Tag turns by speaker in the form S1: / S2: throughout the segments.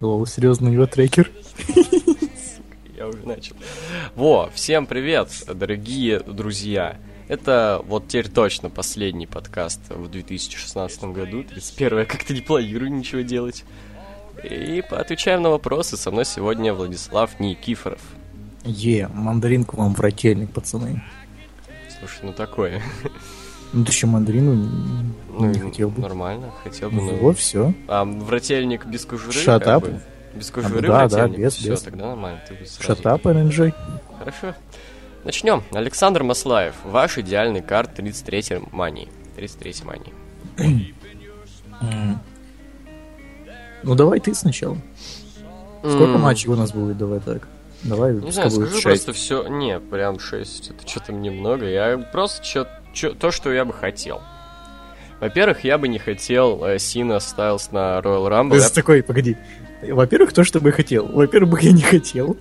S1: О, серьезно, у него трекер?
S2: Я уже начал. Во, всем привет, дорогие друзья. Это вот теперь точно последний подкаст в 2016 году, 31 как-то не планирую ничего делать. И отвечаем на вопросы. Со мной сегодня Владислав Никифоров.
S1: Е, мандаринку вам в ротельник, пацаны.
S2: Слушай, ну такое.
S1: Ну ты еще мандарину не-
S2: Ну,
S1: не хотел бы.
S2: Нормально, хотел бы.
S1: Ну
S2: но-
S1: вот, все.
S2: А врательник без кожуры?
S1: Shut
S2: как
S1: up. А,
S2: бы? Без кожуры
S1: да, да,
S2: врательник?
S1: без,
S2: Всё,
S1: без.
S2: тогда нормально. Ты бы сразу-
S1: Шатап, РНЖ.
S2: Хорошо. Начнем. Александр Маслаев. Ваш идеальный карт 33 мании. 33 мании.
S1: Ну давай ты сначала. Сколько
S2: М,
S1: матчей у нас будет? Давай так. Давай,
S2: Не
S1: пускай
S2: знаю,
S1: будет
S2: скажу
S1: шесть.
S2: просто все. Не, прям 6. Это что-то немного. Я просто чё- чё- то, что я бы хотел. Во-первых, я бы не хотел э, Сина Стайлс на Royal Rumble.
S1: Ты
S2: Я-
S1: такой, погоди. Во-первых, то, что бы я хотел. Во-первых, я не хотел.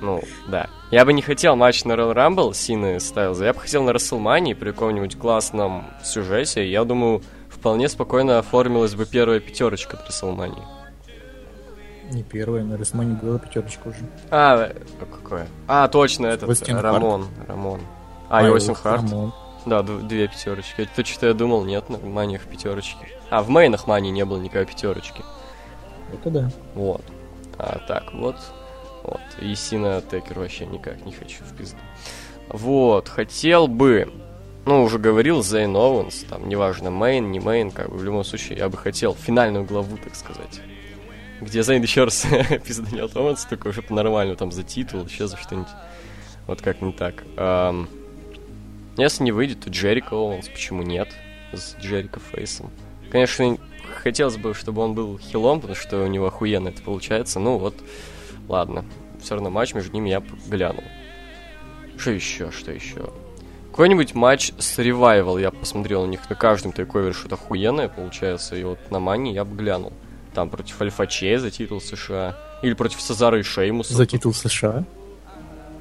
S2: Ну, да. Я бы не хотел матч на Royal Rumble Сина и Стайлза. Я бы хотел на Расселмании при каком-нибудь классном сюжете. Я думаю, вполне спокойно оформилась бы первая пятерочка при Расселмании.
S1: Не первая, на Ресмане была пятерочка уже.
S2: А, э, какое? А, точно, этот
S1: Остин
S2: э,
S1: Харт.
S2: Рамон. Рамон. А, и Остин Харт.
S1: Рамон.
S2: Да, ду- две пятерочки. Это то, что я думал, нет, на маниях пятерочки. А, в мейнах мании не было никакой пятерочки.
S1: Это да.
S2: Вот. А так, вот. Вот. И Сина Текер вообще никак не хочу в пизду. Вот, хотел бы... Ну, уже говорил, Зейн Оуэнс, там, неважно, мейн, не мейн, как бы, в любом случае, я бы хотел финальную главу, так сказать. Где Зейн еще раз пизданет Оуэнс, только уже по-нормальному, там, за титул, еще за что-нибудь. Вот как не так. Ам, ну, если не выйдет, то Джерика Оуэнс, почему нет? С Джерико Фейсом. Конечно, хотелось бы, чтобы он был хилом, потому что у него охуенно это получается. Ну вот, ладно. Все равно матч между ними я глянул. Что еще, что еще? Какой-нибудь матч с ревайвал я посмотрел у них на каждом тайковере что-то охуенное получается, и вот на Мане я бы глянул. Там против Альфа-Чей за титул США, или против Сазара и Шеймуса.
S1: За титул
S2: Ну,
S1: США.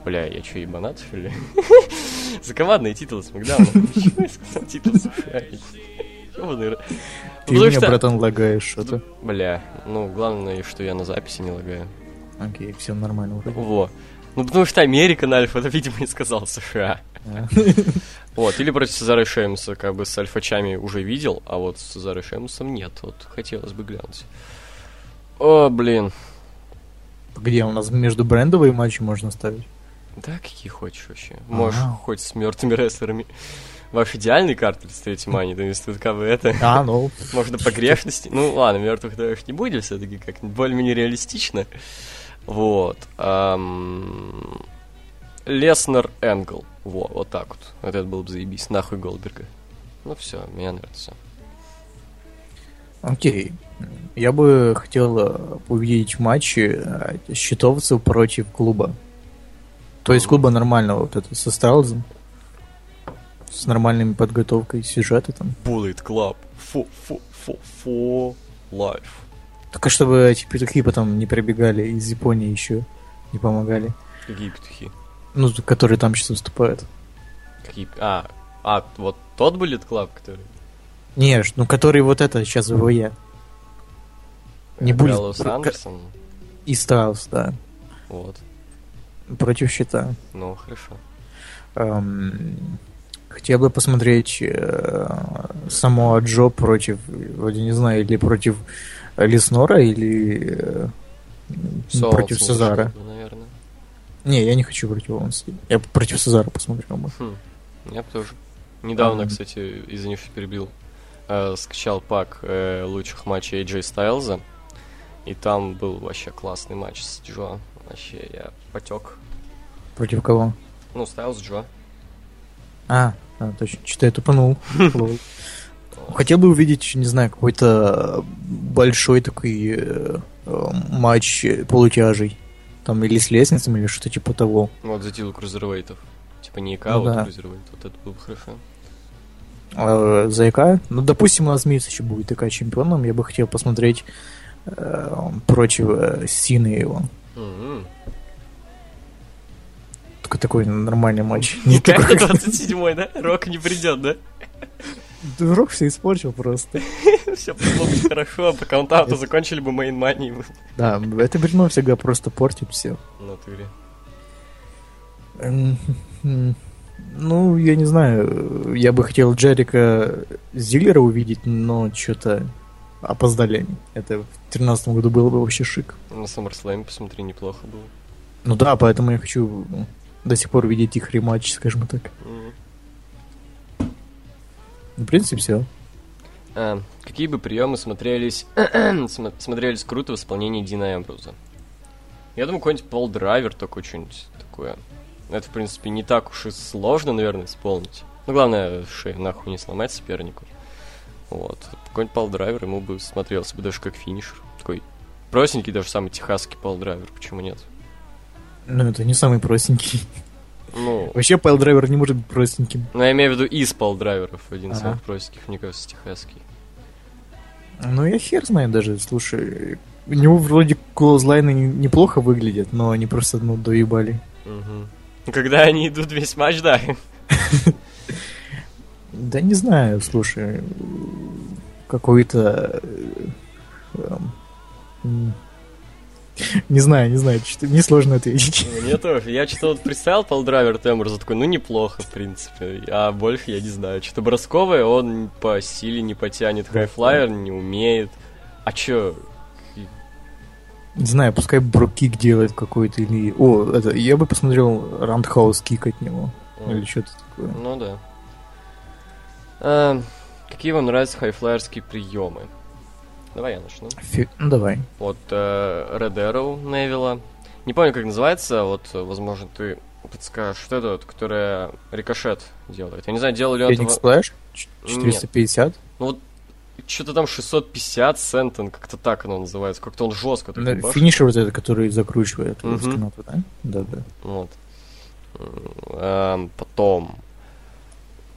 S2: Бля, я чё, ебанат, что ли? За командные титулы Смакдауна. Чё я сказал? Титул США. Ёбаный ра-
S1: Ты
S2: Потому
S1: меня,
S2: что-
S1: братан, лагаешь что-то.
S2: Бля, ну главное, что я на записи не лагаю.
S1: Окей, все нормально вроде.
S2: Во. Ну потому что Америка на Альфа, это, видимо, и сказал США.
S1: А.
S2: Вот, или против Сезара и Шеймса, как бы с Альфачами уже видел, а вот с Сезарой и Шеймсом нет. Вот хотелось бы глянуть. О, блин.
S1: Где у нас между брендовые матчи можно ставить?
S2: Да, какие хочешь вообще. Можешь
S1: Ага.
S2: хоть с мертвыми рестлерами. Ваш идеальный карт 33 мани, да если как бы это.
S1: А, ну,
S2: Можно по грешности. Ну ладно, мертвых даешь не будет, все-таки как более-менее реалистично. Вот. ам, Леснер Энгл. Во, вот так вот. Вот это было бы заебись. Нахуй Голдберга. Ну все, меня нравится.
S1: окей. Я бы хотел э, увидеть матчи э, щитовцев против клуба. То есть клуба нормального, вот это, со Страузом. С нормальной подготовкой сюжета там.
S2: Bullet Club. Фо, фо, фо, фо. Лайф.
S1: Только чтобы эти петухи потом не прибегали из Японии еще, не помогали.
S2: Какие петухи?
S1: Ну, которые там сейчас выступают.
S2: Какие... п- А, а, вот тот Bullet Club, который...
S1: Не, ж- ну, которые вот это сейчас в ВВЕ. Не будет.
S2: Карлос Андерсон.
S1: И Страус, да.
S2: ну, Вот.
S1: Против щита.
S2: Ну, хорошо.
S1: Эм, хотел бы посмотреть самого само Джо против, вроде не знаю, или против Леснора, или э, м,
S2: Солнце
S1: против
S2: лучше,
S1: Сезара.
S2: как бы, Наверное.
S1: Не, я не хочу против Оуэнса. Я бы против Сезара посмотрел бы.
S2: Хм, я бы тоже.
S1: А.
S2: Недавно,
S1: Ам.
S2: кстати, извини, что перебил, э, скачал пак э, лучших матчей AJ Стайлза. И там был вообще классный матч с Джо. Вообще я потек.
S1: Против кого?
S2: Ну, Стайлз Джо.
S1: А, а, точно, что-то я тупанул. Лол. Хотел бы увидеть, не знаю, какой-то большой такой э, э, матч полутяжей. Там или с лестницами, или что-то типа того.
S2: Ну, Вот за титул крузервейтов. Типа не ИК,
S1: Ну
S2: вот
S1: да.
S2: крузервейт. Вот это было бы хорошо.
S1: э, ЗАК. Ну, допустим, у нас Мивс еще будет такая чемпионом. Я бы хотел посмотреть э, против э, Сины его.
S2: М-м.
S1: Только такой нормальный матч.
S2: Никак на 27-й, да? Рок не придет, да?
S1: Друг все испортил просто.
S2: Все было бы хорошо, пока он там, то закончили бы мейн мани
S1: Да, это бревно всегда просто портит все.
S2: в натуре.
S1: Эм, м, Ну, я не знаю, я бы хотел Джерика Зиллера увидеть, но что-то опоздали они. Это в 2013 году было бы вообще шик.
S2: На SummerSlam, посмотри, неплохо было.
S1: Ну да, поэтому я хочу ну, до сих пор видеть их рематч, скажем так.
S2: М.
S1: В принципе, все.
S2: А, какие бы приемы смотрелись, см- смотрелись круто в исполнении Дина Эмбруза? Я думаю, какой-нибудь Пол Драйвер такой, что-нибудь такое. Это, в принципе, не так уж и сложно, наверное, исполнить. Ну, главное, шею нахуй не сломать сопернику. Вот. Какой-нибудь Пол Драйвер ему бы смотрелся бы даже как финишер. Такой простенький, даже самый техасский Пол Драйвер, почему нет?
S1: Ну, это не самый простенький.
S2: Ну,
S1: Вообще, Пайл-драйвер не может быть простеньким.
S2: ну, я имею в виду из Пол Драйверов, один из
S1: Ага.
S2: самых простеньких, мне кажется, техасский.
S1: Ну, я хер знаю даже, слушай. У него вроде клоузлайны не- неплохо выглядят, но они просто, ну, доебали.
S2: Мгм. Ну, Когда они идут весь матч, да.
S1: Да не знаю, слушай, какой-то... э, эм, м, Не знаю, не знаю, что- мне сложно ответить.
S2: Мне тоже. Я что-то вот представил Пол Драйвер Тембрза, такой, ну неплохо, в принципе. А больше я не знаю. Что-то бросковое он по силе не потянет. Хайфлайер не умеет. А чё?
S1: Не знаю, пускай Брукик делает какой-то или... О, это, я бы посмотрел раундхаус кик от него. Или что-то такое.
S2: Ну да. А, какие вам нравятся хайфлайерские приемы? Давай я начну.
S1: Фи- Ну, давай.
S2: от э, Red Arrow Невилла. Не помню, как называется, вот, э, возможно, ты подскажешь, что это, вот, которая рикошет делает. Я не знаю, делал ли он
S1: Феникс
S2: этого...
S1: Флэш? Ч- 450?
S2: Ну вот, что-то там 650 сентон, как-то так оно называется, как-то он жестко так
S1: Ну,
S2: башит.
S1: Финишер вот этот, который закручивает
S2: Мгм.
S1: из каната, да? Да-да.
S2: Вот. М, эм, потом.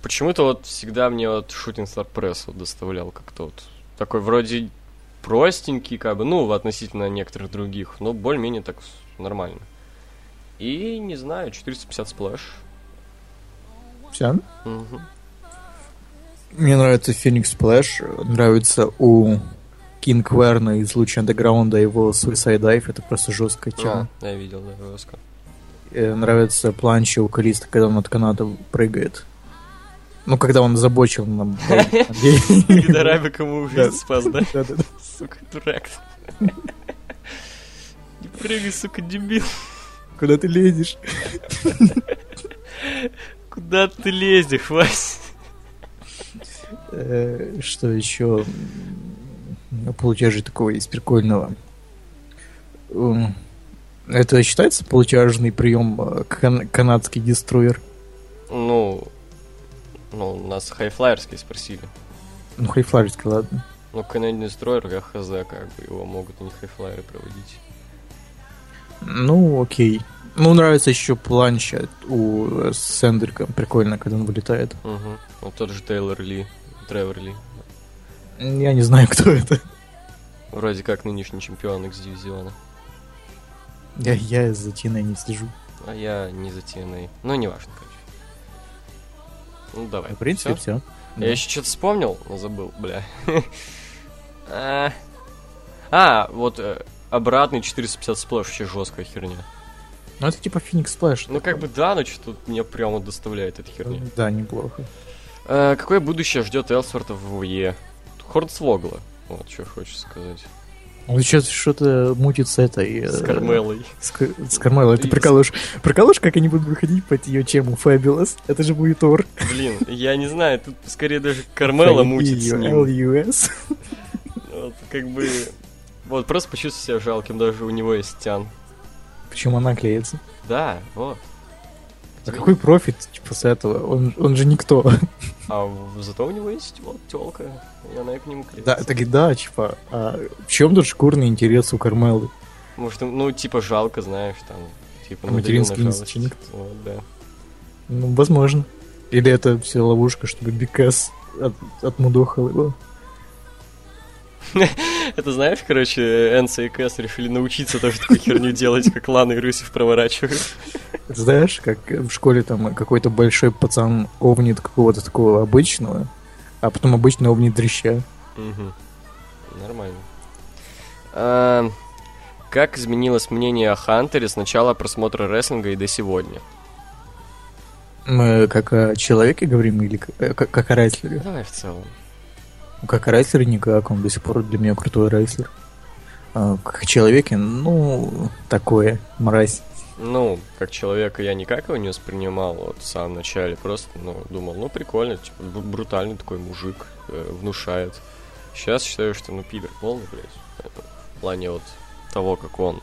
S2: Почему-то вот всегда мне вот Shooting Star Press вот доставлял как-то вот такой вроде простенький, как бы, ну, относительно некоторых других, но более-менее так с- нормально. И, не знаю, 450 сплэш.
S1: Все.
S2: Мгм.
S1: Мне нравится Феникс Флэш, нравится у Кинг Верна из Лучи Андеграунда его Suicide Dive, это просто жесткая тема.
S2: А, я видел, да, жестко.
S1: Э, Нравится планча у Калиста, когда он от каната прыгает. Ну, когда он забочил нам.
S2: Пидорабик ему
S1: Да.
S2: жизнь спас, да? Сука, дурак. Не прыгай, сука, дебил.
S1: Куда ты лезешь?
S2: Куда ты лезешь, Вась?
S1: Э, Что еще? Ну, Полутяжи такого из прикольного. М, Это считается полутяжный прием э, кан- канадский деструер?
S2: Ну, ну, нас хайфлайерские спросили.
S1: Ну, хайфлажский, ладно.
S2: Ну, Canadian Destroyer, я хз, как бы, его могут и не хайфлайеры проводить.
S1: Ну, окей. Ну, нравится еще планча у э, Сендерка. Прикольно, когда он вылетает.
S2: Угу. Вот тот же Тейлор Ли, Тревор Ли.
S1: Я не знаю, кто это.
S2: Вроде как нынешний чемпион X-дивизиона.
S1: Я, я за Тиной не слежу.
S2: А я не за TNA. Ну, неважно, короче. Ну, давай.
S1: В принципе,
S2: всё.
S1: все.
S2: Я еще что-то вспомнил, но забыл, бля. А, А, вот э, обратный 450 сплэш, вообще жесткая херня.
S1: Ну, это типа Феникс Флэш.
S2: Ну, как бы да, но что-то меня прямо доставляет эта херня.
S1: Да, неплохо.
S2: Э, какое будущее ждет Элсворта в ВВЕ? Хорнсвогла. Вот, что хочется сказать.
S1: Он сейчас что-то мутит с этой...
S2: С
S1: э,
S2: Кармелой.
S1: С, К- с Кармелой. Ты
S2: И-
S1: приколышь. Приколышь, как они будут выходить под ее тему Fabulous? Это же будет Ор.
S2: Блин, я не знаю, тут скорее даже Кармела мутит с ним.
S1: LUS.
S2: Вот, как бы... Вот, просто почувствую себя жалким, даже у него есть тян.
S1: Почему она клеится?
S2: Да, вот.
S1: А какой профит, типа, с этого? Он, он же никто.
S2: А в- зато у него есть вот телка, и она к нему клеится.
S1: Да, так и да, типа, а в чем тут шкурный интерес у Кармелы?
S2: Может, ну, типа, жалко, знаешь, там, типа,
S1: А
S2: надавил на
S1: материнский
S2: жалость.
S1: инстинкт?
S2: Вот, да.
S1: Ну, возможно. Или это все ловушка, чтобы Бикас от, отмудохал его?
S2: Это знаешь, короче, Энса и Кэс решили научиться тоже такую херню делать, как Лана и Русев проворачивают.
S1: Знаешь, как в школе там какой-то большой пацан овнит какого-то такого обычного, а потом обычный овни дрища.
S2: Мгм. Нормально. А, как изменилось мнение о Хантере с начала просмотра рестлинга и до сегодня?
S1: Мы как о человеке говорим или к- э, как, как о райслере?
S2: Давай в целом.
S1: Ну, Как о райслере никак, он до сих пор для меня крутой райслер. А, как о человеке, ну, такое, мразь.
S2: Ну, как человека я никак его не воспринимал вот, в самом начале. Просто ну, думал, ну прикольно, типа, бру- брутальный такой мужик, э, внушает. Сейчас считаю, что ну пидор полный, блядь. Э, В плане вот того, как он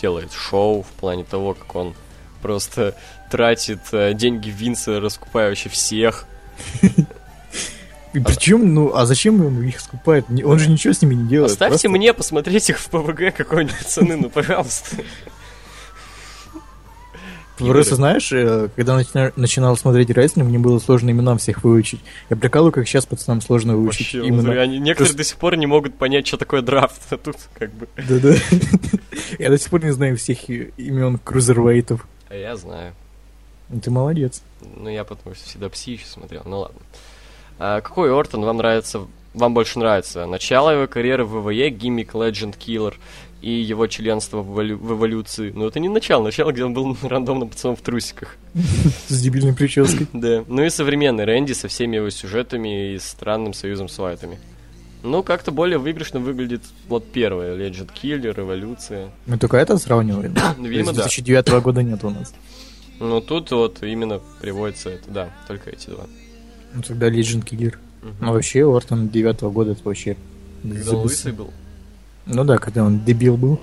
S2: делает шоу, в плане того, как он просто тратит э, деньги Винса, раскупая вообще всех.
S1: И причем, ну, а зачем он их скупает? Не- Он же ничего с ними не делает.
S2: Оставьте
S1: просто-
S2: мне посмотреть их в ПВГ какой-нибудь цены, ну пожалуйста.
S1: Просто знаешь, э, когда начина- начинал смотреть рестлинг, мне было сложно имена всех выучить. Я прикалываю, как сейчас пацанам сложно выучить
S2: Вообще,
S1: имена.
S2: вот они, некоторые
S1: Просто-
S2: до сих пор не могут понять, что такое драфт. А тут как бы...
S1: Да-да. Я до сих пор не знаю всех и- имен крузервейтов.
S2: А я знаю.
S1: Ну, Ты молодец.
S2: Ну, я потому что всегда пси еще смотрел. Ну, ладно. А какой Ортон вам нравится... Вам больше нравится? Начало его карьеры в ВВЕ, гиммик Legend Killer и его членство в, эволю- в эволюции. Ну, это не начало. Начало, где он был рандомным пацаном в трусиках.
S1: С дебильной прической.
S2: Да. Ну и современный Рэнди со всеми его сюжетами и странным союзом с Вайтами. Ну, как-то более выигрышно выглядит вот первое. Legend Killer, Эволюция.
S1: Мы Ну, только это сравниваем.
S2: Ну, видимо, да.
S1: 2009 года нет у нас.
S2: Ну, тут вот именно приводится это, да, только эти два.
S1: Ну, тогда Legend Killer.
S2: Мгм.
S1: Ну, вообще, Ортон 9 года это вообще...
S2: Когда он
S1: забес-
S2: лысый был.
S1: Ну да, когда он дебил был.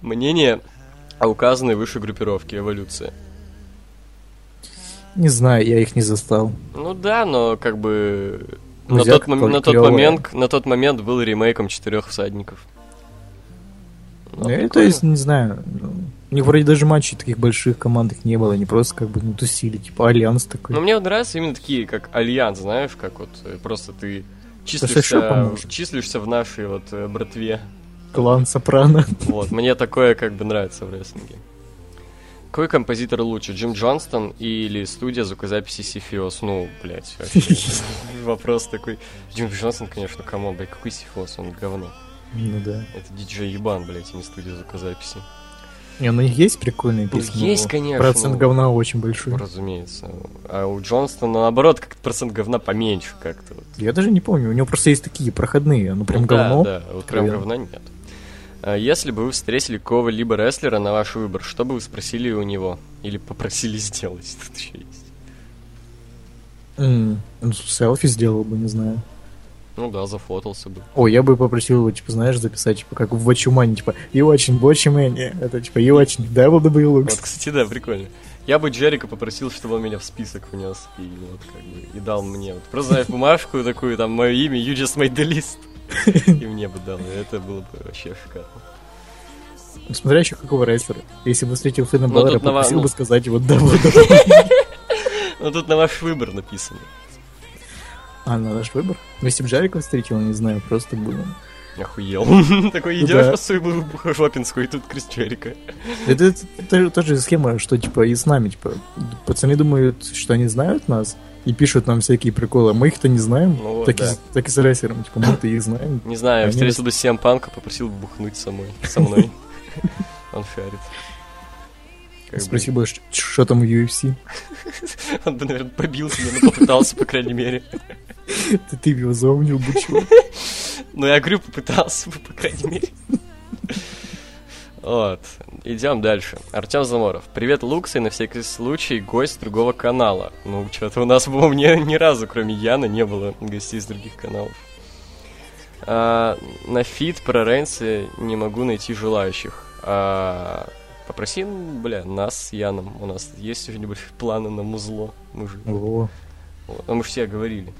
S2: Мнение о указанной а выше группировке эволюции.
S1: Не знаю, я их не застал.
S2: Ну да, но как бы
S1: Ну,
S2: на
S1: взят
S2: тот, мом-
S1: только
S2: на, тот
S1: клёвое.
S2: момент, на тот момент был ремейком четырех всадников. Ну,
S1: Ну, это,
S2: прикольно.
S1: если, не знаю, ну, у них вроде даже матчей таких больших команд их не было, они просто как бы ну, тусили, типа альянс такой.
S2: Но мне вот нравятся именно такие, как Альянс, знаешь, как вот э, просто ты
S1: шо
S2: числишься,
S1: поможет?
S2: числишься в нашей вот э, братве.
S1: Клан Сопрано.
S2: Вот, мне такое как бы нравится в рестлинге. Какой композитор лучше, Джим Джонстон или студия звукозаписи Сифиос? Ну, блядь, вообще, вопрос такой. Джим Джонстон, конечно, камон, блядь, какой Сифиос, он говно.
S1: Ну да.
S2: Это диджей ебан, блядь, а не студия звукозаписи.
S1: Не, ну есть прикольные
S2: Ну,
S1: песни.
S2: есть,
S1: но
S2: конечно. ну.
S1: Процент говна очень большой.
S2: Разумеется. А у Джонстона, наоборот, как процент говна поменьше как-то. вот.
S1: Я даже не помню, у него просто есть такие проходные, ну прям
S2: Ну
S1: говно.
S2: Да, да, вот прям
S1: Откровенно.
S2: говна нет. А Если бы вы встретили кого-либо рестлера на ваш выбор, что бы вы спросили у него? Или попросили сделать? Тут еще есть.
S1: М, ну, селфи сделал бы, не знаю.
S2: Ну да, зафотался бы.
S1: О, я бы попросил его, типа, знаешь, записать, типа, как в Вачумане, типа, you watching Watchman, это, типа, you watching WWE
S2: Вот,
S1: looks.
S2: кстати, да, прикольно. Я бы Джерика попросил, чтобы он меня в список внес и вот как бы и дал мне. Вот, просто знаешь, бумажку такую, там, мое имя, you just made the list. И мне бы дал, и это было бы вообще шикарно.
S1: Ну, Смотря еще какого рестлера. Если бы встретил Финна
S2: Ну,
S1: Баллера,
S2: тут на ва-
S1: попросил
S2: ну.
S1: бы сказать его WWE.
S2: Ну тут на ваш выбор написано.
S1: А, на наш выбор. Ну, если бы Джарика встретил, не знаю, просто бы...
S2: Охуел. Такой идешь
S1: Да.
S2: по своему жопинскую, и тут Крис Джерика.
S1: Это, это, та- та же схема, что, типа, и с нами, типа, пацаны думают, что они знают нас, и пишут нам всякие приколы, а мы их-то не знаем.
S2: Ну вот,
S1: так,
S2: да.
S1: и, с- так и с рестлером, типа, мы-то их знаем.
S2: Не знаю, я
S1: Они
S2: встретил бы Сиэм Панка, попросил бы бухнуть самой, со мной. Он шарит. Как бы,
S1: Спроси бы, ш- что там в UFC.
S2: Он бы, наверное, побился, меня, но попытался, по крайней мере.
S1: Ты, ты его заумнил бы, чего?
S2: Ну, я говорю, попытался бы, по крайней мере. Вот. Идем дальше. Артем Заморов. Привет, Лукс, и на всякий случай гость другого канала. Ну, что-то у нас, по-моему, ни, ни разу, кроме Яна, не было гостей из других каналов. А, на фит про Рейнса не могу найти желающих. А, попроси, бля, нас с Яном. У нас есть что-нибудь планы на музло. Мы же,
S1: О,
S2: вот, а мы же все говорили.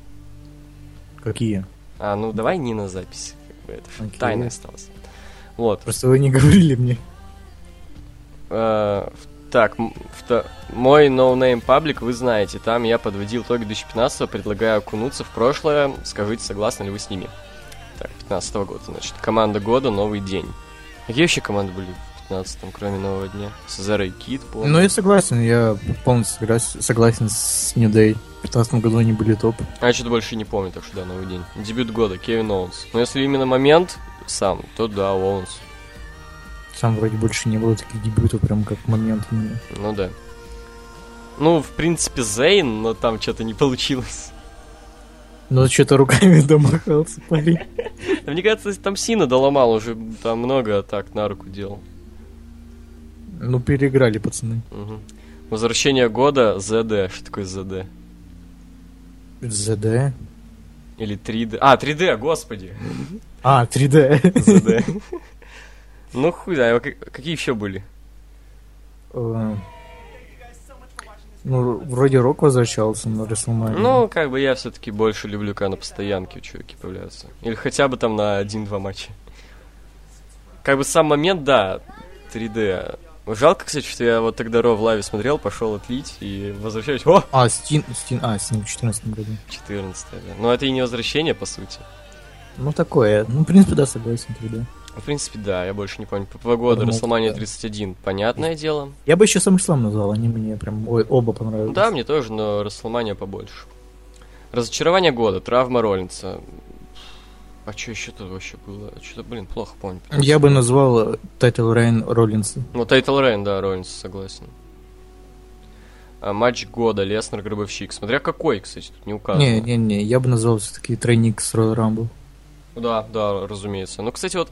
S1: какие?
S2: А, ну давай не на запись. Как бы это
S1: Окей.
S2: тайна осталась. Вот.
S1: Просто вы не говорили мне.
S2: Э, в- так, м- в та- мой No Name Public вы знаете. Там я подводил итоги 2015 предлагаю окунуться в прошлое. Скажите, согласны ли вы с ними? Так, 15 года, значит. Команда года, новый день. А Какие еще команды были в 15 кроме нового дня? Сезара и Кит, помню.
S1: Ну, я согласен, я полностью согра- согласен с New Day. 2015 году они были топ.
S2: А я что-то больше не помню, так что да, новый день. Дебют года, Кевин Оуэнс. Но если именно момент сам, то да, Оуэнс.
S1: Сам вроде больше не было таких дебютов, прям как момент у меня.
S2: Ну да. Ну, в принципе, Зейн, но там что-то не получилось.
S1: Но что-то руками домахался, парень.
S2: Да Мне кажется, там Сина доломал уже, там много атак на руку делал.
S1: Ну, переиграли, пацаны.
S2: Мгм. Возвращение года, ЗД. Что такое ЗД?
S1: ЗД.
S2: Или 3D. А, 3D, господи.
S1: А, 3D.
S2: ЗД. Ну хуй, знает, а как- какие еще были?
S1: Э, Ну, р- вроде Рок возвращался на Рестлманию.
S2: Ну, как бы я все-таки больше люблю, когда на постоянке чуваки появляются. Или хотя бы там на 1-2 матча. Как бы сам момент, да, 3D. Жалко, кстати, что я вот тогда Ро в лаве смотрел, пошел отлить и возвращаюсь. О,
S1: А, Стин, Стин, а, Стин в 14 году.
S2: 14 да. Но это и не возвращение, по сути.
S1: Ну, такое. Ну, в принципе, да, согласен, 3D.
S2: Ну, В принципе, да, я больше не помню. ППВ года,
S1: Формат,
S2: Расселмания
S1: да.
S2: 31, понятное дело.
S1: Я бы еще сам Ислам назвал, они мне прям о- оба понравились.
S2: Ну Да, мне тоже, но Расселмания побольше. Разочарование года, травма Роллинса. А что еще тут вообще было? Что-то, блин, плохо помню.
S1: Я бы назвал э, Тайтл Рейн Роллинса.
S2: Ну, Тайтл Рейн, да, Роллинс, согласен. А, матч года, Леснер, Гробовщик. Смотря какой, кстати, тут не указано.
S1: Не-не-не, я бы назвал все-таки тройник с Royal Rumble.
S2: Да, да, разумеется. Ну, кстати, вот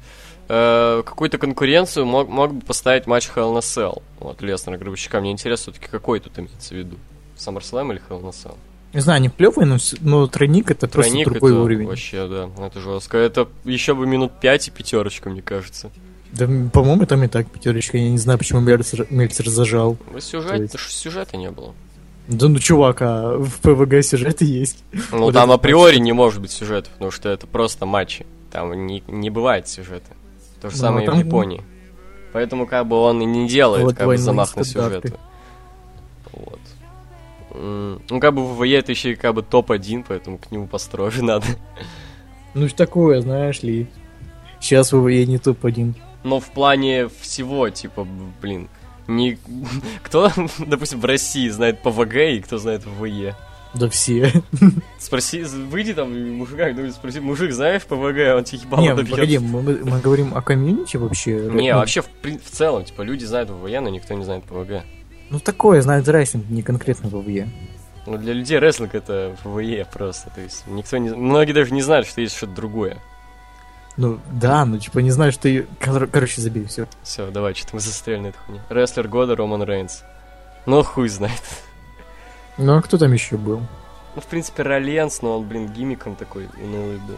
S2: э, какую-то конкуренцию мог, мог бы поставить матч Hell in a Cell. Вот, Леснер, Гробовщика. Мне интересно, все-таки какой тут имеется в виду? SummerSlam или Hell in a Cell?
S1: Не знаю, они клевые, но, с- но тройник это
S2: Тройник
S1: просто другой
S2: это
S1: уровень.
S2: вообще, да, это жестко. Это еще бы минут пять и пятерочка, мне кажется.
S1: Да, м, по-моему, там и так пятерочка. Я не знаю, почему Мельцер, Мельцер зажал.
S2: Ну, Сюжет,
S1: То есть-
S2: да ж сюжета не было.
S1: Да ну, чувак, а в ПВГ сюжеты есть.
S2: Ну,
S1: Вот
S2: там
S1: это
S2: априори не может быть сюжета, потому что это просто матчи. Там не, не бывает сюжета. То же
S1: Ну,
S2: самое и в
S1: там-
S2: Японии. Поэтому как бы он и не делает
S1: Вот
S2: как бы
S1: двойные
S2: замах на
S1: стандарты.
S2: сюжет. Вот. М, Ну, как бы в ВВЕ это еще и как бы топ-1, поэтому к нему построже надо.
S1: Ну, ж такое, знаешь ли. Сейчас ВВЕ не топ-1.
S2: Но в плане всего, типа, б- блин, не... кто, допустим, в России знает ПВГ и кто знает ВВЕ?
S1: Да все.
S2: Спроси, выйди там и мужика, ну, и спроси, мужик, знаешь ПВГ, он тебе ебало
S1: Не, ну,
S2: добьет.
S1: погоди, мы, мы- мы говорим о комьюнити вообще.
S2: Не, а
S1: Ну,
S2: вообще, в, прин- в целом, типа, люди знают ВВЕ, но никто не знает ПВГ.
S1: Ну, такое, знает рестлинг, не конкретно ВВЕ.
S2: Ну, для людей рестлинг это ВВЕ просто, то есть, никто не... Многие даже не знают, что есть что-то другое.
S1: Ну, да, ну, типа, не знаю, что... и- Кор- Короче, забей, все.
S2: Все, давай, что-то мы застряли на этой хуйне. Рестлер года Роман Рейнс. Ну, хуй знает.
S1: Ну, а кто там еще был?
S2: Ну, в принципе, Роленс, но он, блин, гиммиком такой унылый был.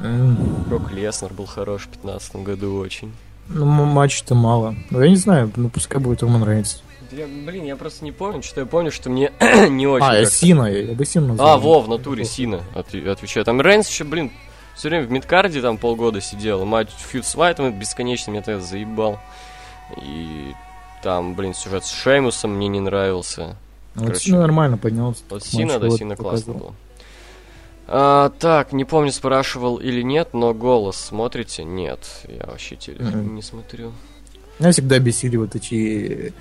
S1: М,
S2: Рок Леснер был хорош в 15 году очень.
S1: Ну, м- матчей-то мало. Ну, я не знаю, ну, пускай будет Роман Рейнс.
S2: блин, я просто не помню, что я помню, что мне не очень.
S1: А,
S2: как-то.
S1: Сина, я я бы Сина назвал.
S2: А, во, в натуре Сина, от- отвечаю. Там Рейнс еще, блин, все время в Мидкарде там полгода сидел. Матч Фьюд с Вайтом это бесконечно, меня тогда заебал. И там, блин, сюжет с Шеймусом мне не нравился.
S1: Вот
S2: короче.
S1: Сина нормально поднялся.
S2: Вот
S1: Матч
S2: Сина, да,
S1: вот
S2: Сина классно
S1: показывал.
S2: был. А, так, не помню, спрашивал или нет, но голос смотрите? Нет, я вообще телек
S1: Мгм.
S2: не смотрю.
S1: Меня всегда бесили вот эти,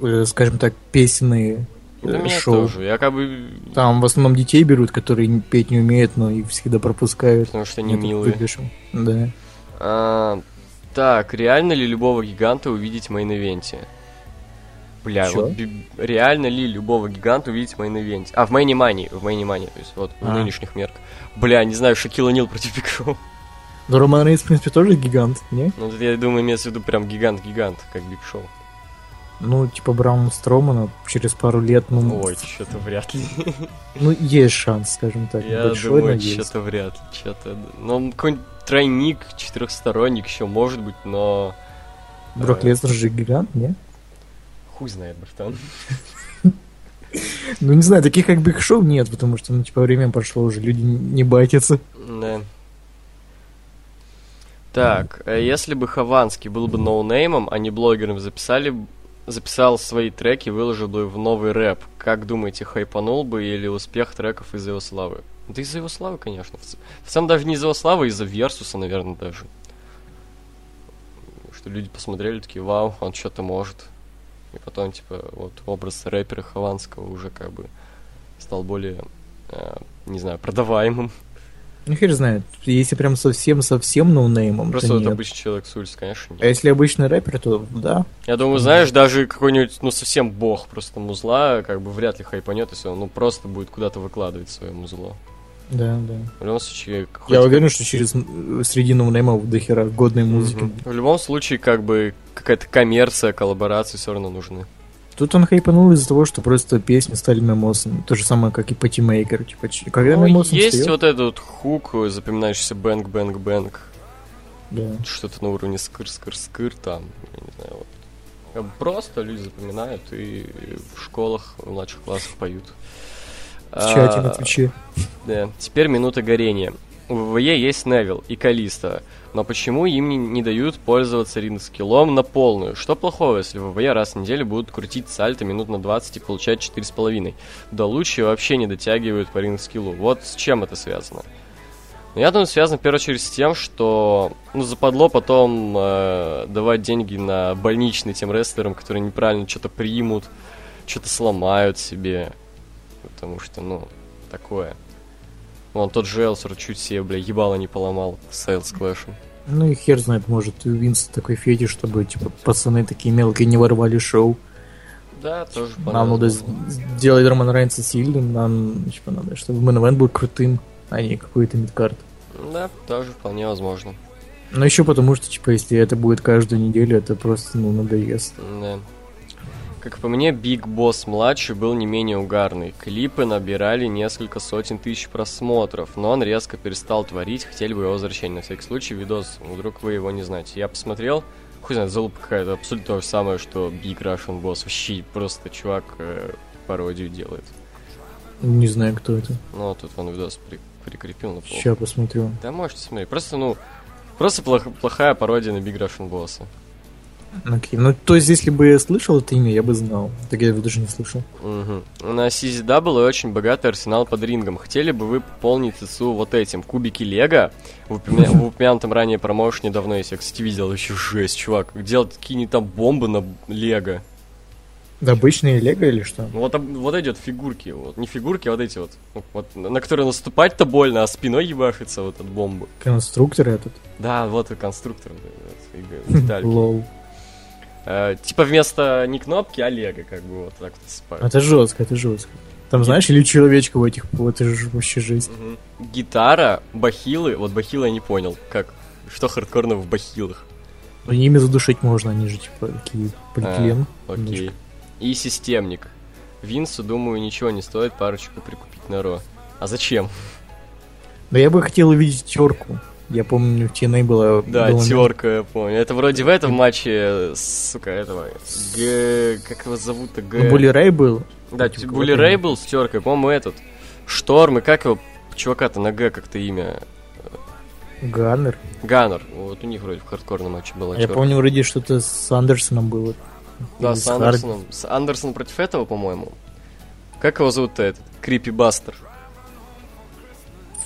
S1: э, скажем так, песенные
S2: Да
S1: э,
S2: меня
S1: шоу.
S2: тоже. Я как бы...
S1: Там в основном детей берут, которые не- петь не умеют, но их всегда пропускают.
S2: Потому что не
S1: Меня тут
S2: милые.
S1: выбешил. Да.
S2: А, так, реально ли любого гиганта увидеть в мейн-ивенте? Бля,
S1: Чё?
S2: вот би- реально ли любого гиганта увидеть в мейн-ивенте? А, в мейне мани, в мейне мани, то есть вот в
S1: А.
S2: нынешних мерках. Бля, не знаю, Шакил Нил против Биг Шоу.
S1: Но Роман Рейнс, в принципе, тоже гигант, не?
S2: Ну, тут, я думаю, имеется в виду прям гигант-гигант, как Биг Шоу.
S1: Ну, типа Браун Стромана через пару лет, ну,
S2: Ой, что-то вряд ли.
S1: ну, есть шанс, скажем так,
S2: Я
S1: большой, но
S2: думаю,
S1: есть.
S2: что-то вряд ли. Что-то... Ну, какой-нибудь тройник, четырехсторонник еще может быть, но...
S1: Брок
S2: э,
S1: Леснер же гигант, не?
S2: Хуй знает, братан.
S1: Ну, не знаю, таких как Биг Шоу нет, потому что, ну, типа, время прошло уже, люди не батятся.
S2: Да. Так, э, если бы Хованский был бы ноунеймом, а не блогером, записали, б- записал свои треки и выложил бы в новый рэп, как думаете, хайпанул бы или успех треков из-за его славы? Да из-за его славы, конечно. В ц- В целом даже не из-за его славы, а из-за Версуса, наверное, даже. Что люди посмотрели, такие, вау, он что-то может. И потом, типа, вот образ рэпера Хованского уже как бы стал более, э, не знаю, продаваемым.
S1: Ну, хер знает. Если прям совсем-совсем ноунеймом,
S2: Просто
S1: то
S2: вот
S1: нет.
S2: обычный человек с улицы, конечно,
S1: А
S2: нет.
S1: если обычный рэпер, то да.
S2: Я думаю, знаешь, даже какой-нибудь, ну, совсем бог просто музла, как бы вряд ли хайпанет, если он, ну, просто будет куда-то выкладывать свое музло.
S1: Да, да.
S2: В любом случае, хоть-
S1: Я уверен, что через м, среди ноунеймов до хера годной музыки.
S2: Мгм. В любом случае, как бы, какая-то коммерция, коллаборации все равно нужны.
S1: Тут он хайпанул из-за того, что просто песни стали мемосами. То же самое, как и Пати Мейкер. Типа, ч- когда
S2: Ну,
S1: мемосом
S2: есть
S1: встаёт-
S2: вот этот вот хук, э, запоминающийся бэнк-бэнк-бэнк,
S1: Да.
S2: что-то на уровне скыр-скыр-скыр там, я не знаю, вот. Как бы Просто люди запоминают и в школах, в младших классах поют.
S1: В чате на
S2: А,
S1: Твиче.
S2: Да. Теперь минута горения. У ВВЕ есть Невил и Калиста, но почему им не, не дают пользоваться ринг-скиллом на полную? Что плохого, если ВВЕ раз в неделю будут крутить сальто минут на 20 и получать 4,5? Да лучше вообще не дотягивают по ринг-скиллу. Вот с чем это связано? Ну, я думаю, связано в первую очередь с тем, что ну, западло потом э, давать деньги на больничный тем рестлерам, которые неправильно что-то примут, что-то сломают себе. Потому что, ну, такое. Вон тот же Элсер чуть себе, бля, ебало не поломал с Элс Клэшем.
S1: Ну и хер знает, может, и у Винса такой фетиш, чтобы, типа, пацаны такие мелкие не ворвали шоу.
S2: Да, тоже
S1: Нам надо с- сделать Роман Рейнса сильным, нам, типа, надо, чтобы мэн был крутым, а не какой-то мидкарт.
S2: Да, тоже вполне возможно.
S1: Но еще потому, что, типа, если это будет каждую неделю, это просто, ну, надоест.
S2: Да. Как по мне, Биг Босс младший был не менее угарный. Клипы набирали несколько сотен тысяч просмотров, но он резко перестал творить, хотели бы его возвращение. На всякий случай, видос, вдруг вы его не знаете. Я посмотрел, хуй знает, залупа какая-то, абсолютно то же самое, что Биг Russian Босс. Вообще просто чувак э, пародию делает.
S1: Не знаю, кто это.
S2: Ну, а тут он видос при- прикрепил на пол.
S1: Сейчас посмотрю.
S2: Да можете смотреть. Просто, ну, просто плох- плохая пародия на Биг Russian Босса.
S1: Окей. Ну, то есть, если бы я слышал это имя, я бы знал. Так я его даже не слышал.
S2: Мгм. На CZW был очень богатый арсенал под рингом. Хотели бы вы пополнить ЦСУ вот этим? Кубики Лего? В, упомя- в упомянутом ранее промоушене давно есть. Я, кстати, видел еще жесть, чувак. Делать какие-нибудь там бомбы на Лего.
S1: Да обычные Лего или что?
S2: Ну, вот, об- вот эти вот фигурки. Вот. Не фигурки, а вот эти вот. Ну, вот на на которые наступать-то больно, а спиной ебашится вот от бомбы.
S1: Конструктор этот.
S2: Да, вот и конструктор. да, вот, и г- детальки.
S1: Лол.
S2: Э, типа вместо не кнопки, а Лего, как бы вот так вот насыпают.
S1: Это жестко, это жестко. Там, знаешь, или человечка в этих, вот это же вообще жесть.
S2: Мгм. Гитара, бахилы. Вот бахилы я не понял. Как? Что хардкорно в бахилах?
S1: Но ими Ну, задушить можно, они же, типа, такие полиэтилен.
S2: Окей.
S1: Немножко.
S2: И системник. Винсу, думаю, ничего не стоит парочку прикупить на Ро. А зачем?
S1: Но я бы хотел увидеть терку. Я помню, в TNA была...
S2: Да,
S1: была-
S2: терка, я помню. Это вроде в этом матче, э, сука, этого... Г... Как его зовут-то? Г...
S1: Ну, Булли Рэй был.
S2: Да,
S1: Типа,
S2: Були
S1: вот
S2: Рэй
S1: именно.
S2: был с теркой, по-моему, этот. Шторм, и как его чувака-то на Г как-то имя?
S1: Ганнер. А
S2: Ганнер. Вот у них вроде в хардкорном матче была
S1: Я
S2: тёрка.
S1: помню, вроде что-то с Андерсоном было.
S2: Да,
S1: Или
S2: с
S1: Харди.
S2: Андерсоном. С Андерсон против этого, по-моему. Как его зовут-то этот? Крипи Бастер.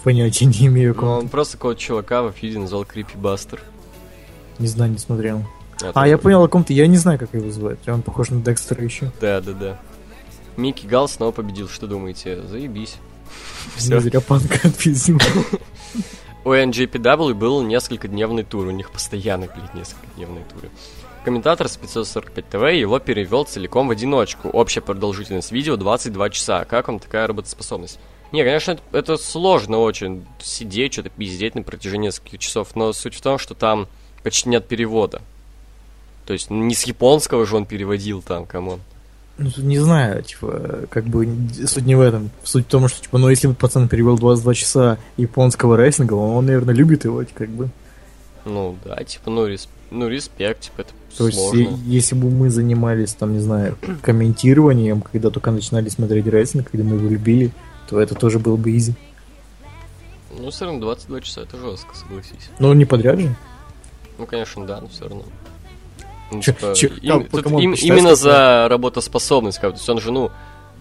S1: Понятия не имею,
S2: Ну,
S1: кого.
S2: он просто какого-то чувака в фьюде назвал Крипи Бастер.
S1: Не знаю, не смотрел. А, я понял о ком-то. Я не знаю, как его звать. Он похож на Декстера еще.
S2: Да, да, да. Микки Гал снова победил. Что думаете? Заебись. Всё.
S1: Не зря панка отпиздил.
S2: У NJPW был несколько-дневный тур. У них постоянно, блядь, несколько-дневные туры. Комментатор с 545 ТВ его перевел целиком в одиночку. Общая продолжительность видео 22 часа. Как вам такая работоспособность? Не, конечно, это, это сложно очень сидеть, что-то пиздеть на протяжении нескольких часов, но суть в том, что там почти нет перевода. То есть не с японского же он переводил там, камон.
S1: Ну, тут не знаю, типа, как бы суть не в этом. Суть в том, что, типа, ну, если бы пацан перевел 22 часа японского рейсинга, он, наверное, любит его, типа, как бы.
S2: Ну да, типа, ну, респ- ну респект, типа, это
S1: То есть,
S2: сложно.
S1: е- если бы мы занимались, там, не знаю, комментированием, когда только начинали смотреть рейсинг, когда мы его любили, то это тоже было бы изи.
S2: Ну, все равно 22 часа это жестко, согласись.
S1: Ну, не подряд же.
S2: Ну, конечно, да, но все равно. Ну,
S1: Чё-
S2: типа,
S1: чё,
S2: им-
S1: там, по
S2: тут
S1: кому
S2: им-
S1: посчитать,
S2: именно
S1: сколько?
S2: за работоспособность, как бы. То есть он же, ну,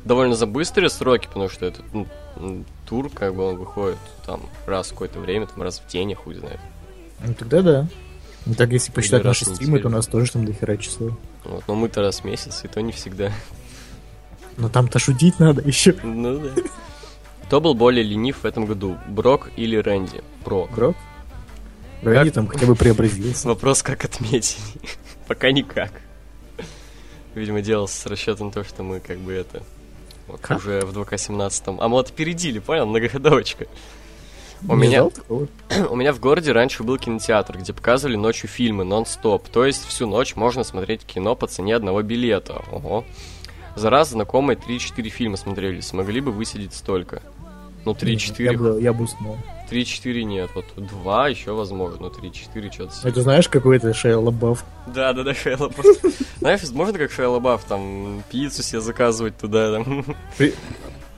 S2: довольно за быстрые сроки, потому что этот ну, м, тур, как бы, он выходит там раз в какое-то время, там раз в день, я хуй знает.
S1: Ну, тогда да. Ну, так, если посчитать
S2: раз
S1: наши
S2: в
S1: стримы,
S2: неделю.
S1: то у нас тоже там дохера число.
S2: Вот, но мы-то раз в месяц, и то не всегда.
S1: Но там-то шутить надо еще.
S2: Ну да. Кто был более ленив в этом году, Брок или Рэнди? Брок.
S1: Грок? Рэнди там хотя бы преобразился.
S2: Вопрос, как отметили. Пока никак. Видимо, делался с расчетом на то, что мы как бы это... вот
S1: Как?
S2: уже в 2К17. А мы вот опередили, понял? Многоходовочка. У
S1: Не
S2: меня-
S1: ждал такого.
S2: У меня в городе раньше был кинотеатр, где показывали ночью фильмы нон-стоп. То есть всю ночь можно смотреть кино по цене одного билета. Ого. За раз знакомые 3-4 фильма смотрели. Смогли бы высидеть столько. Ну,
S1: Я
S2: 3-4.
S1: бы, я бы уснул.
S2: 3-4 нет. Вот 2 еще возможно. но 3-4 что-то...
S1: Это знаешь, какой-то Шейла Бафф?
S2: Да, да, да, Шайла Знаешь, можно как Шайла Бафф, там, пиццу себе заказывать туда, там.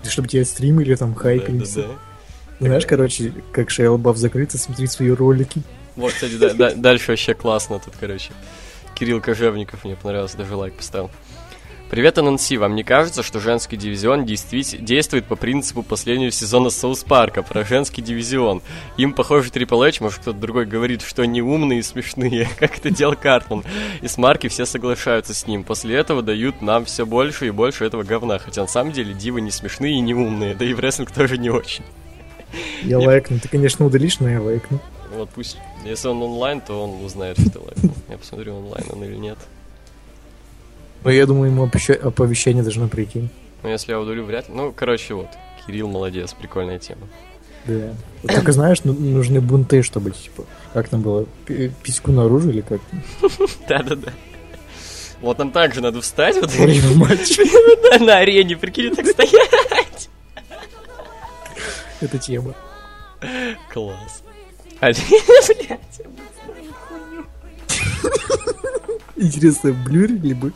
S1: Чтобы тебе стрим или там хайкали.
S2: Да, да, да.
S1: Знаешь, короче, как Шейла Бафф закрыться, смотреть свои ролики.
S2: Вот, кстати, да- да- дальше вообще классно тут, короче. Кирилл Кожевников мне понравился, даже лайк поставил. Привет, ННС. Вам не кажется, что женский дивизион действи- действует по принципу последнего сезона Соус Парка про женский дивизион? Им, похоже, Triple H, может, кто-то другой говорит, что они умные и смешные, как это делал Картман. И с Марки все соглашаются с ним. После этого дают нам все больше и больше этого говна. Хотя на самом деле дивы не смешные и не умные, да и в рестлинг тоже не очень.
S1: Я
S2: Я-
S1: лайкну. Ты, конечно, удалишь, но я лайкну.
S2: Вот пусть, если он онлайн, то он узнает, что ты лайкнул. Я посмотрю, онлайн он или нет.
S1: Но Ну, я думаю, ему оповеща- оповещение должно прийти.
S2: Но если я удалю, вряд ли. Ну, короче, вот. Кирилл молодец, прикольная тема.
S1: Да. Вот Только знаешь, ну, нужны бунты, чтобы, типа, как там было, пи- письку наружу или как?
S2: Да-да-да. Вот нам также надо встать вот
S1: Во время матча.
S2: на арене, прикинь, так стоять.
S1: Эта тема.
S2: Класс. А, блядь.
S1: Интересно, блюрили бы?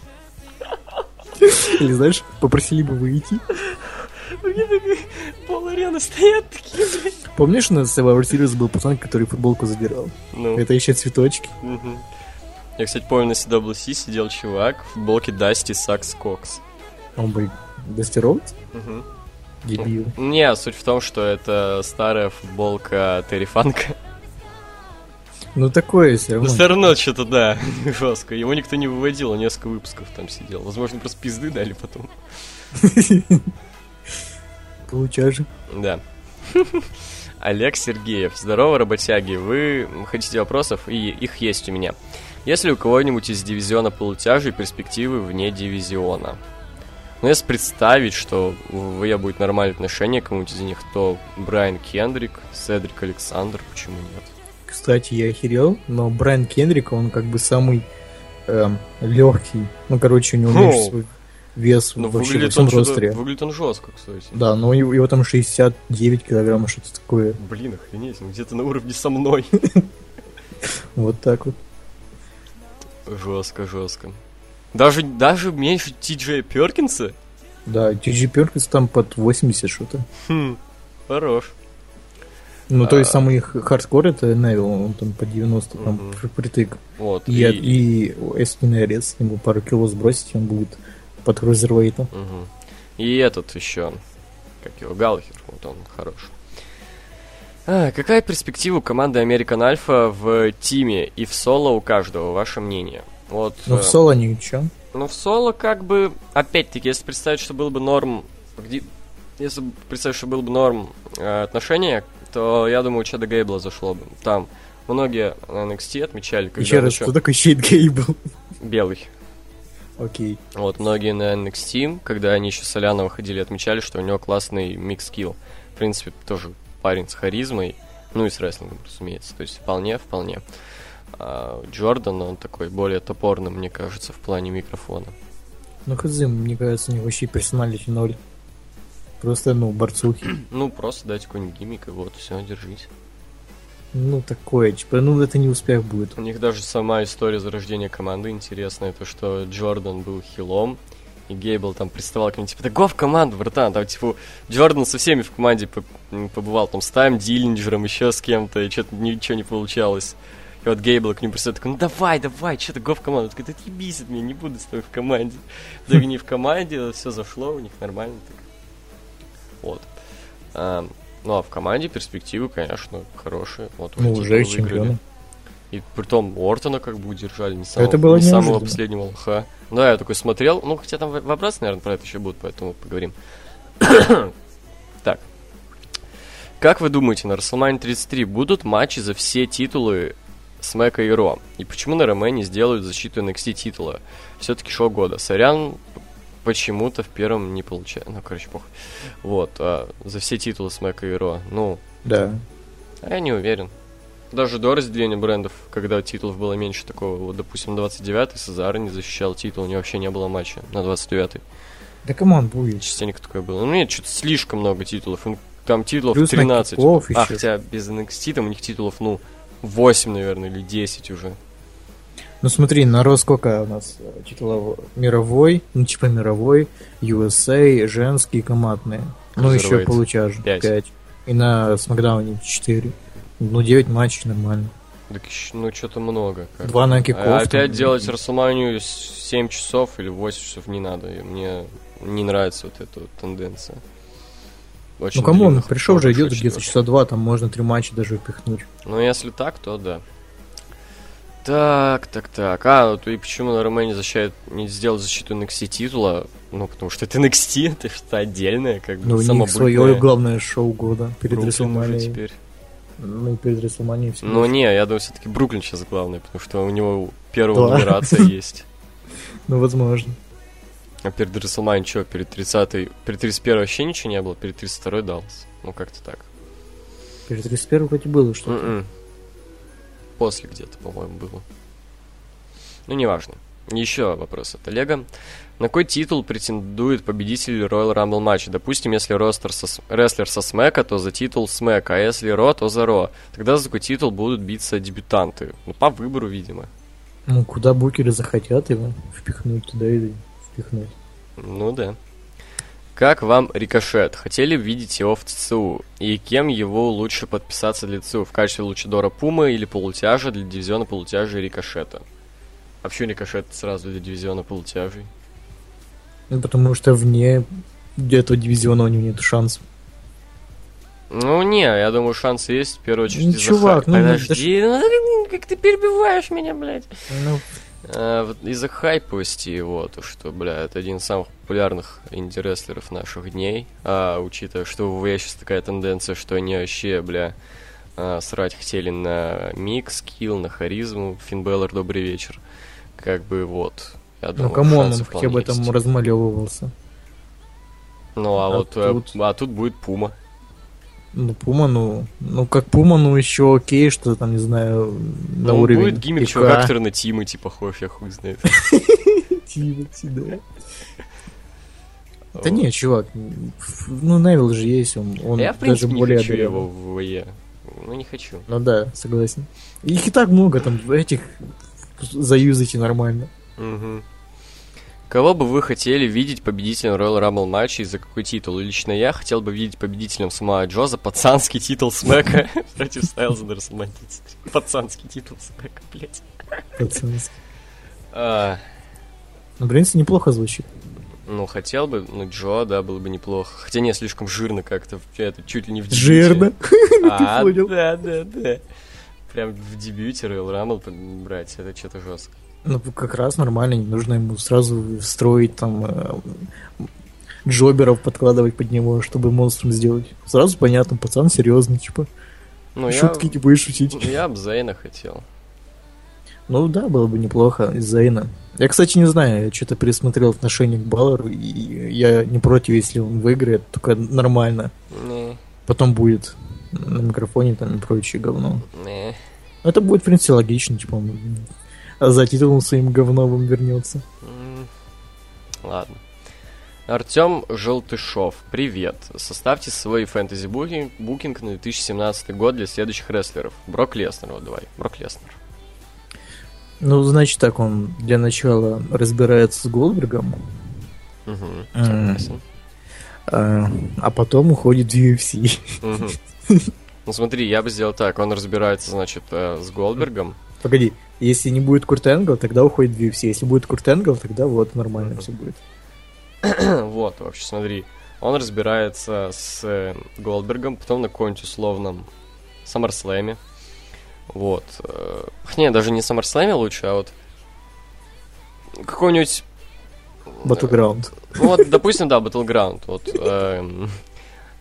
S1: Или, знаешь, попросили бы выйти?
S2: Пол арены стоят такие.
S1: Помнишь, на Survivor Series был пацан, который футболку задирал?
S2: Ну,
S1: Это еще цветочки.
S2: мгм. Я, кстати, помню, на CWC сидел чувак в футболке Дасти Сакс Кокс.
S1: Он был достирол?
S2: Мгм.
S1: Дебил.
S2: Не, суть в том, что это старая футболка Терри Фанка.
S1: Ну, такое все
S2: Но
S1: равно.
S2: все равно что-то, да, жестко. Его никто не выводил, он несколько выпусков там сидел. Возможно, просто пизды дали потом.
S1: Получаешь.
S2: Да. Олег Сергеев. Здорово, работяги. Вы хотите вопросов? И их есть у меня. Если у кого-нибудь из дивизиона полутяжей перспективы вне дивизиона? Ну, если представить, что у я будет нормальное отношение к кому-нибудь из них, то Брайан Кендрик, Седрик Александр, почему нет?
S1: Кстати, я охерел, но Брайан Кендрик, он как бы самый легкий. Ну, короче, у него
S2: Ну,
S1: меньше свой вес
S2: Ну,
S1: вообще во
S2: выглядит
S1: всем
S2: он, что-то-
S1: ростере.
S2: выглядит он жестко, кстати.
S1: Да, но его, его там 69 килограмм, что-то такое.
S2: Блин, охренеть, он где-то на уровне со мной.
S1: Вот так вот.
S2: Жестко, жестко. Даже, даже меньше Ти Джея Перкинса?
S1: Да, Ти Перкинс там под 80 что-то.
S2: Хм, хорош.
S1: Ну, то есть
S2: А.
S1: самый х- хардкор это Невил, он там по 90 там
S2: Мгм.
S1: пр- притык.
S2: Вот,
S1: И, и, Эспин Эрец, ему пару кило сбросить, он будет под крузервейтом.
S2: Мгм. И этот еще, как его, Галлахер, вот он хорош. А, какая перспектива у команды American Альфа в тиме и в соло у каждого, ваше мнение? Вот,
S1: Но
S2: э,
S1: Ну, в соло ничего.
S2: Ну, в соло как бы, опять-таки, если представить, что был бы норм... где- Если бы представить, что был бы норм э, отношения, то, я думаю, у Чада Гейбла зашло бы. Там многие на NXT отмечали, когда...
S1: Еще
S2: он
S1: раз,
S2: еще
S1: что такое Шейд Гейбл?
S2: Белый.
S1: Окей.
S2: Вот, многие на NXT, когда они еще Соляна выходили, отмечали, что у него классный микс-скилл. В принципе, тоже парень с харизмой, ну и с рестлингом, разумеется. То есть вполне, вполне. А Джордан, он такой более топорный, мне кажется, в плане микрофона.
S1: Ну, хз, мне кажется, у него вообще персоналити ноль. Просто, ну, борцухи.
S2: Ну, просто дать какой-нибудь гиммик, и вот, все, держись.
S1: Ну, такое, типа, ну, это не успех будет.
S2: У них даже сама история зарождения команды интересная, то, что Джордан был хилом, и Гейбл там приставал к ним, типа, да го в команду, братан, там, типа, Джордан со всеми в команде по- м, побывал, там, с Тайм Диллинджером, еще с кем-то, и что-то ничего не получалось. И вот Гейбл к ним пристает, такой, ну давай, давай, что ты го в команду? Он такой, да отъебись от меня, не буду с тобой в команде. Да не в команде, все зашло, у них нормально так. Вот. А, ну, а в команде перспективы, конечно, хорошие. Вот,
S1: Ну, уже
S2: титул выиграли.
S1: чемпионы.
S2: И притом Ортона как бы удержали не самого,
S1: Это было
S2: не самого
S1: неожиданно.
S2: последнего лоха. Да, я такой смотрел. Ну, хотя там в- вопросы, наверное, про это еще будут, поэтому поговорим. так. Как вы думаете, на WrestleMania 33 будут матчи за все титулы с Мэка и Ро? И почему на Роме не сделают защиту NXT титула? Все-таки шоу года. Сорян, п- почему-то в первом не получается. Ну, короче, похуй. Вот, а, за все титулы с Мэка и Ро. Ну,
S1: Да.
S2: а я не уверен. Даже до разделения брендов, когда титулов было меньше такого, вот, допустим, 29-й Сезар не защищал титул, у него вообще не было матча на 29-й.
S1: Да камон, будет.
S2: Частенько такое было. Ну, нет, что-то слишком много титулов. Ну, Там титулов
S1: Плюс
S2: 13.
S1: накидков
S2: а,
S1: ещё.
S2: хотя без NXT там у них титулов, ну, 8, наверное, или 10 уже.
S1: Ну смотри, на Ро сколько у нас э, титулов? Мировой, ну типа мировой, USA, женские, командные. Ну еще
S2: Cruiserweight.
S1: получаешь
S2: Пять.
S1: 5. И на Смакдауне 4. Ну 9 матчей нормально.
S2: Так, ещё, ну, что-то много. как.
S1: 2 на киков.
S2: А опять делать Расселманию 7 часов или 8 часов не надо. И мне не нравится вот эта вот тенденция. Очень
S1: Ну камон,
S2: длинных,
S1: пришел же
S2: очень
S1: идет где-то
S2: длинных.
S1: часа два, там можно три матча даже впихнуть.
S2: Ну, если так, то да. Так, так, так. А, ну то и почему на Роме не, защищает, не сделал защиту NXT титула? Ну, потому что это NXT, это что-то отдельное, как бы
S1: Ну, у них свое
S2: самобытное.
S1: главное шоу года перед
S2: Бруклин уже
S1: Рестлманией.
S2: теперь.
S1: Ну, и перед Рестлманией все.
S2: Ну, не, я думаю, все-таки Бруклин сейчас главный, потому что у него первая
S1: Да.
S2: нумерация есть.
S1: Ну, возможно.
S2: А перед Расселманией что, перед 30 перед 31 вообще ничего не было, перед 32 Даллас. Ну, как-то так.
S1: Перед 31 хоть и было что-то.
S2: Мгм. М-м. После где-то, по-моему, было. Ну, неважно. Еще вопрос от Олега. На какой титул претендует победитель Royal Rumble матча? Допустим, если ростер со, с- рестлер со Смека, то за титул Смека, а если Ро, то за Ро. Тогда за какой титул будут биться дебютанты? Ну, по выбору, видимо.
S1: Ну, куда букеры захотят его впихнуть туда и впихнуть.
S2: Ну да. Как вам Рикошет? Хотели бы видеть его в ЦЦУ? И кем его лучше подписаться для ЦУ? В качестве лучидора Пумы или полутяжа для дивизиона полутяжа и Рикошета? А почему Рикошет сразу для дивизиона полутяжей?
S1: Ну, потому что вне этого дивизиона у него нет шансов.
S2: Ну, не, я думаю, шансы есть, в первую очередь,
S1: Ну,
S2: из-за
S1: чувак,
S2: хай-
S1: ну,
S2: Подожди, ну, как ты перебиваешь меня, блядь.
S1: Ну,
S2: А, вот из-за хайповости его, то что, бля, это один из самых популярных инди-рестлеров наших дней, а, учитывая, что в ВВЕ сейчас такая тенденция, что они вообще, бля, а, срать хотели на микс, скилл, на харизму, Финн Бэлор, добрый вечер, как бы вот, я
S1: ну
S2: думаю,
S1: камон, он
S2: шансы
S1: хотя бы
S2: вполне
S1: там
S2: есть.
S1: размалевывался.
S2: Ну, а,
S1: а
S2: вот, э,
S1: тут-
S2: а тут будет Пума.
S1: Ну, Пума, ну, ну, как Пума, ну, еще окей, что там, не знаю, на
S2: ну,
S1: уровень
S2: будет гиммик
S1: ИК.
S2: чувака, который на Тима, типа, хов, я хуй знает.
S1: Тимати, да. Да не, чувак, ф- ну, Невил же есть, он, он
S2: я, в
S1: даже
S2: принципе, не
S1: более
S2: хочу
S1: одаренный.
S2: его в ВВЕ. Ну, не хочу.
S1: Ну да, согласен. Их и так много там этих заюзайте нормально.
S2: Мгм. Кого бы вы хотели видеть победителем Royal Rumble матча и за какой титул? Лично я хотел бы видеть победителем Самуа Джо за пацанский титул Смека против Стайлза на WrestleMania 33. Пацанский титул Смека, блядь.
S1: пацански.
S2: А,
S1: Ну, в принципе, неплохо звучит.
S2: Ну, хотел бы, ну, Джо, да, было бы неплохо. Хотя не, слишком жирно как-то, в- это чуть ли не в дебюте.
S1: Жирно.
S2: А,
S1: понял.
S2: да, да, да. Прям в дебюте Royal Rumble п- брать, это что-то жестко.
S1: Ну, как раз нормально, не нужно ему сразу строить там э, джоберов подкладывать под него, чтобы монстром сделать. Сразу понятно, пацан серьезный, типа.
S2: Ну, я,
S1: Шутки не будешь шутить.
S2: я об Зейна хотел.
S1: Ну да, было бы неплохо из Зейна. Я, кстати, не знаю, я что-то пересмотрел отношение к Баллару, и я не против, если он выиграет, только нормально.
S2: Не,
S1: Потом будет на микрофоне там и прочее говно.
S2: не.
S1: Это будет, в принципе, логично, типа он за титулом своим говновым вернется.
S2: М, Ладно. Артем Желтышов, привет. Составьте свой фэнтези буки- букинг на 2017 год для следующих рестлеров. Брок Леснер, вот давай. Брок Леснер.
S1: Ну, значит так, он для начала разбирается с Голдбергом,
S2: Мгм,
S1: М.
S2: согласен.
S1: э, а потом уходит в UFC.
S2: Мгм. Ну смотри, я бы сделал так. Он разбирается, значит, э, с Голдбергом.
S1: Погоди, если не будет Курт Энгл, тогда уходит в UFC. Если будет Курт Энгл, тогда вот нормально все будет.
S2: вот, вообще, смотри. Он разбирается с э, Голдбергом, потом на каком-нибудь условном Саммерслэме. Вот. э, Не, даже не Саммерслэме лучше, а вот какой-нибудь
S1: Battleground.
S2: Ну, Вот, допустим, да, Battleground. Вот, эм,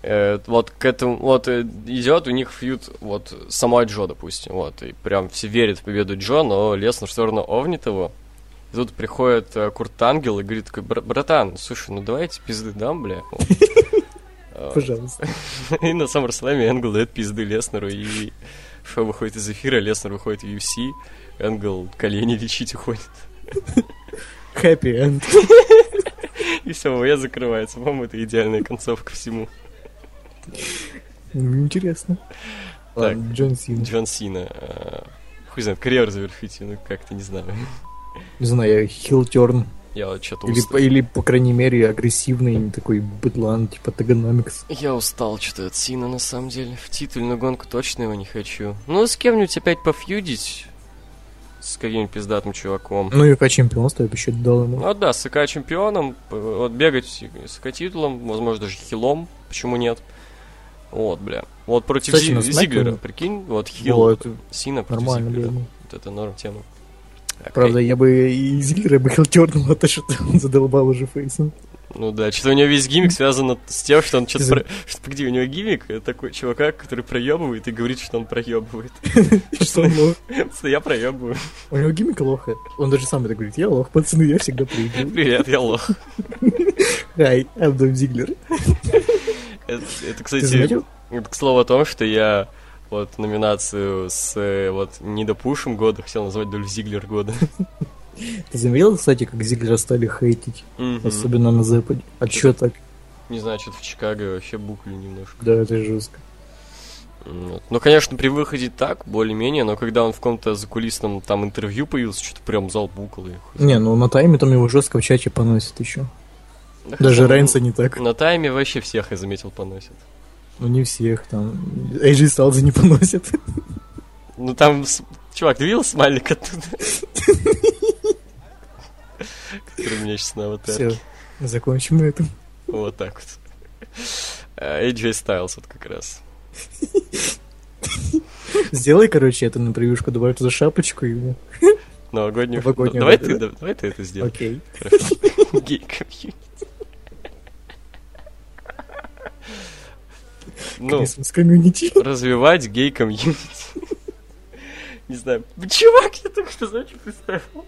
S2: э, вот к этому, вот э, идет у них фьют вот сама Джо, допустим, вот, и прям все верят в победу Джо, но лес на сторону Овнит его. И тут приходит э, Курт Ангел и говорит такой, «Бра- братан, слушай, ну давайте пизды дам, бля. Вот. Э,
S1: Пожалуйста.
S2: И на Саммерслэме Энгл дает пизды Леснеру, и Шоу выходит из эфира, Леснер выходит в UFC, Энгл колени лечить уходит.
S1: Happy end.
S2: И все, ВВЕ закрывается. По-моему, это идеальная концовка всему.
S1: М, Интересно. Ладно, Джон Син.
S2: Джон Сина. э, Хуй знает, карьеру завершите, ну как-то не знаю.
S1: Не знаю, хилтерн.
S2: Я вот что-то
S1: Или, по-
S2: устал.
S1: или, по крайней мере, агрессивный не такой быдлан, типа Тагономикс.
S2: Я устал что-то от Сина, на самом деле. В титульную гонку точно его не хочу. Ну, с кем-нибудь опять пофьюдить. С каким-нибудь пиздатым чуваком.
S1: Ну и по чемпионству я бы еще дал ему.
S2: Ну да, с СК чемпионом, п- вот бегать с СК титулом, возможно, даже хилом, почему нет. Вот, бля. Вот против
S1: Кстати,
S2: Зи-
S1: на Смэкдауне-
S2: Зиглера, прикинь, вот хил
S1: Вот,
S2: Сина против
S1: нормально
S2: Зиглера.
S1: было. бы.
S2: Вот это норм тема. А Окей.
S1: Правда, я бы и Зиглера бы хилтернул, а то что он задолбал уже фейсом.
S2: Ну да, что-то у него весь гиммик связан с тем, что он что-то...
S1: Из-за-
S2: Про... что- Погоди, у него гиммик э, такой чувака, который проебывает и говорит, что он проебывает.
S1: Что он лох.
S2: Что я проебываю.
S1: У него гиммик лоха. Он даже сам это говорит. Я лох, пацаны, я всегда приигрываю.
S2: Привет, я лох.
S1: Хай, Абдом Зиглер.
S2: Это, Э, это,
S1: Ты
S2: кстати,
S1: заметил?
S2: это, к слову о том, что я вот номинацию с э, вот недопушем года хотел назвать Дольф Зиглер года.
S1: Ты заметил, кстати, как Зиглера стали хейтить?
S2: Мгм.
S1: Особенно на Западе. А чё так?
S2: Не знаю, что-то в Чикаго вообще букли немножко.
S1: Да, это жестко.
S2: Вот. Ну, конечно, при выходе так, более-менее, но когда он в каком-то закулисном там интервью появился, что-то прям зал букал. и хуй
S1: Не, ну на тайме там его жестко в чате поносят еще.
S2: знает.
S1: Даже
S2: Ну,
S1: Рейнса не так.
S2: На тайме вообще всех, я заметил, поносят.
S1: Ну не всех там. Эйджи Сталза не поносят.
S2: Ну там, с- чувак, ты видел смайлик оттуда? Который у меня сейчас на аватарке.
S1: Все, закончим на этом.
S2: Вот так вот. А, AJ Styles вот как раз.
S1: Сделай, короче, это на превьюшку, добавь туда шапочку и...
S2: Новогоднюю...
S1: Новогоднюю,
S2: Давай
S1: да,
S2: ты,
S1: да.
S2: да- давай ты это сделай.
S1: Окей.
S2: Гей-комьюнити. Ну,
S1: Крисмас комьюнити.
S2: развивать гей-комьюнити. Не знаю. Чувак, я только что значит представил.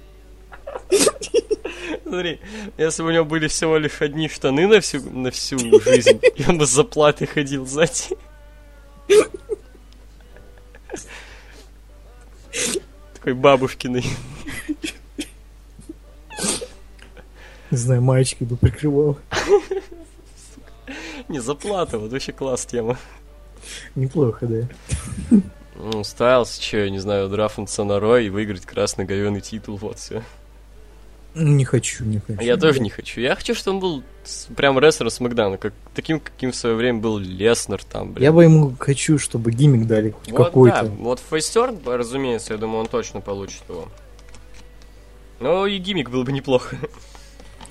S2: Смотри, если бы у него были всего лишь одни штаны на всю, на всю жизнь, и он бы с заплатой ходил сзади. Такой бабушкиной.
S1: Не знаю, маечки бы прикрывал.
S2: Не, заплата, вот вообще класс тема.
S1: Неплохо, да.
S2: Ну, Стайлс, че, я не знаю, драфнуться на Рой и выиграть красный говёный титул, вот все.
S1: Ну, Не хочу, не хочу.
S2: А Я тоже не хочу. Я хочу, чтобы он был с- прям рестлером с Макдана, как таким, каким в свое время был Леснер там, блин.
S1: Я бы ему хочу, чтобы гиммик дали хоть
S2: вот,
S1: какой-то.
S2: Да, вот фейстерн, разумеется, я думаю, он точно получит его. Ну и гиммик был бы неплохо.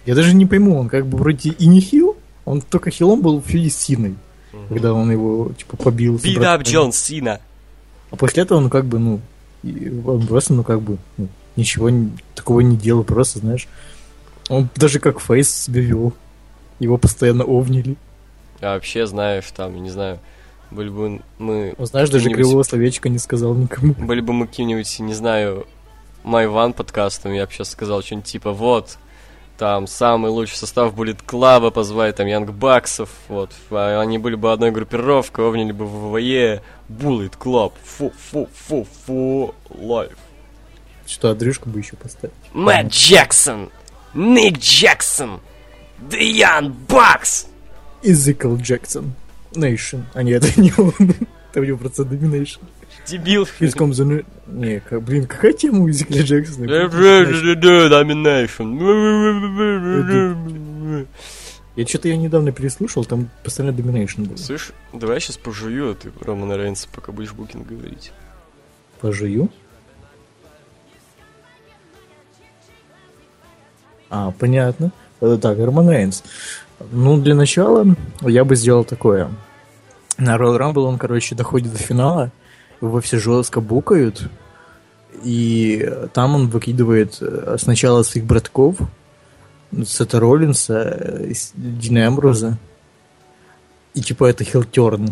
S1: Я даже не пойму, он как бы вроде и не хил, он только хилом был в фьюде с Синой, когда он его, типа, побил. с
S2: Beat up
S1: братом.
S2: Джон Сина.
S1: А после этого он как бы, ну, и он просто, ну, как бы, ну, ничего не- такого не делал, просто, знаешь, он даже как фейс себя вел. Его постоянно овнили.
S2: А вообще, знаешь, там, я не знаю, были бы мы...
S1: Он, знаешь, даже
S2: Какие-нибудь-
S1: кривого словечка не сказал никому.
S2: Были бы мы каким-нибудь, не знаю, Майван подкастом, я бы сейчас сказал что-нибудь типа, вот, там самый лучший состав будет Клаба, позвали там Янг Баксов, вот, а они были бы одной группировкой, обняли бы ВВЕ, Буллет Клаб, фу фу фу фу лайф.
S1: Что, Андрюшку бы еще поставил.
S2: Мэтт Джексон, Ник Джексон, Дэйян Бакс.
S1: Изикл Джексон. Нейшн. А нет, это не он. Это у него просто Доминейшн.
S2: Дебил.
S1: Here's comes the nu- Не, как- блин, какая тема у Изикля Джексона?
S2: Domination.
S1: Я что-то я недавно переслушал, там постоянно Доминейшн был.
S2: Слышь, давай я сейчас пожую, а ты Романа Рейнса пока будешь букинг говорить.
S1: Пожую. А, понятно. Э, Так, Роман Рейнс. Ну, для начала я бы сделал такое. На Royal Rumble он, короче, доходит до финала, его все жестко букают, и там он выкидывает э, сначала своих братков, Сета Роллинса, э, с- Дина Эмброза. И типа это Хилтерн.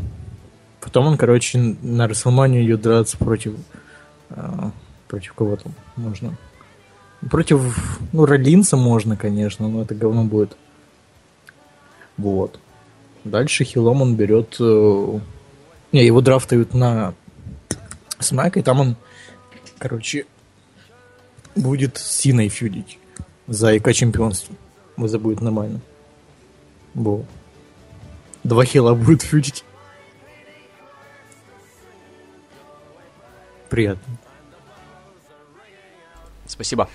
S1: Потом он, короче, на Расселманию ее драться против... э, против кого там можно? Против, ну, Роллинса можно, конечно, но это говно будет. Вот. Дальше Хилом он берет... э, Не, его драфтают на Смак, и там он, короче, будет с Синой фьюдить за ИК чемпионство. Вот Это будет нормально. Во. Два хила будет фьюдить. Приятно.
S2: Спасибо.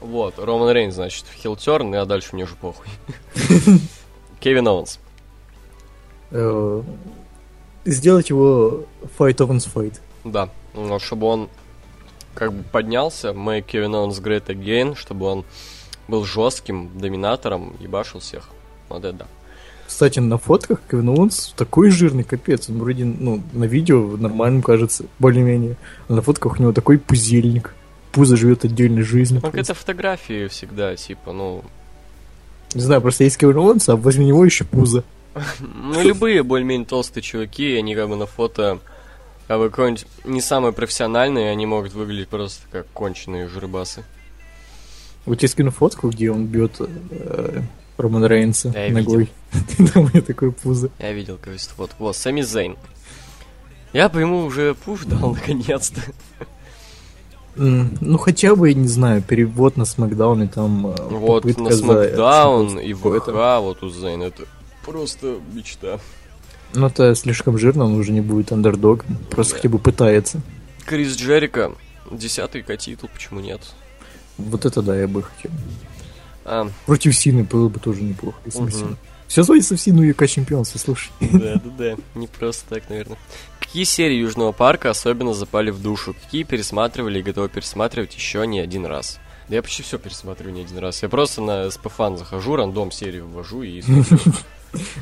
S2: Вот, Роман Рейн, значит, хилтерн, а дальше мне уже похуй. Кевин Оуэнс.
S1: Э, Сделать его Fight Owens Fight.
S2: Да, но чтобы он как бы поднялся, мы Кевин Оуэнс Great Again, чтобы он был жестким доминатором, ебашил всех. Вот это да.
S1: Кстати, на фотках Кевин Оуэнс такой жирный, капец. Он вроде, ну, на видео нормальным кажется, более-менее. А на фотках у него такой пузельник. Пузо живет отдельной жизнью.
S2: Ну, это фотографии всегда, типа, ну...
S1: Не знаю, просто есть Кевин Оуэнс, а возле него еще пузо.
S2: Ну, любые более-менее толстые чуваки, они как бы на фото как бы какой-нибудь не самые профессиональные, они могут выглядеть просто как конченые жребасы.
S1: Вот я скину фотку, где он бьет э, Роман Рейнса
S2: Да, я
S1: ногой. Там у него такое пузо.
S2: Я видел количество фоток. Вот, Сами Зейн. Я бы ему уже пуш дал, наконец-то.
S1: М, Ну, хотя бы, я не знаю, перевод на Смакдаун и там э,
S2: Вот,
S1: попытка
S2: на
S1: за- типа,
S2: Смакдаун и в
S1: какое-то.
S2: ВХ, вот у Зейна, это просто мечта.
S1: Ну, это слишком жирно, он уже не будет андердог. Просто
S2: Да.
S1: хотя бы пытается.
S2: Крис Джерика, десятый титул, почему нет?
S1: Вот это да, я бы хотел.
S2: А,
S1: Против Сины было бы тоже неплохо, если бы
S2: Мгм.
S1: Сина. Все сводится в Сину и к чемпионству, слушай.
S2: да, да, да, не просто так, наверное. Какие серии Южного парка особенно запали в душу? Какие пересматривали и готовы пересматривать еще не один раз? Да я почти все пересматриваю не один раз. Я просто на SPFan захожу, рандом серию ввожу и... смотрю.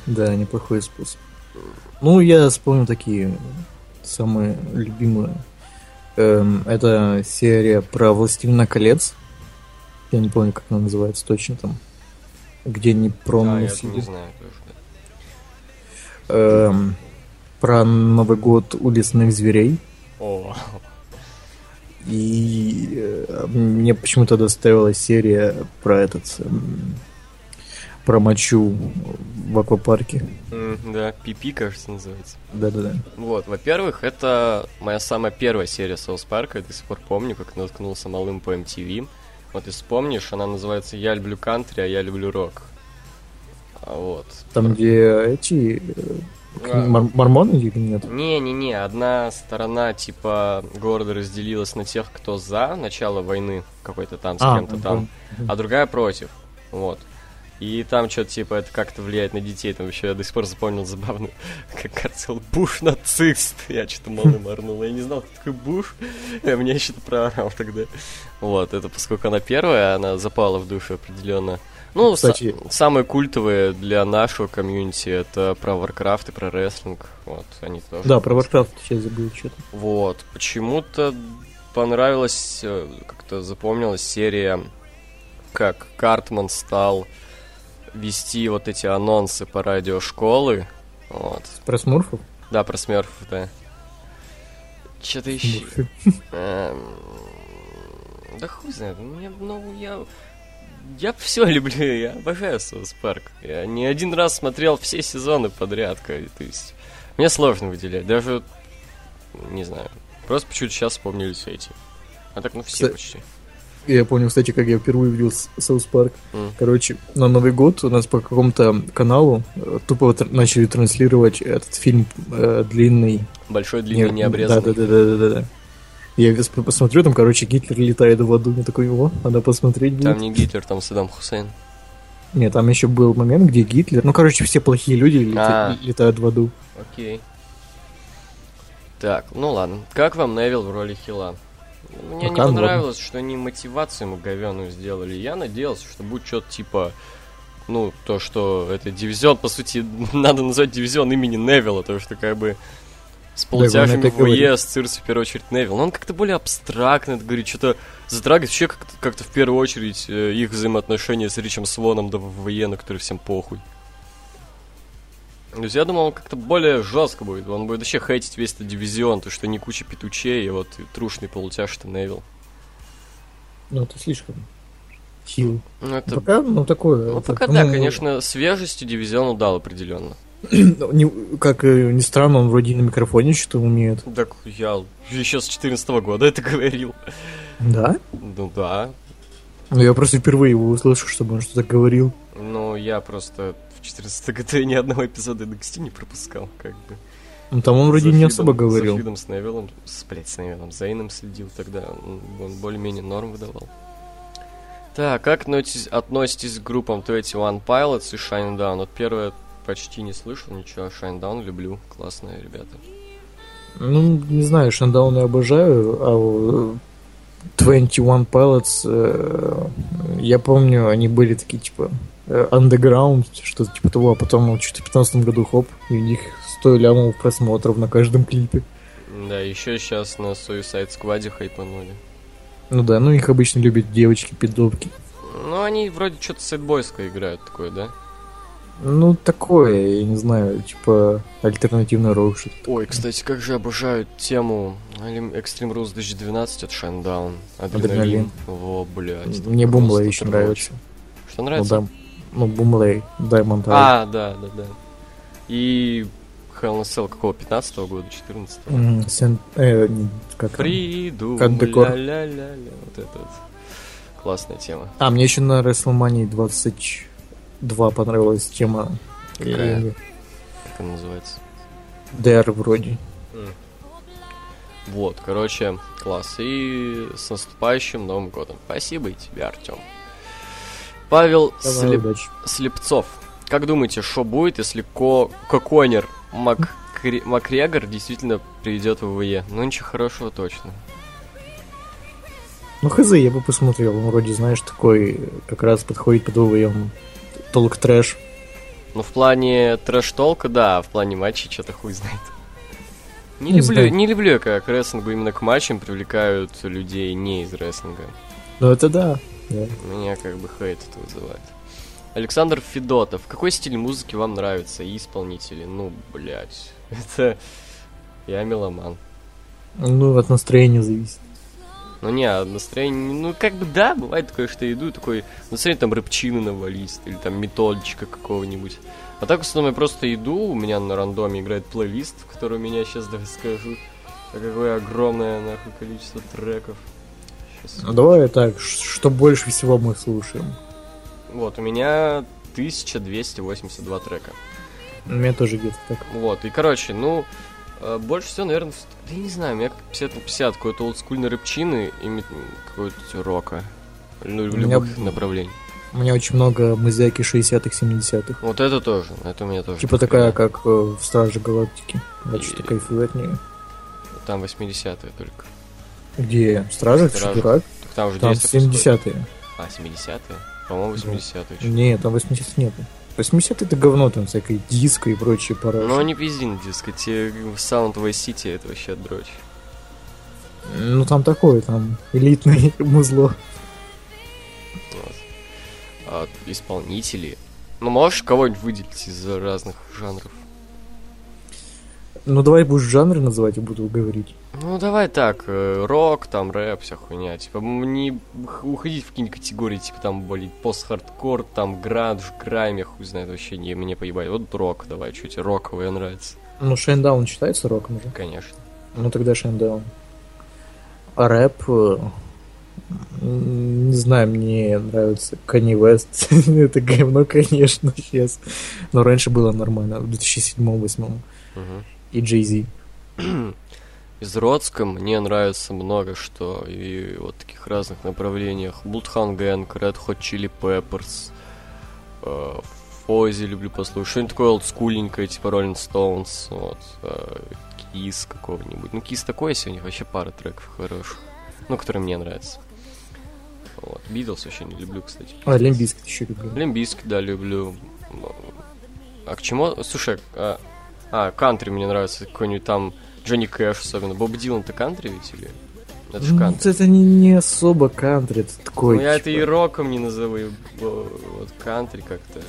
S1: Да, неплохой способ. Ну, я вспомнил такие самые любимые. Эм, это серия про Властелина колец. Я не помню, как она называется точно там. Где не про
S2: А, я
S1: Носу.
S2: не знаю тоже, да.
S1: Эм, про Новый год у лесных зверей.
S2: О,
S1: И э, мне почему-то доставила серия про этот... эм, про мочу в аквапарке.
S2: м, да, Пипи, кажется, называется.
S1: Да-да-да.
S2: Вот, во-первых, это моя самая первая серия Соус Парка, я до сих пор помню, как наткнулся малым по MTV. Вот если вспомнишь, она называется «Я люблю кантри, а я люблю рок». А Вот.
S1: Там, где эти... э,
S2: А,
S1: мор- мормоны или нет?
S2: Не-не-не, одна сторона, типа, города разделилась на тех, кто за начало войны какой-то там с
S1: А,
S2: кем-то
S1: ну,
S2: там,
S1: мгм.
S2: а другая против, вот. И там что-то, типа, это как-то влияет на детей, там еще я до сих пор запомнил забавно, как карцел Буш нацист, я что-то малым орнул, я не знал, кто такой Буш, а мне еще то проорал тогда. Вот, это поскольку она первая, она запала в душу определенно. Ну, са-
S1: Кстати-
S2: самые культовые для нашего комьюнити это про Warcraft и про рестлинг. Вот, они тоже.
S1: Да, про Warcraft сейчас забыл что-то.
S2: Вот, почему-то понравилась, э, как-то запомнилась серия, как Картман стал вести вот эти анонсы по радиошколы. Вот.
S1: Про смурфов?
S2: Да, про смерфов, да. Че-то еще. Эм, Да хуй знает, мне, ну, я... Я все люблю, я обожаю Соус Парк. Я не один раз смотрел все сезоны подряд, ка- то есть... Мне сложно выделять, даже... Не знаю, просто почему-то сейчас вспомнились эти. А так, ну, все
S1: Кстати-
S2: почти.
S1: Я помню, кстати, как я впервые видел Саус Парк.
S2: М.
S1: Короче, на Новый год у нас по какому-то каналу э, тупо тр- начали транслировать этот фильм э, длинный.
S2: Большой, длинный, необрезанный.
S1: Да, да, да, да, да, да. Я вес- посмотрю, там, короче, Гитлер летает в аду. Я такой, о, надо посмотреть будет.
S2: Там не Гитлер, там Саддам Хусейн.
S1: Нет, там еще был момент, где Гитлер... Ну, короче, все плохие люди лета-
S2: А.
S1: летают в аду.
S2: Окей. Так, ну ладно. Как вам Невил в роли Хила? Мне не
S1: Пока норм.
S2: понравилось, что они мотивацию ему говяную сделали. Я надеялся, что будет что-то типа... Ну, то, что это дивизион, по сути, надо назвать дивизион имени Невилла, потому что как бы с полутяжами
S1: Да, он
S2: в
S1: это
S2: ВЕ,
S1: говорит.
S2: с Цирсой, в первую очередь, Невил. Но он как-то более абстрактно это говорит, что-то затрагивает вообще как-то, как-то в первую очередь э, их взаимоотношения с Ричем Слоном да ВВЕ, на которые всем похуй. То есть я думал, он как-то более жестко будет. Он будет вообще хейтить весь этот дивизион, то что не куча петучей, и вот и трушный полутяж это Невил.
S1: Ну, это слишком хило.
S2: Ну, это...
S1: Пока, ну, такое.
S2: Ну,
S1: это,
S2: пока да,
S1: по-моему,
S2: конечно, свежестью дивизион удал определенно.
S1: ну, не- как э, ни странно, он вроде и на микрофоне что-то умеет.
S2: Так я еще с 14 года это говорил.
S1: Да?
S2: Ну да.
S1: Ну, я просто впервые его услышу, чтобы он что-то говорил.
S2: Ну, я просто в 14 году ни одного эпизода NXT не пропускал, как бы.
S1: Ну, там он вроде
S2: За
S1: не
S2: Фидом-
S1: особо говорил.
S2: За Фидом с Невиллом, с, блядь, с Невиллом, за Эйном следил тогда, он, он более-менее норм выдавал. Так, как относитесь, относитесь к группам 21 Pilots и Shinedown? Вот первое почти не слышал ничего, а Shinedown люблю, классные ребята.
S1: Ну, не знаю, Шандаун я обожаю, а вот 21 Pilots, э, я помню, они были такие, типа, э, underground, что-то типа того, а потом вот, что-то в 15 году, хоп, и у них 100 лямов просмотров на каждом клипе.
S2: Да, еще сейчас на Suicide Squad хайпанули.
S1: Ну да, ну их обычно любят девочки-пидовки.
S2: Ну, они вроде что-то сэдбойское играют такое, да?
S1: Ну, такое, я не знаю, типа, альтернативный рок, что-то.
S2: Ой, кстати, как же обожаю тему Алим- Extreme Rules 2012 от Shinedown. Адреналин.
S1: Адреналин.
S2: Во, блядь.
S1: Мне
S2: это
S1: Бумлей
S2: просто
S1: еще
S2: оторвочь.
S1: нравится.
S2: Что
S1: Ну,
S2: нравится?
S1: да, ну, Бумлей, Diamond Eye.
S2: а, да, да, да. И Hell in a Cell какого? 15 года, 14
S1: М, Сен- э, не, как там?
S2: Приду,
S1: Как декор.
S2: ля-ля-ля-ля. Вот это вот. Классная тема.
S1: А, мне еще на WrestleMania 22 понравилась тема.
S2: Какая?
S1: И-
S2: Как она называется?
S1: Дэр вроде.
S2: М. Вот, короче, класс. И с наступающим Новым годом. Спасибо и тебе, Артем. Павел
S1: Давай,
S2: Слеп...
S1: удачи.
S2: Слепцов. Как думаете, что будет, если Ко... Коконер Мак... Макрегор действительно приведет в ВВЕ? Ну, ничего хорошего точно.
S1: Ну, хз, я бы посмотрел. Он вроде, знаешь, такой э, как раз подходит под ВВМ. Толк трэш.
S2: Ну, в плане трэш-толка, да, а в плане матчей что-то хуй знает. Не,
S1: Не
S2: люблю,
S1: знаю.
S2: не люблю, я, как к рестлингу именно к матчам привлекают людей не из рестлинга.
S1: Ну, это да. да.
S2: Меня как бы хейт это вызывает. Александр Федотов. Какой стиль музыки вам нравится и исполнители? Ну, блядь, это... Я меломан.
S1: Ну, от настроения зависит.
S2: Ну не, а настроение, ну как бы да, бывает такое, что я иду, и такой, настроение там рыбчины навалист, или там методичка какого-нибудь. А так в основном я просто иду, у меня на рандоме играет плейлист, который у меня сейчас даже скажу. А какое огромное нахуй количество треков. Щас.
S1: Ну, давай так, ш- что больше всего мы слушаем.
S2: Вот, у меня 1282 трека.
S1: У меня тоже где-то так.
S2: Вот, и короче, ну, э, больше всего, наверное, да я не знаю, у меня как 50 на 50, какой-то олдскульной рыбчины и мет- какой-то рока. Ну,
S1: У меня
S2: любых
S1: б-
S2: направлений.
S1: У меня очень много музяки 60-х, 70-х.
S2: Вот это тоже, это у меня тоже.
S1: Типа такая, как э, в Страже Галактики. Я
S2: И-
S1: что-то кайфую от нее.
S2: Там 80-е только.
S1: Где? Стража? Ты
S2: Стража.
S1: что, дурак?
S2: Так там уже
S1: Там
S2: 10-е происходит.
S1: 70-е.
S2: А, 70-е? По-моему, 80-е. чё.
S1: Не, там 80 нету. 80 это говно, там всякое диско и прочие пора.
S2: Ну, они везде на диско. Те в Sound Vice City это вообще дрочь.
S1: Ну там такое, там элитное музло.
S2: Вот. А, исполнители. Ну, можешь кого-нибудь выделить из разных жанров?
S1: Ну давай будешь жанры называть, я буду говорить.
S2: Ну, давай так. э, Рок, там, рэп, вся хуйня. Типа, м, не х- уходить в какие-нибудь категории, типа, там, блин, пост-хардкор, там, гранж, грайм, я хуй знает, вообще не, мне поебать. Вот рок давай, чуть тебе роковое нравится.
S1: Ну Шейндаун считается роком же?
S2: Конечно.
S1: Ну тогда Шейндаун. А рэп... э, м, Не знаю, мне нравится Канни Вест. это говно, конечно, сейчас. Но раньше было нормально, в 2007-2008.
S2: Мгм.
S1: И Джей Зи.
S2: Из Роцка мне нравится много что, и вот таких разных направлениях. Bloodhound Gang, Red Hot Chili Peppers, э, Фози люблю послушать, что-нибудь такое олдскульненькое, типа Rolling Stones, вот, Кис какого-нибудь. Ну, Кис такой сегодня, вообще пара треков хороших, ну, которые мне нравятся. Вот, Битлз вообще не люблю, кстати.
S1: А, Лимбискет еще люблю.
S2: Лимбиск, да, люблю. Ну, А к чему? Слушай, а, а, кантри мне нравится, какой-нибудь там Джонни Кэш особенно. Боб Дилан это кантри ведь или? Это же
S1: Ну,
S2: кантри.
S1: это не, не особо кантри, это такой.
S2: Ну я это и
S1: типа,
S2: роком не назову, и, бо- вот кантри как-то.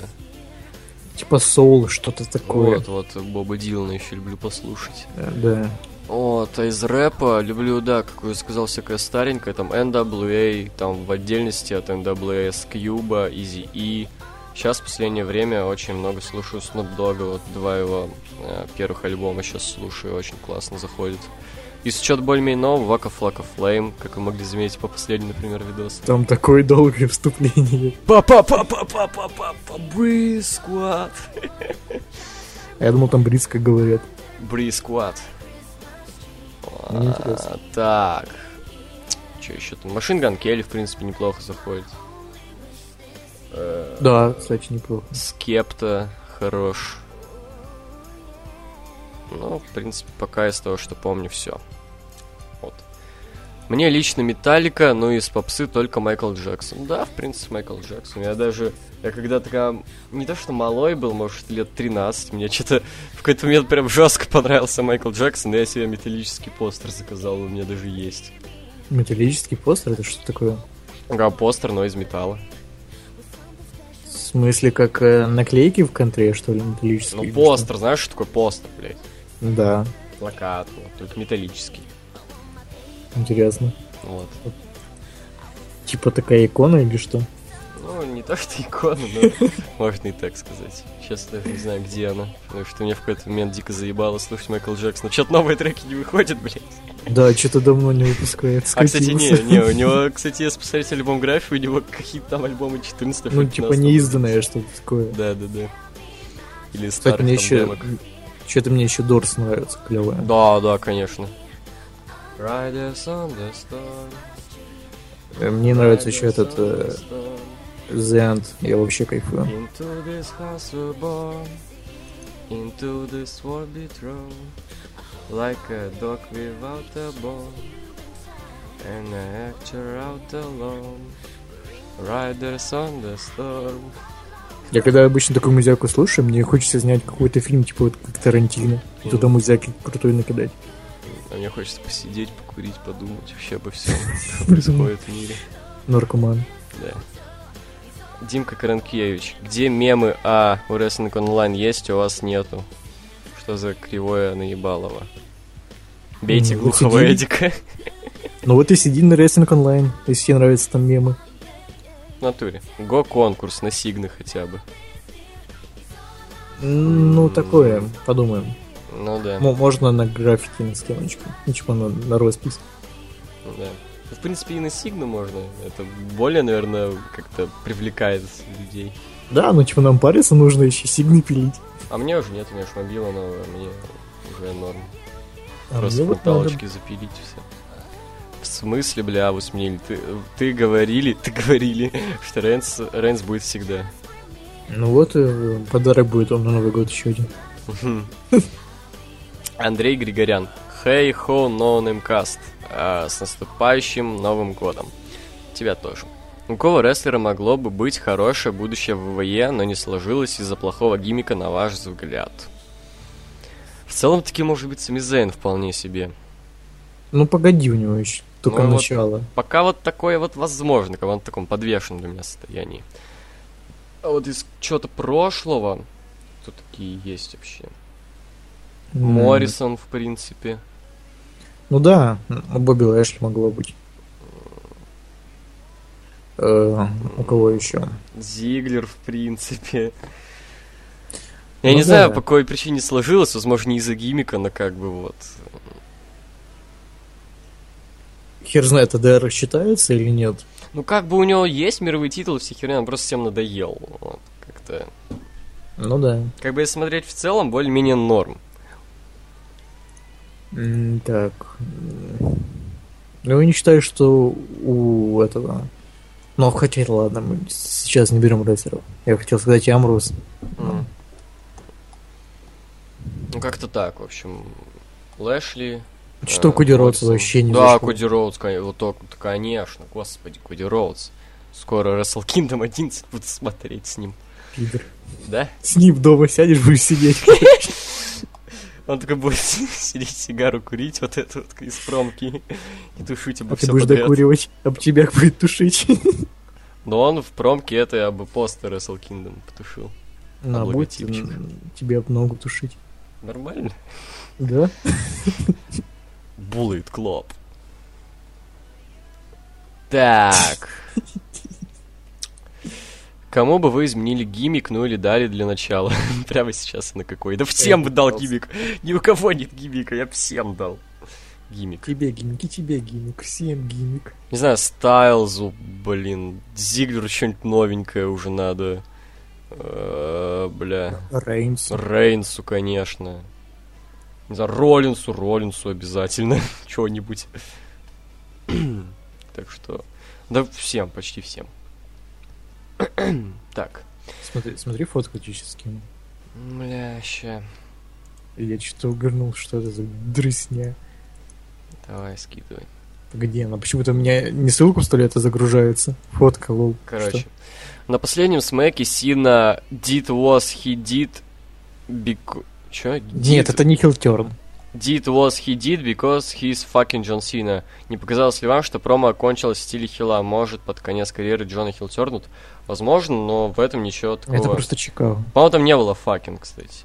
S1: типа соул, что-то такое.
S2: Вот, вот, Боба Дилана еще люблю послушать.
S1: Э, Да.
S2: Вот, а из рэпа люблю, да, как я сказал, всякое старенькое, там NWA, там в отдельности от NWA с Кьюба, Изи И. Сейчас в последнее время очень много слушаю Snoop Dogg, вот два его э, первых альбома сейчас слушаю, очень классно заходит. И с учет более-менее нового, Вака Флака Флейм, как вы могли заметить по последнему, например, видосу.
S1: Там такое долгое вступление.
S2: па па па па па па па па Брискват!
S1: А Я думал, там близко говорят.
S2: Брискват.
S1: Мне интересно.
S2: Так. Что еще там? Машинган Келли, в принципе, неплохо заходит. Э,
S1: Да, кстати, неплохо.
S2: Скепта хорош. Ну, в принципе, пока из того, что помню, все. Вот. Мне лично Металлика, ну и из попсы только Майкл Джексон. Да, в принципе, Майкл Джексон. Я даже, я когда-то, когда не то что малой был, может, лет 13, мне что-то в какой-то момент прям жестко понравился Майкл Джексон, и я себе металлический постер заказал, у меня даже есть.
S1: Металлический постер, это что такое?
S2: Да, постер, но из металла.
S1: В смысле, как э, наклейки в контре, что ли, металлические?
S2: Ну,
S1: или что?
S2: постер, знаешь, что такое постер, блядь?
S1: Да,
S2: Плакат, вот, только металлический.
S1: интересно.
S2: Вот.
S1: Типа такая икона или что?
S2: Ну, не то, что икона, но можно и так сказать. Сейчас даже не знаю, где она. Потому что меня в какой-то момент дико заебало слушать Майкл Джексона. Чё-то новые треки не выходят, блядь.
S1: Да, что-то давно не выпускает.
S2: А, кстати, не,
S1: скатился.
S2: не, у него, кстати, если посмотреть альбом график, у него какие-то там альбомы 14
S1: Ну, типа неизданное что-то такое.
S2: Да, да, да. Или
S1: Кстати,
S2: старых
S1: мне
S2: там
S1: еще...
S2: демок.
S1: Что-то мне еще Дорс нравится, клевая.
S2: Да, да, конечно. Riders on the storm,
S1: Мне нравится
S2: riders
S1: еще этот
S2: on the
S1: э,
S2: storm,
S1: The End. Я вообще кайфую.
S2: Into this house we're born, into this world be thrown, like a dog without a bone, and an actor out alone, riders on the storm.
S1: Я когда обычно такую музяку слушаю, мне хочется снять какой-то фильм, типа вот как Тарантино. И туда музяки крутой накидать.
S2: А мне хочется посидеть, покурить, подумать вообще обо всем, что происходит в мире.
S1: Наркоман.
S2: Да. Димка Каранкевич, где мемы А у Wrestling Online есть, у вас нету? Что за кривое наебалово? Бейте
S1: Ну,
S2: глухого
S1: сиди.
S2: Эдика.
S1: Ну вот и сиди на Wrestling Онлайн, если тебе нравятся там мемы.
S2: В натуре. Го конкурс на Сигны хотя бы.
S1: Ну, такое, подумаем.
S2: Ну да.
S1: М- можно на графике, на схемочку. Ну, типа на, на роспись.
S2: да. В принципе, и на Сигну можно. Это более, наверное, как-то привлекает людей.
S1: Да, ну типа нам париться нужно еще сигны пилить.
S2: А мне уже нет, у меня же мобила новая, мне уже норм.
S1: А
S2: Просто
S1: мне вот надо-
S2: галочки запилить все. В смысле, бля, вы сменили? Ты, ты говорили, ты говорили, что Рэнс, Рэнс будет всегда.
S1: Ну вот, э, подарок будет вам на Новый год еще один.
S2: Мгм. Андрей Григорян. Хей хо ноунэм каст. а С наступающим Новым годом. Тебя тоже. У кого рестлера могло бы быть хорошее будущее в ВВЕ, но не сложилось из-за плохого гиммика, на ваш взгляд? В целом, таки может быть Сами Зейн вполне себе.
S1: Ну погоди у него еще, только
S2: Ну, вот.
S1: начало.
S2: Пока вот такое вот возможно, когда он в таком подвешенном для меня состоянии. А вот из чего-то прошлого, кто такие есть вообще?
S1: М,
S2: Моррисон, в принципе.
S1: Ну да, ну, Бобби Лэшли могло быть. Э, у кого еще?
S2: Зиглер, в принципе. Я
S1: Ну
S2: не
S1: да.
S2: знаю, по какой причине сложилось, возможно, не из-за гиммика, но как бы вот.
S1: Хер знает, АДР считается или нет?
S2: Ну, как бы у него есть мировые титулы, все херня, он просто всем надоел. Вот, как-то.
S1: Ну да.
S2: Как бы если смотреть в целом, более-менее норм.
S1: М, Так. М. Ну, я не считаю, что у этого... Ну, хотя, ладно, мы сейчас не берем рейсеров. Я хотел сказать Амрус.
S2: М. Ну, как-то так, в общем. Лэшли.
S1: Что
S2: э,
S1: Коди Роудс
S2: Моррисон.
S1: вообще не
S2: Да,
S1: зашло.
S2: Коди Роудс, кон- вот так, вот, конечно, господи, Коди Роудс. Скоро Wrestle Kingdom 11 буду смотреть с ним.
S1: Пидор.
S2: Да?
S1: С ним дома сядешь, будешь сидеть.
S2: Он такой будет сидеть сигару курить, вот эту вот из промки, и тушить обо
S1: А ты
S2: все
S1: будешь
S2: подряд.
S1: докуривать, об тебя будет тушить.
S2: Но он в промке это об постер Wrestle Kingdom потушил.
S1: На будет
S2: логотипчик.
S1: м, тебе об ногу тушить.
S2: Нормально?
S1: Да?
S2: Bullet Club. Так. Кому бы вы изменили гиммик, ну или дали для начала? Прямо сейчас и на какой? Да всем бы дал
S1: пожалуйста.
S2: гиммик. Ни у кого нет гиммика, я всем дал гиммик.
S1: Тебе гимик, и тебе гимик, всем гимик.
S2: Не знаю, Стайлзу, блин, Зиглеру что-нибудь новенькое уже надо. Э, Бля.
S1: Рейнс.
S2: Рейнсу, конечно. Не знаю, Роллинсу, Роллинсу обязательно. Чего-нибудь. так что... Да всем, почти всем. так.
S1: Смотри, смотри фотку я тебе сейчас скину.
S2: Бля, ща.
S1: Я что-то угорнул, что это за дрысня.
S2: Давай, скидывай.
S1: Где она? Почему-то у меня не ссылку вставляет, а загружается. Фотка, лол.
S2: Короче.
S1: Что?
S2: На последнем смеке Сина did was he did because... Чё?
S1: Нет,
S2: Did-
S1: это не Хилтерн.
S2: Did was he did because he's fucking John Cena. Не показалось ли вам, что промо окончилось в стиле хила? Может, под конец карьеры Джона Хилл тернут? Возможно, но в этом ничего такого.
S1: Это просто Чикаго.
S2: По-моему, там не было fucking, кстати.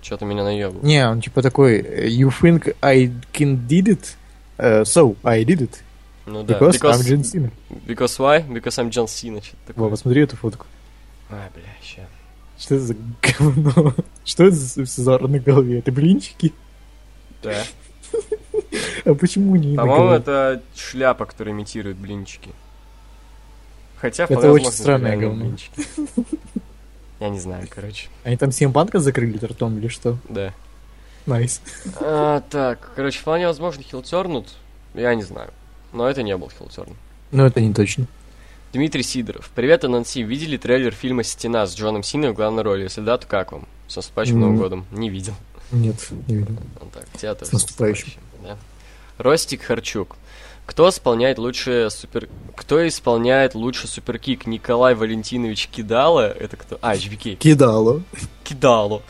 S2: Что-то меня наебало.
S1: Не, он типа такой, you think I can did it? Э, so, I did it.
S2: Ну да.
S1: Because, I'm John Cena.
S2: because why? Because I'm John Cena. Что-то
S1: Во,
S2: такое.
S1: посмотри эту фотку.
S2: А, бля, ща.
S1: Что это за говно? Что это за сезар на голове? Это блинчики?
S2: Да.
S1: А почему не на
S2: По-моему,
S1: голове?
S2: это шляпа, которая имитирует блинчики. Хотя,
S1: Это
S2: вполне
S1: очень
S2: возможно,
S1: странное
S2: реально
S1: говно.
S2: блинчики. Я не знаю, короче.
S1: Они там всем банка закрыли ртом или что?
S2: Да.
S1: Найс.
S2: А, так, короче, вполне возможно хилтернут. Я не знаю. Но это не был хилтерн.
S1: Но это не точно.
S2: Дмитрий Сидоров. Привет, Ананси. Видели трейлер фильма «Стена» с Джоном Синой в главной роли? Если да, то как вам? С наступающим Новым
S1: М.
S2: годом. Не видел.
S1: Нет, не видел.
S2: Вот так, театр.
S1: С наступающим.
S2: Да. Ростик Харчук. Кто исполняет лучше супер... Кто исполняет лучше суперкик? Николай Валентинович Кидала? Это кто? А, HBK.
S1: Кидало.
S2: Кидало.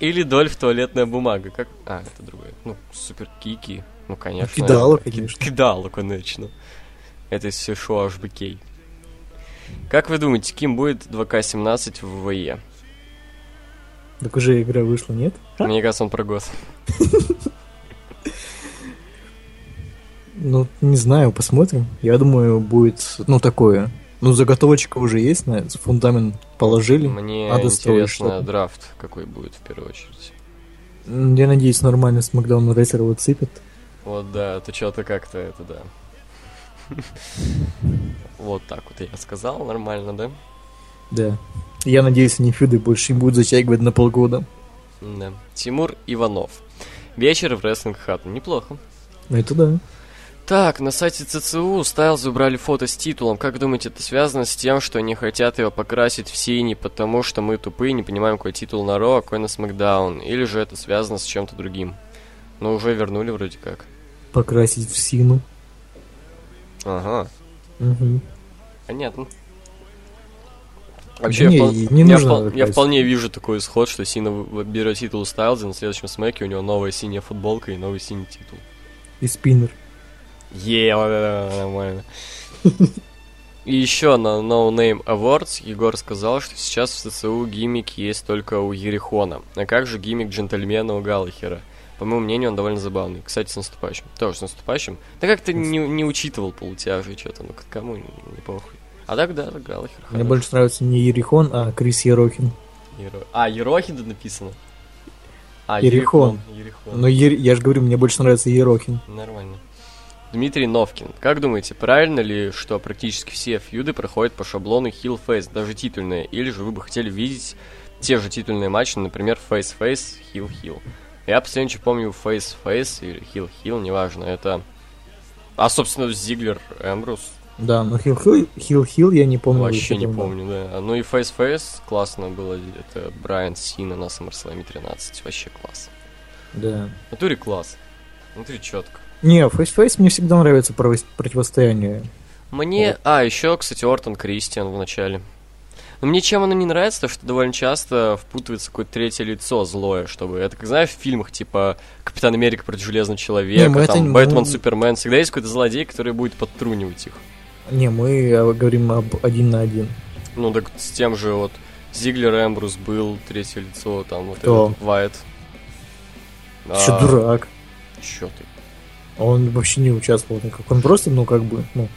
S2: Или Дольф туалетная бумага. Как... А, это другое. Ну, суперкики. Ну, конечно.
S1: Кидало,
S2: это-
S1: конечно.
S2: Кидало, конечно. Это все шоу HBK. Как вы думаете, кем будет 2К17 в ВВЕ?
S1: Так уже игра вышла, нет?
S2: Мне кажется, он про год.
S1: Ну, не знаю, посмотрим. Я думаю, будет, ну, такое. Ну, заготовочка уже есть, на фундамент положили.
S2: Мне
S1: Надо строить
S2: интересно
S1: что-то.
S2: драфт какой будет в первую очередь.
S1: М, Я надеюсь, нормально с Макдаун Рейсер его цепят.
S2: Вот да, это что-то как-то это да. Вот так вот я сказал, нормально, да?
S1: Да. Я надеюсь, они фиды больше не будут затягивать на полгода.
S2: Да. Тимур Иванов. Вечер в рестлинг хат. Неплохо.
S1: Ну, это да.
S2: Так, на сайте ЦЦУ Стайлза убрали фото с титулом. Как думаете, это связано с тем, что они хотят его покрасить в синий, потому что мы тупые, не понимаем, какой титул на Ро, а какой на Смакдаун? Или же это связано с чем-то другим? Ну, уже вернули вроде как.
S1: Покрасить в сину.
S2: Ага,
S1: Мгм.
S2: понятно. Вообще,
S1: не,
S2: я, впол-
S1: не
S2: я
S1: нужно
S2: впол- я
S1: красить.
S2: вполне вижу такой исход, что Сина вы- выберет титул у Стайлза, на следующем смеке у него новая синяя футболка и новый синий титул.
S1: И спиннер.
S2: Е, вот это нормально. И еще на No Name Awards Егор сказал, что сейчас в ССУ гиммик есть только у Ерихона. А как же гиммик джентльмена у Галлахера? По моему мнению, он довольно забавный. Кстати, с наступающим. Тоже с наступающим. Да как ты не, не учитывал полутяжи что-то, ну к- кому не, не похуй. А так да, Галлахер.
S1: Мне
S2: хорош.
S1: больше нравится не Ерихон, а Крис Ерохин.
S2: Еро- А, Ерохин тут написано? А,
S1: Ерихон.
S2: Ерихон.
S1: Но Ер- я же говорю, мне больше нравится Ерохин.
S2: Нормально. Дмитрий Новкин. Как думаете, правильно ли, что практически все фьюды проходят по шаблону Hill Face, даже титульные? Или же вы бы хотели видеть те же титульные матчи, например, Face Face, Hill Hill? Я постоянно еще помню Face Face или Hill Hill, неважно, это... А, собственно, Зиглер, Эмбрус,
S1: Да, но Хил-Хил Хил-Хил я не помню.
S2: вообще не
S1: Там, да.
S2: помню, да. А, Ну и Face Face классно было, это Брайан Сина на SummerSlam 13, вообще класс.
S1: Да.
S2: В натуре класс, в натуре четко.
S1: Не, фейс-фейс мне всегда нравится прово- противостояние.
S2: Мне... А, еще, кстати, Ортон Кристиан в начале. Но мне чем оно не нравится, то что довольно часто впутывается какое-то третье лицо злое, чтобы... Это, как знаешь, в фильмах типа «Капитан Америка против Железного Человека»,
S1: мы это
S2: там
S1: не-
S2: «Бэтмен»,
S1: мы-
S2: «Супермен». Всегда есть какой-то злодей, который будет подтрунивать их.
S1: Не, мы э, говорим об один на один.
S2: Ну, так с тем же вот Зиглер Эмбрус был, третье лицо, там вот
S1: Кто?
S2: этот Вайт. А.
S1: Ты Еще дурак.
S2: Чё ты?
S1: Он вообще не участвовал никак. Он просто, ну, как бы, ну,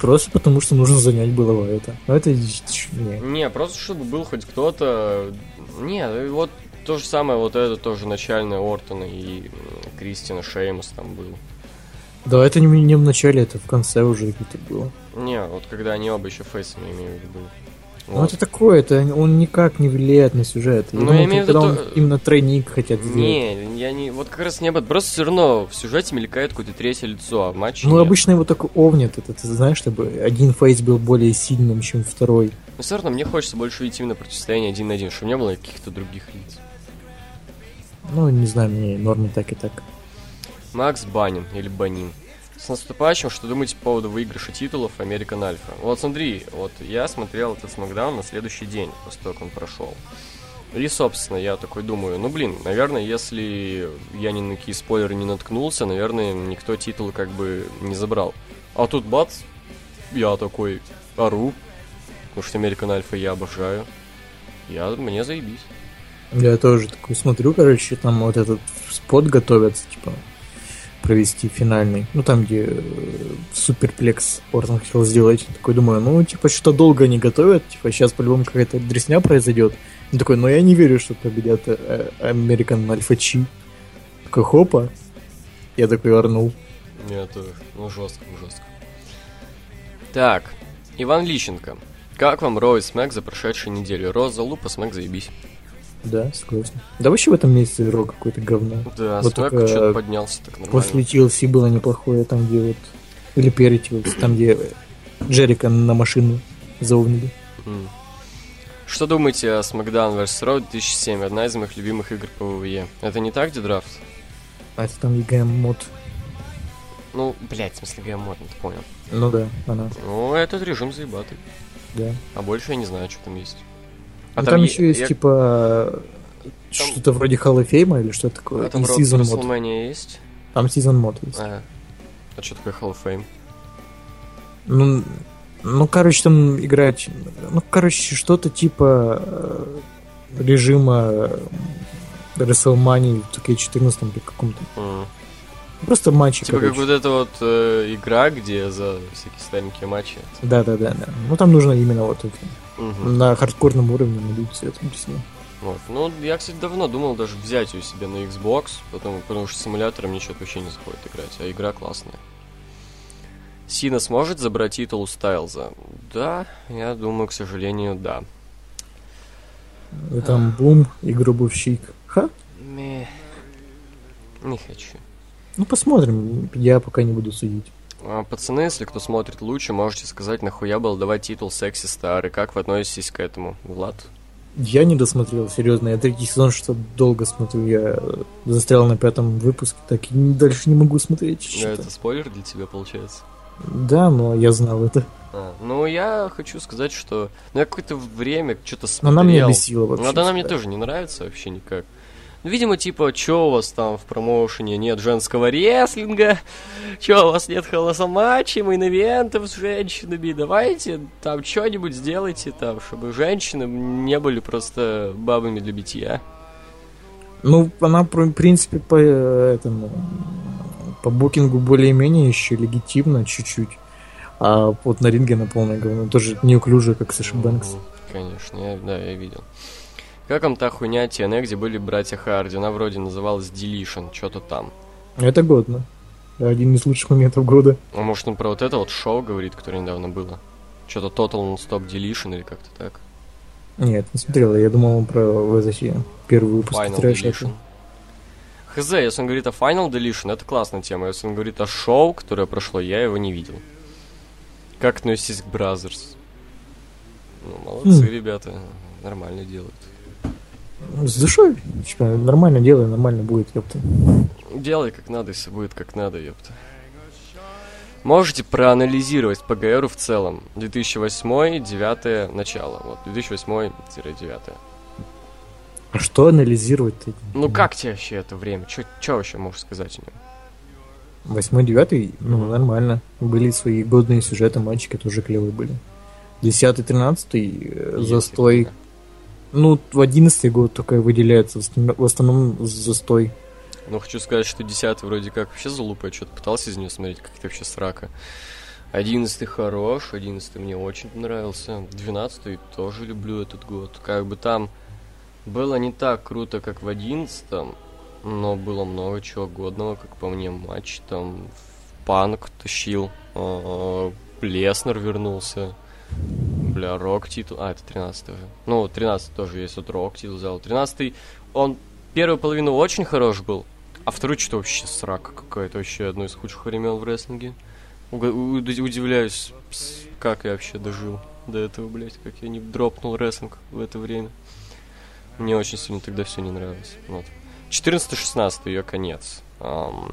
S1: просто потому что нужно занять было это. Но это дичь, не.
S2: Не, просто чтобы был хоть кто-то. Не, вот то же самое, вот это тоже начальное Ортона и м, Кристина Шеймус там был.
S1: Да, это не, не в начале, это в конце уже где-то было.
S2: Не, вот когда они оба еще фейсами имеют в виду.
S1: Ну,
S2: Вот.
S1: это такое, это он никак не влияет на сюжет. Я
S2: Ну,
S1: думал,
S2: я имею в
S1: когда
S2: виду
S1: он
S2: то-
S1: именно тройник хотят сделать.
S2: Не, я не. Вот как раз не об этом. Просто все равно в сюжете мелькает какое-то третье лицо, а в матче.
S1: Ну,
S2: нет.
S1: обычно его так овнят, это ты знаешь, чтобы один фейс был более сильным, чем второй.
S2: Но все равно мне хочется больше идти именно противостояние один на один, чтобы не было каких-то других лиц.
S1: Ну, не знаю, мне норме так и так.
S2: Макс Банин или Банин. С наступающим, что думаете по поводу выигрыша титулов American Альфа? Вот смотри, вот я смотрел этот Смакдаун на следующий день, после того, как он прошел. И, собственно, я такой думаю, ну, блин, наверное, если я ни на какие спойлеры не наткнулся, наверное, никто титул как бы не забрал. А тут бац, я такой ору, потому что American Альфа я обожаю. Я, мне заебись.
S1: Я тоже такой смотрю, короче, там вот этот спот готовятся, типа, провести финальный. Ну, там, где э, суперплекс Ортон хотел сделать. Я такой думаю, ну, типа, что-то долго они готовят. Типа, сейчас по-любому какая-то дресня произойдет. Я такой, ну, я не верю, что победят э, American Alpha Chi. Такой, хопа. Я такой орнул.
S2: Нет, это, ну, жестко, жестко. Так, Иван Лищенко. Как вам Роу и Смэк за прошедшую неделю? Ро за лупа, Смэк заебись.
S1: Да, согласен. Да вообще в этом месяце рок какое-то говно.
S2: Да,
S1: Вот
S2: Смэк
S1: только э,
S2: что-то поднялся так нормально.
S1: После TLC было неплохое, там где вот... Или перед TLC, там где Джерика на машину заумнили.
S2: М. Что думаете о SmackDown vs. Raw 2007? Одна из моих любимых игр по ВВЕ. Это не так, где драфт?
S1: А это там EGM мод.
S2: Ну, блядь, в смысле геймод, ты понял.
S1: Ну да, она,
S2: Ну, этот режим заебатый.
S1: да.
S2: А больше я не знаю, что там есть.
S1: А там,
S2: е-
S1: еще есть,
S2: я-
S1: типа, что-то вроде Hall of Fame или что такое.
S2: а там
S1: и
S2: Raw
S1: Season мод.
S2: WrestleMania есть?
S1: Там Season мод есть.
S2: А, а что такое Hall of Fame?
S1: Ну, ну, короче, там играть... Ну, короче, что-то типа э, режима э, WrestleMania в 14 или каком-то.
S2: М.
S1: Просто матчи,
S2: Типа
S1: короче.
S2: как вот эта вот э, игра, где за всякие старенькие матчи.
S1: Да-да-да. да. Ну, там нужно именно вот это,
S2: Мгм.
S1: на хардкорном уровне набить все это объясню.
S2: Вот. Ну, я, кстати, давно думал даже взять ее себе на Xbox, потому, потому что с симулятором мне что-то вообще не заходит играть, а игра классная. Сина сможет забрать титул у Стайлза? Да, я думаю, к сожалению, да.
S1: И там
S2: А.
S1: бум и гробовщик. Ха?
S2: Мeh. Не хочу.
S1: Ну, посмотрим. Я пока не буду судить.
S2: А, Пацаны, если кто смотрит лучше, можете сказать, нахуя было давать титул Секси Стар, и как вы относитесь к этому, Влад?
S1: Я не досмотрел, серьезно. Я третий сезон что долго смотрю. Я э, застрял на пятом выпуске, так и не- дальше не могу смотреть.
S2: Да,
S1: что-то.
S2: это спойлер для тебя, получается?
S1: Да, но я знал это.
S2: А, ну, я хочу сказать, что... Ну, я какое-то время что-то смотрел.
S1: Она меня бесила
S2: Ну,
S1: вообще.
S2: да, она мне
S1: всегда.
S2: тоже не нравится вообще никак. Ну, видимо, типа, чё у вас там в промоушене нет женского рестлинга? Чё, у вас нет холоса матчей, мейн-ивентов с женщинами? Давайте там что-нибудь сделайте там, чтобы женщины не были просто бабами для битья.
S1: Ну, она, про- в принципе, по э, этому... По букингу более-менее еще легитимно чуть-чуть. А вот на ринге на полное говно. Тоже неуклюже, как Саша Бэнкс.
S2: Мгм, Конечно, я, да, я видел. Как вам та хуйня TNA, где были братья Харди? Она вроде называлась Deletion, что-то там.
S1: Это годно. Один из лучших моментов года.
S2: А может он про вот это вот шоу говорит, которое недавно было? Что-то Total Non-Stop Deletion или как-то так?
S1: Нет, не смотрел. Я думал он про возвращение. Первый выпуск
S2: Final
S1: трэша.
S2: Deletion. Хз, если он говорит о Final Deletion, это классная тема. Если он говорит о шоу, которое прошло, я его не видел. Как относитесь к Бразерс? Ну, молодцы,
S1: Хм.
S2: ребята. Нормально делают.
S1: Ну, С душой. Типа, нормально делай, нормально будет, ёпта.
S2: Делай как надо, если будет как надо, ёпта. Можете проанализировать ПГРу в целом. 2008-9 начало. Вот, 2008-9.
S1: А что анализировать-то?
S2: Ну как тебе вообще это время? Чё, чё вообще можешь сказать о нем?
S1: Восьмой, девятый, ну, нормально. Были свои годные сюжеты, мальчики тоже клевые были. Десятый, тринадцатый, э,
S2: Есть
S1: застой.
S2: такое.
S1: Ну, в одиннадцатый год только выделяется, в основном- в основном застой.
S2: Ну, хочу сказать, что 10 вроде как вообще залупа, я что-то пытался из нее смотреть, как это вообще срака. 11 хорош, 11 мне очень понравился, 12 тоже люблю этот год. Как бы там было не так круто, как в 11 но было много чего годного, как по мне, матч там в панк тащил, э, Леснер вернулся, бля, рок титул, а, это 13 уже. Ну, 13 тоже есть, вот рок титул взял. 13 он первую половину очень хорош был, а второй что вообще срака какая-то, вообще одно из худших времен в рестлинге. Уга- у- уд- удивляюсь, пс, как я вообще дожил до этого, блять, как я не дропнул рестлинг в это время. Мне очень сильно тогда все не нравилось. Вот. 14-16 ее конец. Ам,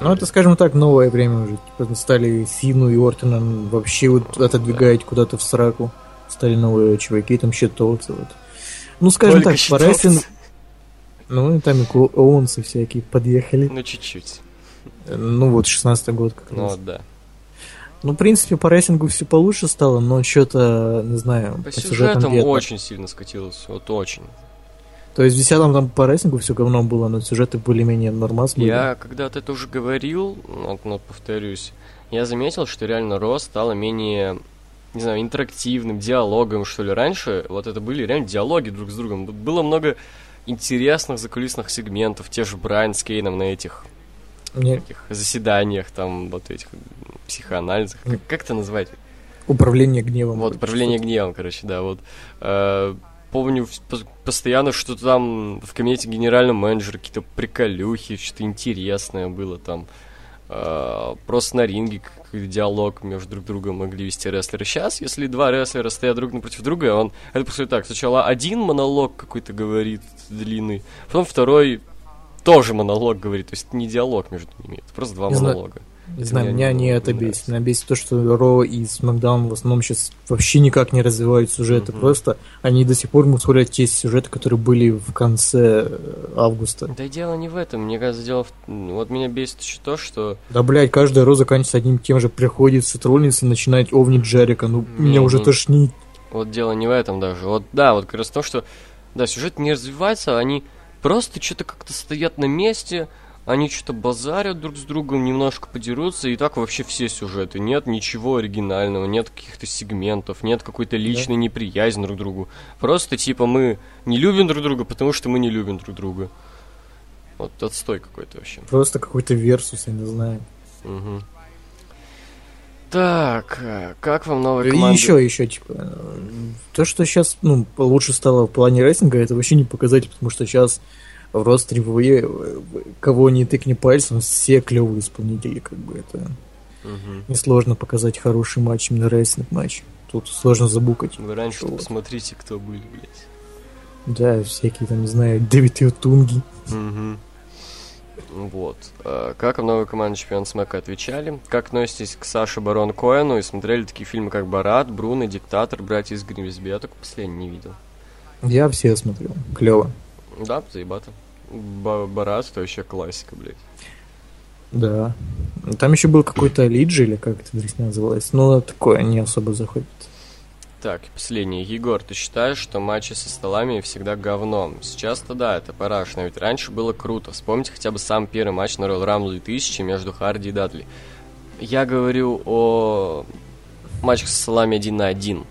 S1: Ну, это, скажем так, новое время уже. Типа, стали Сину и Ортона вообще вот отодвигать куда-то в сраку. Стали новые чуваки, там щитовцы вот. Ну, скажем
S2: только
S1: так, по
S2: щитовцы.
S1: рестлингу- Ну, и там и Кло- Оуэнсы всякие подъехали.
S2: Ну, чуть-чуть.
S1: Ну, вот, 16 год как
S2: Ну,
S1: раз.
S2: вот да.
S1: Ну, в принципе, по рейсингу все получше стало, но что-то, не знаю, по,
S2: По
S1: сюжетам,
S2: сюжетам
S1: где-то.
S2: очень сильно скатилось, вот очень.
S1: То есть в 10 там по рейсингу все говно было, но сюжеты более-менее нормас были.
S2: Я когда-то это уже говорил, ну, вот, но повторюсь, я заметил, что реально Рос стало менее, не знаю, интерактивным, диалогом, что ли. Раньше вот это были реально диалоги друг с другом. Б- Было много интересных закулисных сегментов, те же Брайан с Кейном на этих
S1: Мне
S2: таких заседаниях, там, вот этих м, психоанализах. Как, как это назвать?
S1: управление гневом.
S2: Вот, управление гневом, короче, да, вот. Э, Помню вс- пос- постоянно, что там в кабинете генерального менеджера какие-то приколюхи, что-то интересное было там. Э, Просто на ринге какой-то диалог между друг другом могли вести рестлеры. Сейчас, если два рестлера стоят друг напротив друга, он это происходит так. Сначала один монолог какой-то говорит длинный, потом второй тоже монолог говорит. То есть это не диалог между ними, это просто два
S1: Не знаю.
S2: монолога.
S1: Не знаю, меня не
S2: не
S1: это бесит.
S2: нравится.
S1: Меня бесит то, что Ро и Смакдаун в основном сейчас вообще никак не развивают сюжеты.
S2: Мгм.
S1: Просто они до сих пор мусорят те сюжеты, которые были в конце э, августа.
S2: Да и дело не в этом, мне кажется, дело в... Вот меня бесит еще то, что...
S1: Да, блядь, каждая Ро заканчивается одним и тем же. Приходит сотрудница и начинает овнить Джерика. Ну, меня уже
S2: Мгм.
S1: тошнит.
S2: Вот дело не в этом даже. Вот да, вот как раз то, что да, сюжет не развивается, они просто что-то как-то стоят на месте, они что-то базарят друг с другом, немножко подерутся, и так вообще все сюжеты. Нет ничего оригинального, нет каких-то сегментов, нет какой-то личной неприязни друг к другу. Просто типа мы не любим друг друга, потому что мы не любим друг друга. Вот отстой какой-то вообще.
S1: Просто какой-то версус, я не знаю.
S2: Мгм. Так, э, как вам новая
S1: И
S2: команда?
S1: еще, еще, типа, э, то, что сейчас, ну, лучше стало в плане рейтинга, это вообще не показатель, потому что сейчас в ростере ВВЕ, э, кого не тыкни пальцем, все клевые исполнители, как бы это
S2: Мгм.
S1: несложно показать хороший матч, именно рейтинг матч. Тут сложно забукать.
S2: Вы раньше
S1: Вот.
S2: посмотрите, кто были, блядь.
S1: Да, всякие там, не знаю, Дэвид Ютунги.
S2: Мгм. Вот. Э, Как вам новая команда Чемпион Смека отвечали? Как относитесь к Саше Барон Коэну и смотрели такие фильмы, как Барат, Бруно, Диктатор, Братья из Гримсби? Я только последний не видел.
S1: Я все смотрел. Клево.
S2: Да, заебато. Ба- Барат это вообще классика, блядь.
S1: Да. Там еще был какой-то Лиджи, или как это дресня называлась. Ну, такое не особо заходит.
S2: Так, и последнее. Егор, ты считаешь, что матчи со столами всегда говном? Сейчас-то да, это парашно, ведь раньше было круто. Вспомните хотя бы сам первый матч на Royal Rumble 2000 между Харди и Дадли. Я говорю о матчах со столами один на один.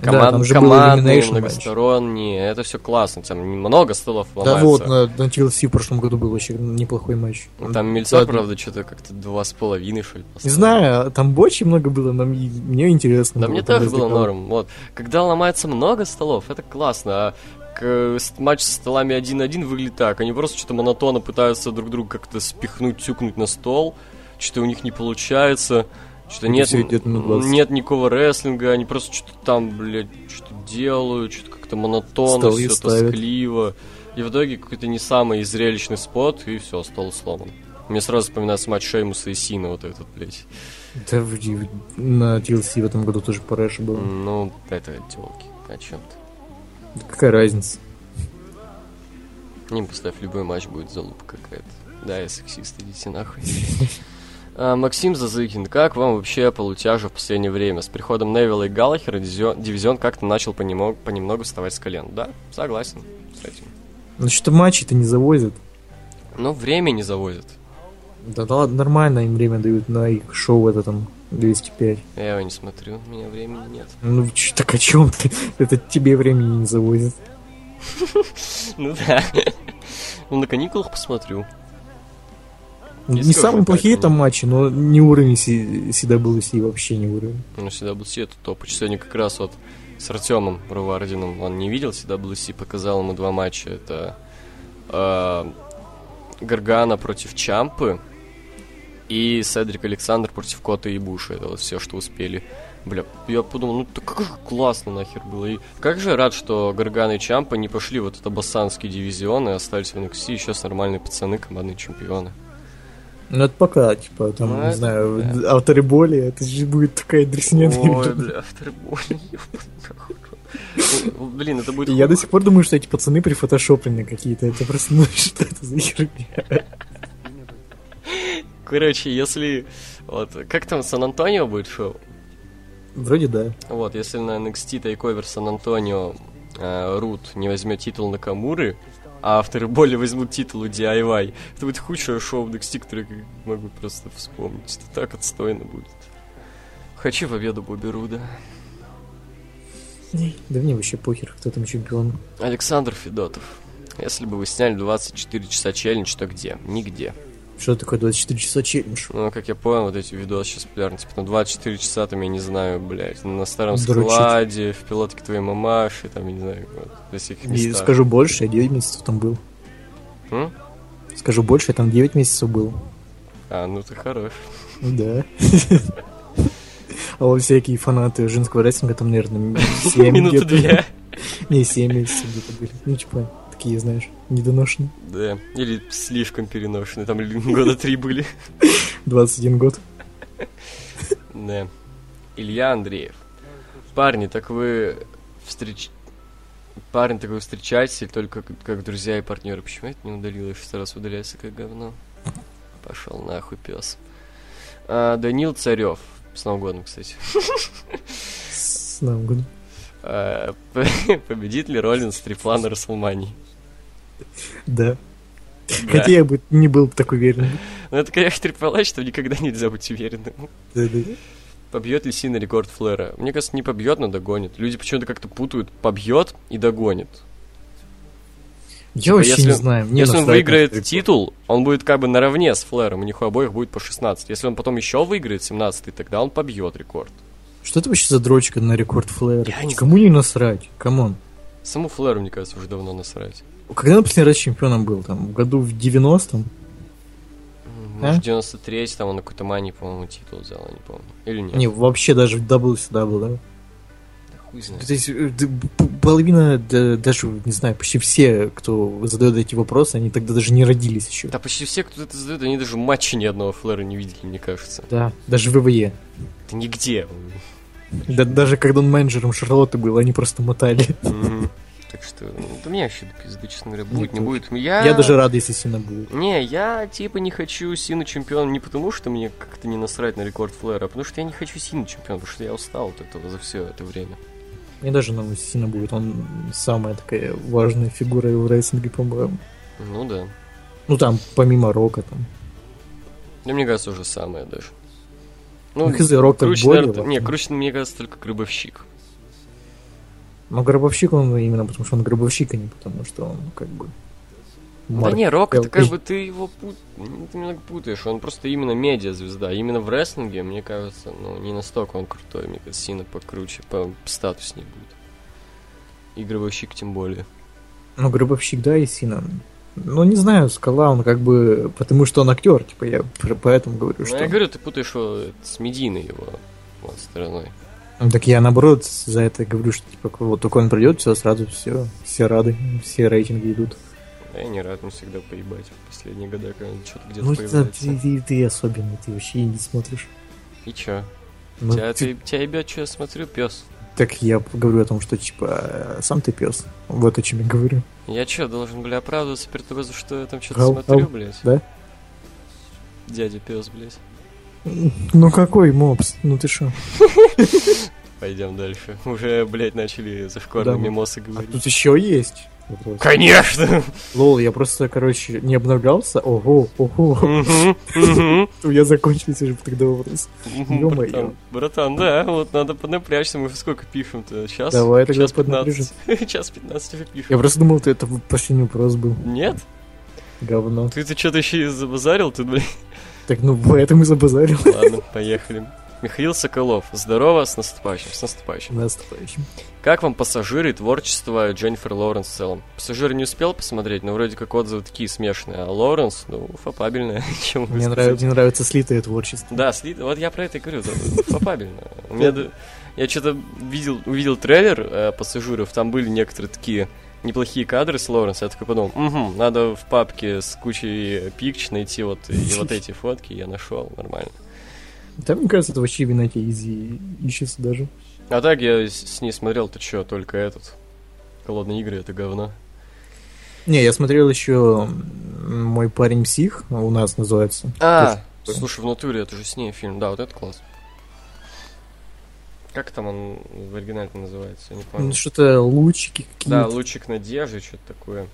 S1: да,
S2: Команд,
S1: там же был
S2: командные,
S1: Elimination матч.
S2: многосторонние, это все классно, там много столов
S1: Да
S2: ломается.
S1: вот, на, на TLC в прошлом году был вообще неплохой матч.
S2: Ну, Там
S1: Да,
S2: Мельцов, правда, что-то как-то два с половиной, что ли,
S1: Не
S2: поставил.
S1: знаю, там очень много было, но мне, мне интересно.
S2: Да
S1: было,
S2: мне
S1: там
S2: тоже было
S1: развлекало.
S2: норм. Вот. Когда ломается много столов, это классно. А к- э, с- матч со столами 1-1 выглядит так. Они просто что-то монотонно пытаются друг друга как-то спихнуть, тюкнуть на стол. Что-то у них не получается. Что-то
S1: Это
S2: нет,
S1: всё идёт минут 20.
S2: нет никакого рестлинга. Они просто что-то там, блядь, что-то делают. Что-то как-то монотонно,
S1: Столы
S2: все
S1: ставят.
S2: тоскливо. И в итоге какой-то не самый зрелищный спот, и все, стол сломан. Мне сразу вспоминается матч Шеймуса и Сина, вот этот, блядь.
S1: Да, в- в- на DLC в этом году тоже по Рэшу было.
S2: Ну, это телки, о чем ты?
S1: Да какая разница?
S2: Ним поставь, любой матч будет залупа какая-то. Да, я сексист, идите нахуй. А, Максим Зазыкин, как вам вообще полутяжа в последнее время? С приходом Невилла и Галлахера дивизион, дивизион как-то начал понемо- понемногу вставать с колен. Да, согласен с этим.
S1: Значит, матчи-то не завозят.
S2: Но время не заводит.
S1: Да, да ладно, нормально им время дают на их шоу это там 205.
S2: Я его не смотрю, у меня времени нет.
S1: Ну, ч- так о чем ты? Это тебе времени не завозят.
S2: Ну да. Ну, на каникулах посмотрю. Есть
S1: не
S2: тоже
S1: самые плохие
S2: поэтому.
S1: там матчи, но не уровень CWC, вообще не уровень.
S2: Ну, CWC это топыч. Сегодня как раз вот с Артемом Рувардиным он не видел CWC, показал ему два матча. Это э, Гаргана против Чампы и Седрик Александр против Кота и Буша. Это вот все, что успели. Бля, я подумал, ну так как же классно нахер было. И как же я рад, что Гаргана и Чампа не пошли вот это басанский дивизион и остались в NXT. И сейчас нормальные пацаны, командные чемпионы.
S1: Ну, это пока, типа, там,
S2: Ну,
S1: не
S2: это
S1: знаю,
S2: да.
S1: д- авторы боли, это же будет такая дресня.
S2: Ой, бля, авторбой, ёбаный нахуй. Ну, Блин, это будет...
S1: И Я до сих пор думаю, что эти пацаны прифотошоплены какие-то. Это просто, ну, что это за херня?
S2: Короче, если... Вот, как там Сан-Антонио будет шоу?
S1: Вроде да.
S2: Вот, если на NXT Тайковер Сан-Антонио э, Рут не возьмет титул Накамуры, а авторы боли возьмут титул у DIY, это будет худшее шоу в NXT, которое я могу просто вспомнить. Это так отстойно будет. Хочу победу Бобби Руда.
S1: Да мне вообще похер, кто там чемпион.
S2: Александр Федотов. Если бы вы сняли 24 часа челлендж, то где? Нигде.
S1: Что такое 24 часа челлендж?
S2: Ну, как я понял, вот эти видосы сейчас популярны. Типа, на 24 часа, там, я не знаю, блядь, на старом
S1: Дрочить.
S2: складе, в пилотке твоей мамаши, там, я не знаю, вот, во всяких
S1: И
S2: местах.
S1: скажу больше, я 9 месяцев там был.
S2: М?
S1: Скажу больше, я там 9 месяцев был. Ну
S2: А, ну ты хорош.
S1: Да. А вот всякие фанаты женского рестлинга там, наверное, 7
S2: Минуты две.
S1: Не, 7 месяцев где-то были. Ну, типа, такие, знаешь, недоношенные.
S2: Да, или слишком переношенные, там ли- года три были.
S1: 21 год.
S2: Да. Илья Андреев. Парни, так вы встреч... Парни, так вы встречаетесь или только как, как друзья и партнеры? Почему я это не удалил? Я шестой раз удаляется как говно. Пошел нахуй, пес. А, Данил Царев. С Новым годом, кстати.
S1: С Новым годом.
S2: А, п- Победит ли Роллинс трипла на Расселмании?
S1: Да.
S2: Да.
S1: Хотя я бы не был так уверен.
S2: Ну, это, конечно, трипл H, что никогда нельзя быть уверенным.
S1: Да, да.
S2: Побьет ли Сина рекорд Флэра? Мне кажется, не побьет, но догонит. Люди почему-то как-то путают побьет и догонит.
S1: Я вообще
S2: Типа, если
S1: не
S2: он-
S1: знаю. мне
S2: Если он
S1: насрать на
S2: выиграет
S1: этот
S2: титул, он будет как бы наравне с Флэром, у них у обоих будет по 16. Если он потом еще выиграет 17 тогда он побьет рекорд.
S1: Что это вообще за дрочка на рекорд флеера?
S2: Я не
S1: Кому не насрать? Камон.
S2: Саму Флэру, мне кажется, уже давно насрать.
S1: Когда он последний раз чемпионом был? Там, в году в 90-м?
S2: Может, 93 там он на какой-то мании, по-моему, титул взял, я не помню. Или нет?
S1: Не, вообще даже в WCW,
S2: Хуй
S1: да?
S2: знает.
S1: То есть э, д- п- половина, да, даже, не знаю, почти все, кто задает эти вопросы, они тогда даже не родились еще.
S2: Да почти все, кто это задает, они даже матча ни одного Флэра не видели, мне кажется.
S1: Да, даже в ВВЕ.
S2: Это нигде.
S1: Да, даже когда он менеджером Шарлотты был, они просто мотали.
S2: Мгм. Так что, ну, да мне вообще до пизды, честно говоря, будет, не
S1: тоже.
S2: будет.
S1: ну, Я даже рад, если сильно будет.
S2: Не, я типа не хочу Сина чемпиона не потому, что мне как-то не насрать на рекорд Флэра, а потому что я не хочу Сина чемпиона, потому что я устал от этого за все это время.
S1: Мне даже новость сильно будет. Он самая такая важная фигура в рейсинге, по-моему.
S2: Ну да.
S1: Ну там, помимо Рока, там.
S2: Ну, мне кажется, уже самое даже.
S1: Ну,
S2: Ну,
S1: хз, Рок так
S2: круче,
S1: более
S2: наверно- не,
S1: важный.
S2: круче, мне кажется, только Грибовщик.
S1: Но гробовщик он именно потому, что он гробовщик, а не потому, что он как бы...
S2: Да
S1: марк.
S2: не, Рок, это
S1: Я-
S2: как бы ты его пут... ну, ты немного путаешь, он просто именно медиа-звезда. Именно в рестлинге, мне кажется, ну, не настолько он крутой, мне кажется, Сина покруче, по статуснее будет. И Гробовщик тем более.
S1: Ну, гробовщик, да, и Сина. Ну, не знаю, Скала, он как бы... Потому что он актер, типа, я про- поэтому говорю,
S2: Ну,
S1: что...
S2: я говорю, ты путаешь его с медийной его вот, стороной.
S1: Ну, Так я, наоборот, за это говорю, что, типа, вот только он придет, все, сразу все, все рады, все рейтинги идут.
S2: А я не рад, мне всегда поебать. В последние года, когда что-то где-то
S1: Ну, ты,
S2: появляется.
S1: ты, ты- ты особенный, ты вообще не смотришь.
S2: И чё?
S1: Ну,
S2: тебя,
S1: ты-
S2: ты... тебя ебет, чё я смотрю, пес.
S1: Так я говорю о том, что, типа, э, сам ты пес. Вот о чем я говорю.
S2: Я чё, должен, бля, оправдываться перед тобой, за что я там что-то
S1: Ау,
S2: смотрю,
S1: ау,
S2: блядь?
S1: да?
S2: Дядя пес, блядь.
S1: Ну, какой мопс? Ну, ты шо?
S2: Пойдем дальше. Уже, блядь, начали зашкварные
S1: Да, мы-
S2: мимосы
S1: А
S2: говорить.
S1: тут еще есть. вопрос.
S2: Конечно!
S1: Лол, я просто, короче, не обновлялся. Ого, ого.
S2: Мгм, мгм.
S1: У меня закончился же тогда вопрос.
S2: Мгм,
S1: Ё-моё.
S2: Братан, братан, да, вот надо поднапрячься, мы сколько пишем-то? Сейчас?
S1: Давай тогда
S2: Час 15.
S1: поднапряжемся.
S2: Час 15 уже
S1: Я
S2: пишем.
S1: просто думал, ты это последний вопрос был.
S2: Нет?
S1: Говно.
S2: Ты-то что-то еще и забазарил тут, блин.
S1: Так, ну, поэтому и забазарил.
S2: Ладно, поехали. Михаил Соколов. Здорово, с наступающим, с наступающим.
S1: Наступающим.
S2: Как вам пассажиры и творчество Дженнифер Лоуренс в целом? Пассажиры не успел посмотреть, но вроде как отзывы такие смешные. А Лоуренс, ну, фапабельная. Чем
S1: Мне,
S2: сказать.
S1: нравится, мне нравится слитое творчество.
S2: Да, слит... вот я про это и говорю, да, фапабельно. У меня д- Я что-то видел, увидел трейлер э, пассажиров, там были некоторые такие неплохие кадры с Лоуренс, я такой подумал, «Мгм, надо в папке с кучей пикч найти вот, и вот эти фотки, я нашел, нормально.
S1: Да, мне кажется, это вообще винать изи ищется даже.
S2: А так я с, с ней смотрел, ты чё, только этот. Голодные игры это говно.
S1: Не, я смотрел еще м, «Мой парень псих», у нас называется.
S2: А,
S1: Тоже.
S2: слушай, в натуре это же с ней фильм, да, вот это класс. Как там он в оригинале называется, я не
S1: Ну,
S2: помню.
S1: Что-то лучики
S2: Да,
S1: какие-то.
S2: «Лучик надежды», что-то такое.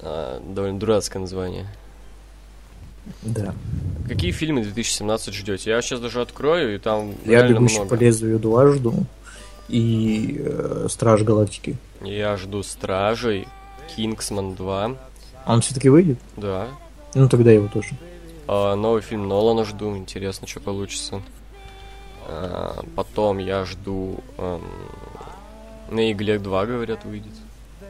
S2: А, довольно дурацкое название.
S1: Да.
S2: Какие фильмы 2017 ждете? Я сейчас даже открою, и там
S1: Я
S2: реально
S1: «Бегущий по
S2: много.
S1: лезвию Эдуард» жду и э, «Страж Галактики».
S2: Я жду «Стражей», «Кингсман 2»,
S1: А Он все-таки выйдет?
S2: да.
S1: Ну, тогда его тоже.
S2: А, новый фильм Нолана жду, интересно, что получится. А, потом я жду... эм, на игле 2, говорят, выйдет.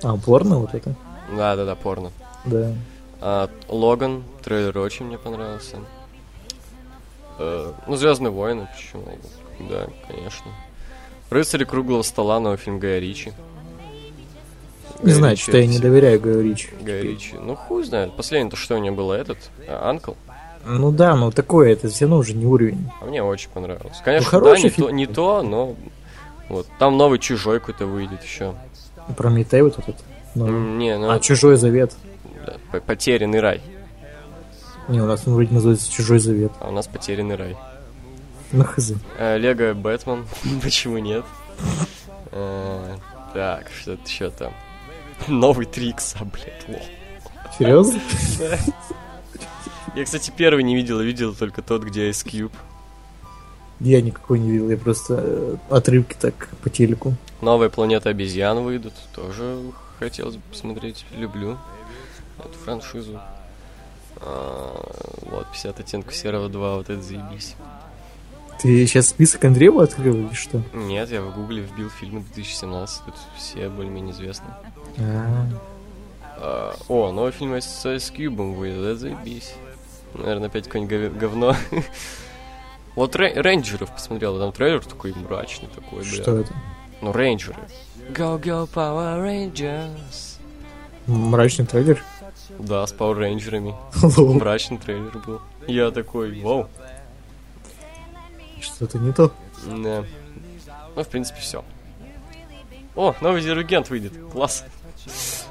S1: А, порно вот это?
S2: Да-да-да, порно.
S1: Да.
S2: А, Логан, трейлер очень мне понравился. Э, ну, Звездные войны, почему? Да, конечно. Рыцари круглого стола, новый фильм Гая Ричи.
S1: Не
S2: Гая
S1: знаю,
S2: Ричи
S1: что я
S2: это
S1: не
S2: все-
S1: доверяю Гаю Ричи.
S2: Гая
S1: теперь.
S2: Ричи. Ну, хуй знает. Последний-то что у него было, этот? А, Анкл?
S1: Ну да, но такое, это все равно уже не уровень.
S2: А мне очень понравилось. Конечно, да,
S1: Ну, хороший
S2: не
S1: фильм.
S2: то, не то, но... Вот, там новый Чужой какой-то выйдет еще.
S1: Прометей вот этот. ну,
S2: М, Не, ну,
S1: А, «Чужой завет».
S2: да, по- потерянный рай.
S1: Не, у нас он вроде называется «Чужой завет».
S2: А у нас потерянный рай.
S1: На хз.
S2: Э, Лего Бэтмен, почему нет? Э, Так, что-то еще там. Новый Трикс, а, блядь, лол.
S1: Серьезно?
S2: Я, кстати, первый не видел, а видел только тот, где Ice Cube.
S1: Я никакой не видел, я просто э, отрывки так по телеку.
S2: Новая планета обезьян выйдут, тоже хотелось бы посмотреть, люблю эту франшизу. А, Вот, 50 оттенков серого 2, вот это заебись.
S1: Ты сейчас список Андреева открыл или что?
S2: Нет, я в гугле вбил фильмы 2017, тут все более-менее известны.
S1: А,
S2: А, О, новый фильм с Ice Cube выйдет, да заебись. Наверное, опять какое-нибудь гов- говно. Вот Рей- Рейнджеров посмотрел, там трейлер такой мрачный такой, бля.
S1: что это?
S2: Ну, Рейнджеры. Go, go, Power Rangers.
S1: Мрачный трейлер?
S2: Да, с Power Рейнджерами.
S1: Лол,
S2: Мрачный трейлер был. Я такой, вау.
S1: Что-то не то.
S2: Да. Ну, в принципе, все. О, новый Диригент выйдет. Класс.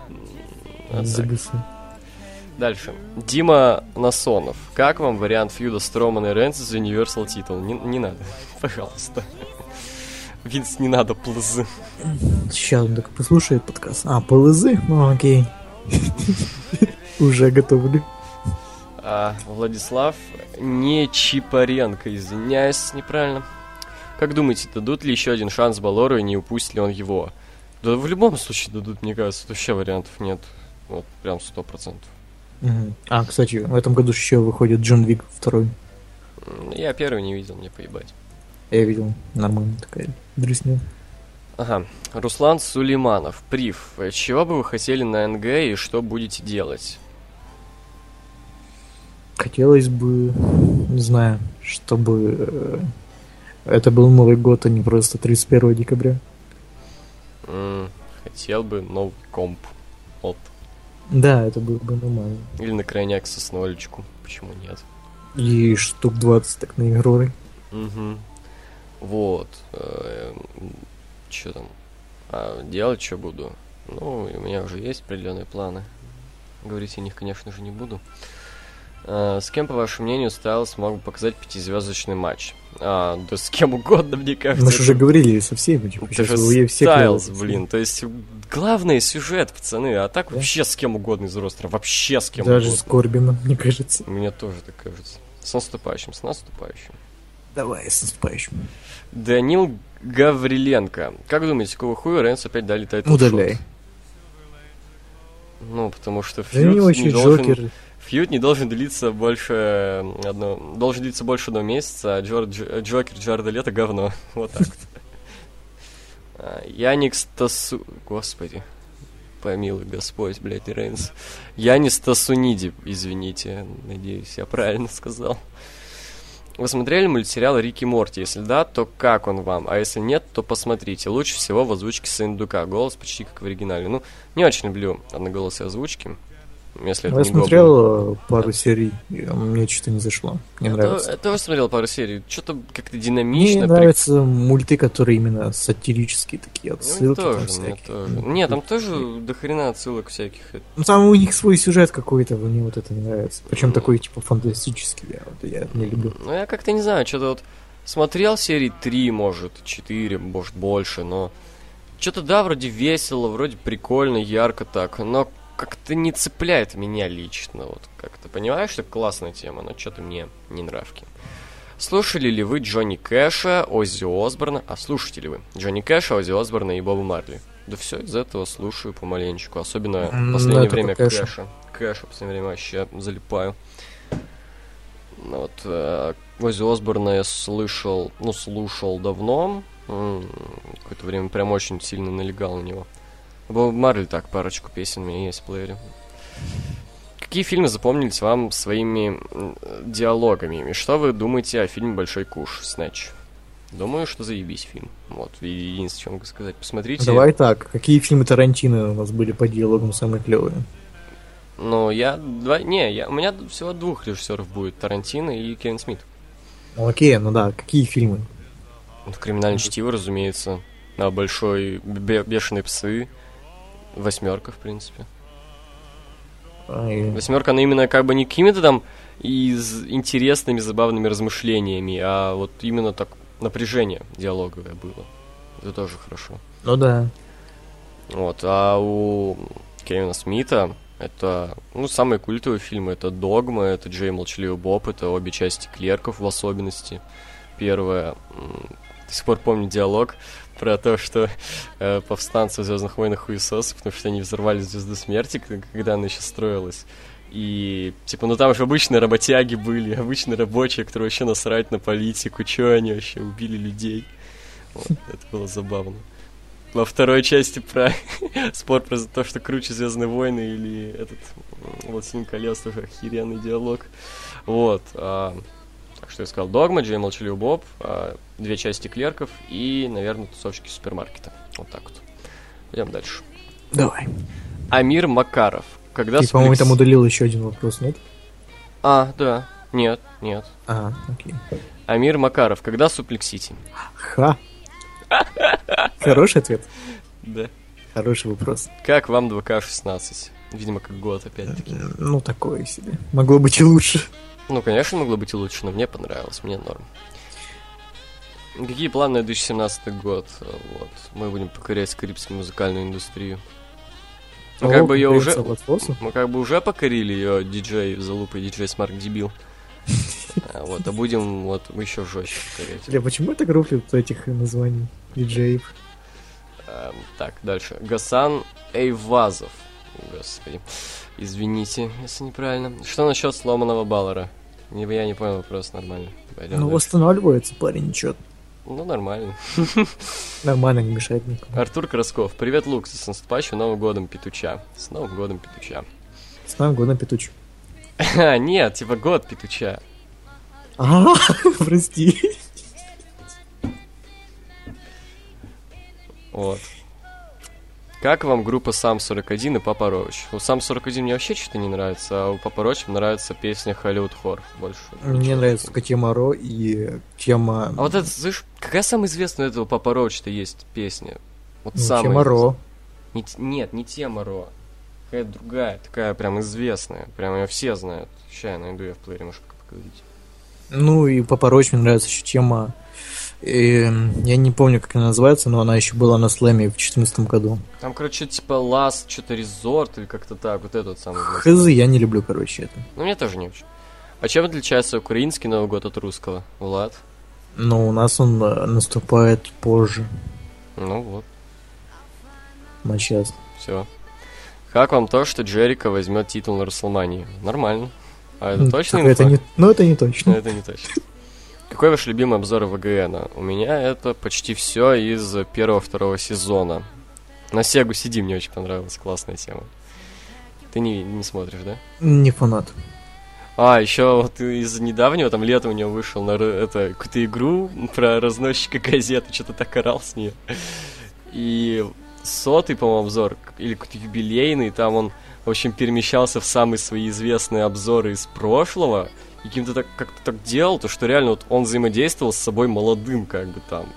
S2: М, а так.
S1: Забился.
S2: Дальше. Дима Насонов. Как вам вариант фьюда Стромана и Рейнса за Universal титул? Не, не надо, пожалуйста. Винс, не надо, плзы.
S1: Сейчас он так послушает подкаст. А, ПЛЗ? Ну, окей. Уже готовлю.
S2: А, Владислав не Чипаренко, извиняюсь, неправильно. Как думаете, дадут ли еще один шанс Балору и не упустит ли он его? Да в любом случае дадут, мне кажется, тут вообще вариантов нет. Вот прям сто процентов.
S1: Мгм. А, кстати, в этом году еще выходит Джон Вик второй.
S2: М, Ну, Я первый не видел, мне поебать.
S1: Я видел. Нормально такая. Дресня.
S2: Ага. Руслан Сулейманов. Прив. э, Чего бы вы хотели на НГ и что будете делать?
S1: Хотелось бы, не знаю, чтобы э, это был Новый год, а не просто 31 декабря.
S2: М, хотел бы новый комп. Вот.
S1: Да, это было бы нормально.
S2: Или на крайняк соснолечку. Почему нет?
S1: И штук 20 так на игроры.
S2: Угу. Вот. Э, Че там? А делать что буду? Ну, у меня уже есть определенные планы. Говорить о них, конечно же, не буду. Э, С кем, по вашему мнению, Стайлс мог бы показать пятизвездочный матч? А, да с кем угодно, мне кажется.
S1: Мы же уже говорили со всеми, типа,
S2: Это
S1: сейчас
S2: же
S1: вы все
S2: Стайлз,
S1: клевые.
S2: блин. То есть, главный сюжет, пацаны. А так
S1: Да.
S2: вообще с кем угодно из ростера. Вообще с кем
S1: Даже с
S2: угодно.
S1: Корбином, мне кажется.
S2: Мне тоже так кажется. С наступающим, с наступающим.
S1: Давай, с наступающим.
S2: Данил Гавриленко. Как думаете, какого хуя Рейнс опять дали тайтл
S1: Удаляй.
S2: Ну, потому что
S1: Да не
S2: фьюд не,
S1: очень
S2: должен,
S1: Джокер.
S2: фьюд не должен длиться больше э, одно, должен длиться больше одного месяца, а Джор- Дж- Джокер Джарда Лето говно. Вот так вот. А, Яникс Тасу... Господи. Помилуй Господь, блядь, Рейнс. Янис Тасуниди, извините. Надеюсь, я правильно сказал. Вы смотрели мультсериал Рики и Морти? Если да, то как он вам? А если нет, то посмотрите. Лучше всего в озвучке Сындука. Голос почти как в оригинале. Ну, не очень люблю одноголосые озвучки. Если это
S1: Ну, Я
S2: не гоблин.
S1: смотрел э, пару серий, и, э, мне что-то не зашло. Не
S2: Я
S1: нравится.
S2: А то- Я тоже смотрел пару серий. Что-то как-то
S1: Мне
S2: динамично. прик-
S1: нравятся мульты, которые именно сатирические такие
S2: Ну,
S1: отсылки. там
S2: тоже, мне
S1: всякие.
S2: тоже. Не, там тоже до хрена отсылок всяких. Это-
S1: Ну, там у них свой сюжет какой-то, мне вот это не нравится. Причем
S2: Ну.
S1: такой, типа, фантастический, я, вот, я не люблю.
S2: Ну, я как-то не знаю, что-то вот смотрел серии 3, может, 4, может, больше, но... Что-то, да, вроде весело, вроде прикольно, ярко так, но как-то не цепляет меня лично. Вот как ты понимаешь, это классная тема, но что-то мне не нравки. Слушали ли вы Джонни Кэша, Оззи Осборна? А слушаете ли вы Джонни Кэша, Оззи Осборна и Боба Марли? Да все из этого слушаю помаленечку. Особенно в
S1: М, ну,
S2: последнее
S1: это
S2: время
S1: по Кэшу.
S2: Кэша. Кэша в последнее время вообще залипаю. Ну Вот, э, Оззи Осборна я слышал, ну, слушал давно. М, Какое-то время прям очень сильно налегал на него. Боб Марли так, парочку песен у меня есть в плеере. Какие фильмы запомнились вам своими м, диалогами? И что вы думаете о фильме «Большой куш» Снач? Думаю, что заебись фильм. Вот, и единственное, что могу сказать. Посмотрите.
S1: Давай так, какие фильмы Тарантино у нас были по диалогам самые клевые?
S2: Ну, я... Два... Не, я... у меня всего двух режиссеров будет. Тарантино и Кевин Смит.
S1: Ну, окей, ну да, какие фильмы?
S2: Ну, Криминальное чтиво, разумеется. А большой бе- бешеные псы. Восьмерка, в принципе.
S1: Ай,
S2: Восьмерка, она ну, именно как бы не какими-то там из интересными, забавными размышлениями, а вот именно так напряжение диалоговое было. Это тоже хорошо.
S1: Ну да.
S2: Вот, а у Кевина Смита это, ну, самые культовые фильмы. Это «Догма», это «Джей и Молчаливый Боб», это обе части «Клерков» в особенности. Первое, м, до сих пор помню диалог про то, что э, повстанцы в «Звездных войнах» хуесосы, потому что они взорвали «Звезду смерти», к- когда она еще строилась. И, типа, ну там же обычные работяги были, обычные рабочие, которые вообще насрать на политику, чё они вообще убили людей. Вот, это было забавно. Во второй части про спор про то, что круче Звездные войны или этот м, Властелин колец, тоже охеренный диалог. Вот. а, так что я сказал, Догма, Джей и Молчаливый Боб, а, две части клерков и, наверное, тусовщики супермаркета. Вот так вот. Идем дальше.
S1: Давай.
S2: Амир Макаров. Когда
S1: Ты, по-моему,
S2: Сплекс-
S1: там удалил еще один вопрос, нет?
S2: А, да. Нет, нет.
S1: А, окей.
S2: Амир Макаров. Когда суплексите?
S1: Ха. Хороший ответ.
S2: Да.
S1: Хороший вопрос.
S2: Как вам 2К16? Видимо, как год опять-таки.
S1: Ну, такое себе. Могло быть и лучше.
S2: Ну, конечно, могло быть и лучше, но мне понравилось, мне норм. Какие планы на 2017 год? Э, Вот. Мы будем покорять скрипскую музыкальную индустрию. Мы
S1: О,
S2: Ну, как бы ее
S1: появится
S2: уже...
S1: Латвосу.
S2: Мы как бы уже покорили ее диджей за лупой диджей Смарк Дебил. А, Вот, а будем вот еще жестче покорять.
S1: Бля, почему я так рофлю от этих названий диджеев?
S2: Эм, Так, дальше. Гасан Эйвазов. Господи. Извините, если неправильно. Что насчет сломанного баллера? Не, я не понял вопрос, нормально. Пойдем
S1: Ну,
S2: дальше.
S1: восстанавливается парень, ничего.
S2: ну, нормально.
S1: Нормально, не мешает никому.
S2: Артур Красков. Привет, Лукс, с наступающим Новым годом, Петуча. С Новым годом, Петуча.
S1: С Новым годом, Петуч.
S2: А, нет, типа год, Петуча.
S1: А, прости.
S2: Вот. Как вам группа Сам 41 и Папа Роуч? У Сам 41 мне вообще что-то не нравится, а у Папа Роуч мне нравится песня Hollywood Хор больше.
S1: Мне
S2: Ничего
S1: нравится
S2: такого.
S1: только тема Ро и тема...
S2: А вот это, слышь, какая самая известная у этого Папа Роуч-то есть песня? Вот
S1: ну,
S2: самая
S1: тема Ро.
S2: известная. Не т- нет, не тема Ро. Какая-то другая, такая прям известная. Прям ее все знают. Сейчас я найду я в плеере, может, пока поговорить.
S1: Ну и попорочь мне нравится еще тема... эм, я не помню, как она называется, но она еще была на слэме в 2014 году.
S2: Там, короче, типа Last, что-то Resort или как-то так, вот этот самый. известный.
S1: Хз, я не люблю, короче, это.
S2: Ну, мне тоже не очень. А чем отличается украинский Новый год от русского, Влад?
S1: Но у нас он э, наступает позже,
S2: Ну вот,
S1: на час.
S2: все. Как вам то, что Джерика возьмет титул на Расселмании? Нормально. А это
S1: Ну,
S2: точно
S1: только это
S2: инфа?
S1: не, Ну, это не
S2: Ну,
S1: точно.
S2: это не точно. Какой ваш любимый обзор ВГН? У меня это почти все из первого-второго сезона. На Сегу сиди, мне очень понравилась, классная тема. Ты не, не смотришь, да?
S1: Не фанат.
S2: А, еще вот из недавнего, там летом у него вышел на ры- это, какую-то игру про разносчика газеты, что-то так орал с нее. И сотый, по-моему, обзор, к- или какой-то юбилейный, там он, в общем, перемещался в самые свои известные обзоры из прошлого, и каким-то так, как-то так делал, то что реально вот он взаимодействовал с собой молодым, как бы там.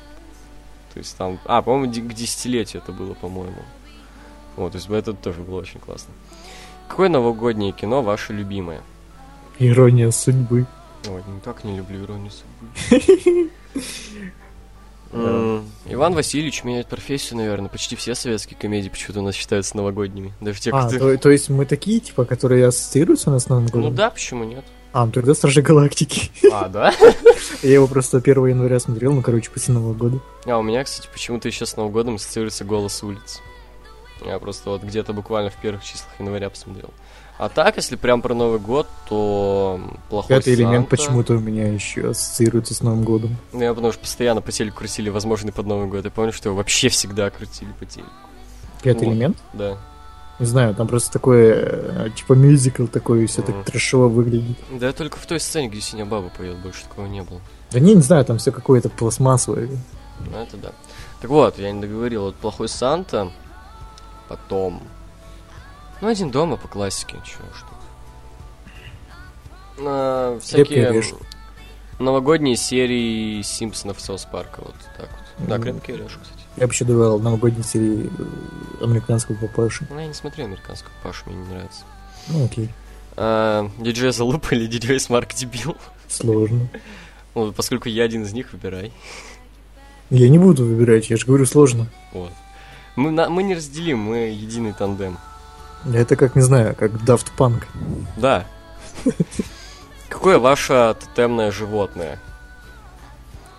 S2: То есть там, а, по-моему, ди- к десятилетию это было, по-моему. Вот, то есть это тоже было очень классно. Какое новогоднее кино ваше любимое?
S1: Ирония судьбы.
S2: Ой, ну так не люблю иронию судьбы.
S1: Да.
S2: М, Иван Васильевич меняет профессию, наверное. Почти все советские комедии почему-то у нас считаются новогодними. Даже те,
S1: А,
S2: кто...
S1: то, то есть мы такие, типа, которые ассоциируются у нас с Новым
S2: Ну
S1: годом?
S2: да, почему нет?
S1: А, ну тогда Стражи Галактики.
S2: А, да?
S1: Я его просто 1 января смотрел, ну, короче, после Нового года.
S2: А у меня, кстати, почему-то еще с Новым годом ассоциируется голос улиц. Я просто вот где-то буквально в первых числах января посмотрел. А так, если прям про Новый год, то м, плохой
S1: Пятый элемент
S2: Санта.
S1: почему-то у меня еще ассоциируется с Новым годом.
S2: Ну, я потому что постоянно по телеку крутили возможный под Новый год. Я помню, что его вообще всегда крутили по телеку.
S1: Пятый
S2: Вот.
S1: элемент?
S2: Да.
S1: Не знаю, там просто такое, э, типа, мюзикл такой, все
S2: Мгм.
S1: так трешово выглядит.
S2: Да только в той сцене, где синяя баба поет, больше такого не было.
S1: Да не, не знаю, там все какое-то пластмассовое.
S2: Ну это да. Так вот, я не договорил, вот плохой Санта, потом. Ну, один дома по классике, чего что всякие
S1: и Орешек.
S2: новогодние серии Симпсонов Сос Парка, вот так вот. Да,
S1: Мгм.
S2: крепкий орешек, кстати.
S1: Я вообще добавил новогодней серии э, американского папаши.
S2: Ну, я не смотрю американскую Пашу, мне не нравится.
S1: Ну, окей.
S2: А, диджей Залупа или диджей Смарк Дебил?
S1: Сложно.
S2: Ну, поскольку я один из них, выбирай.
S1: Я не буду выбирать, я же говорю, сложно.
S2: Вот. Мы, на- мы не разделим, мы единый тандем.
S1: Это как, не знаю, как Daft Punk.
S2: Да. Какое ваше тотемное животное?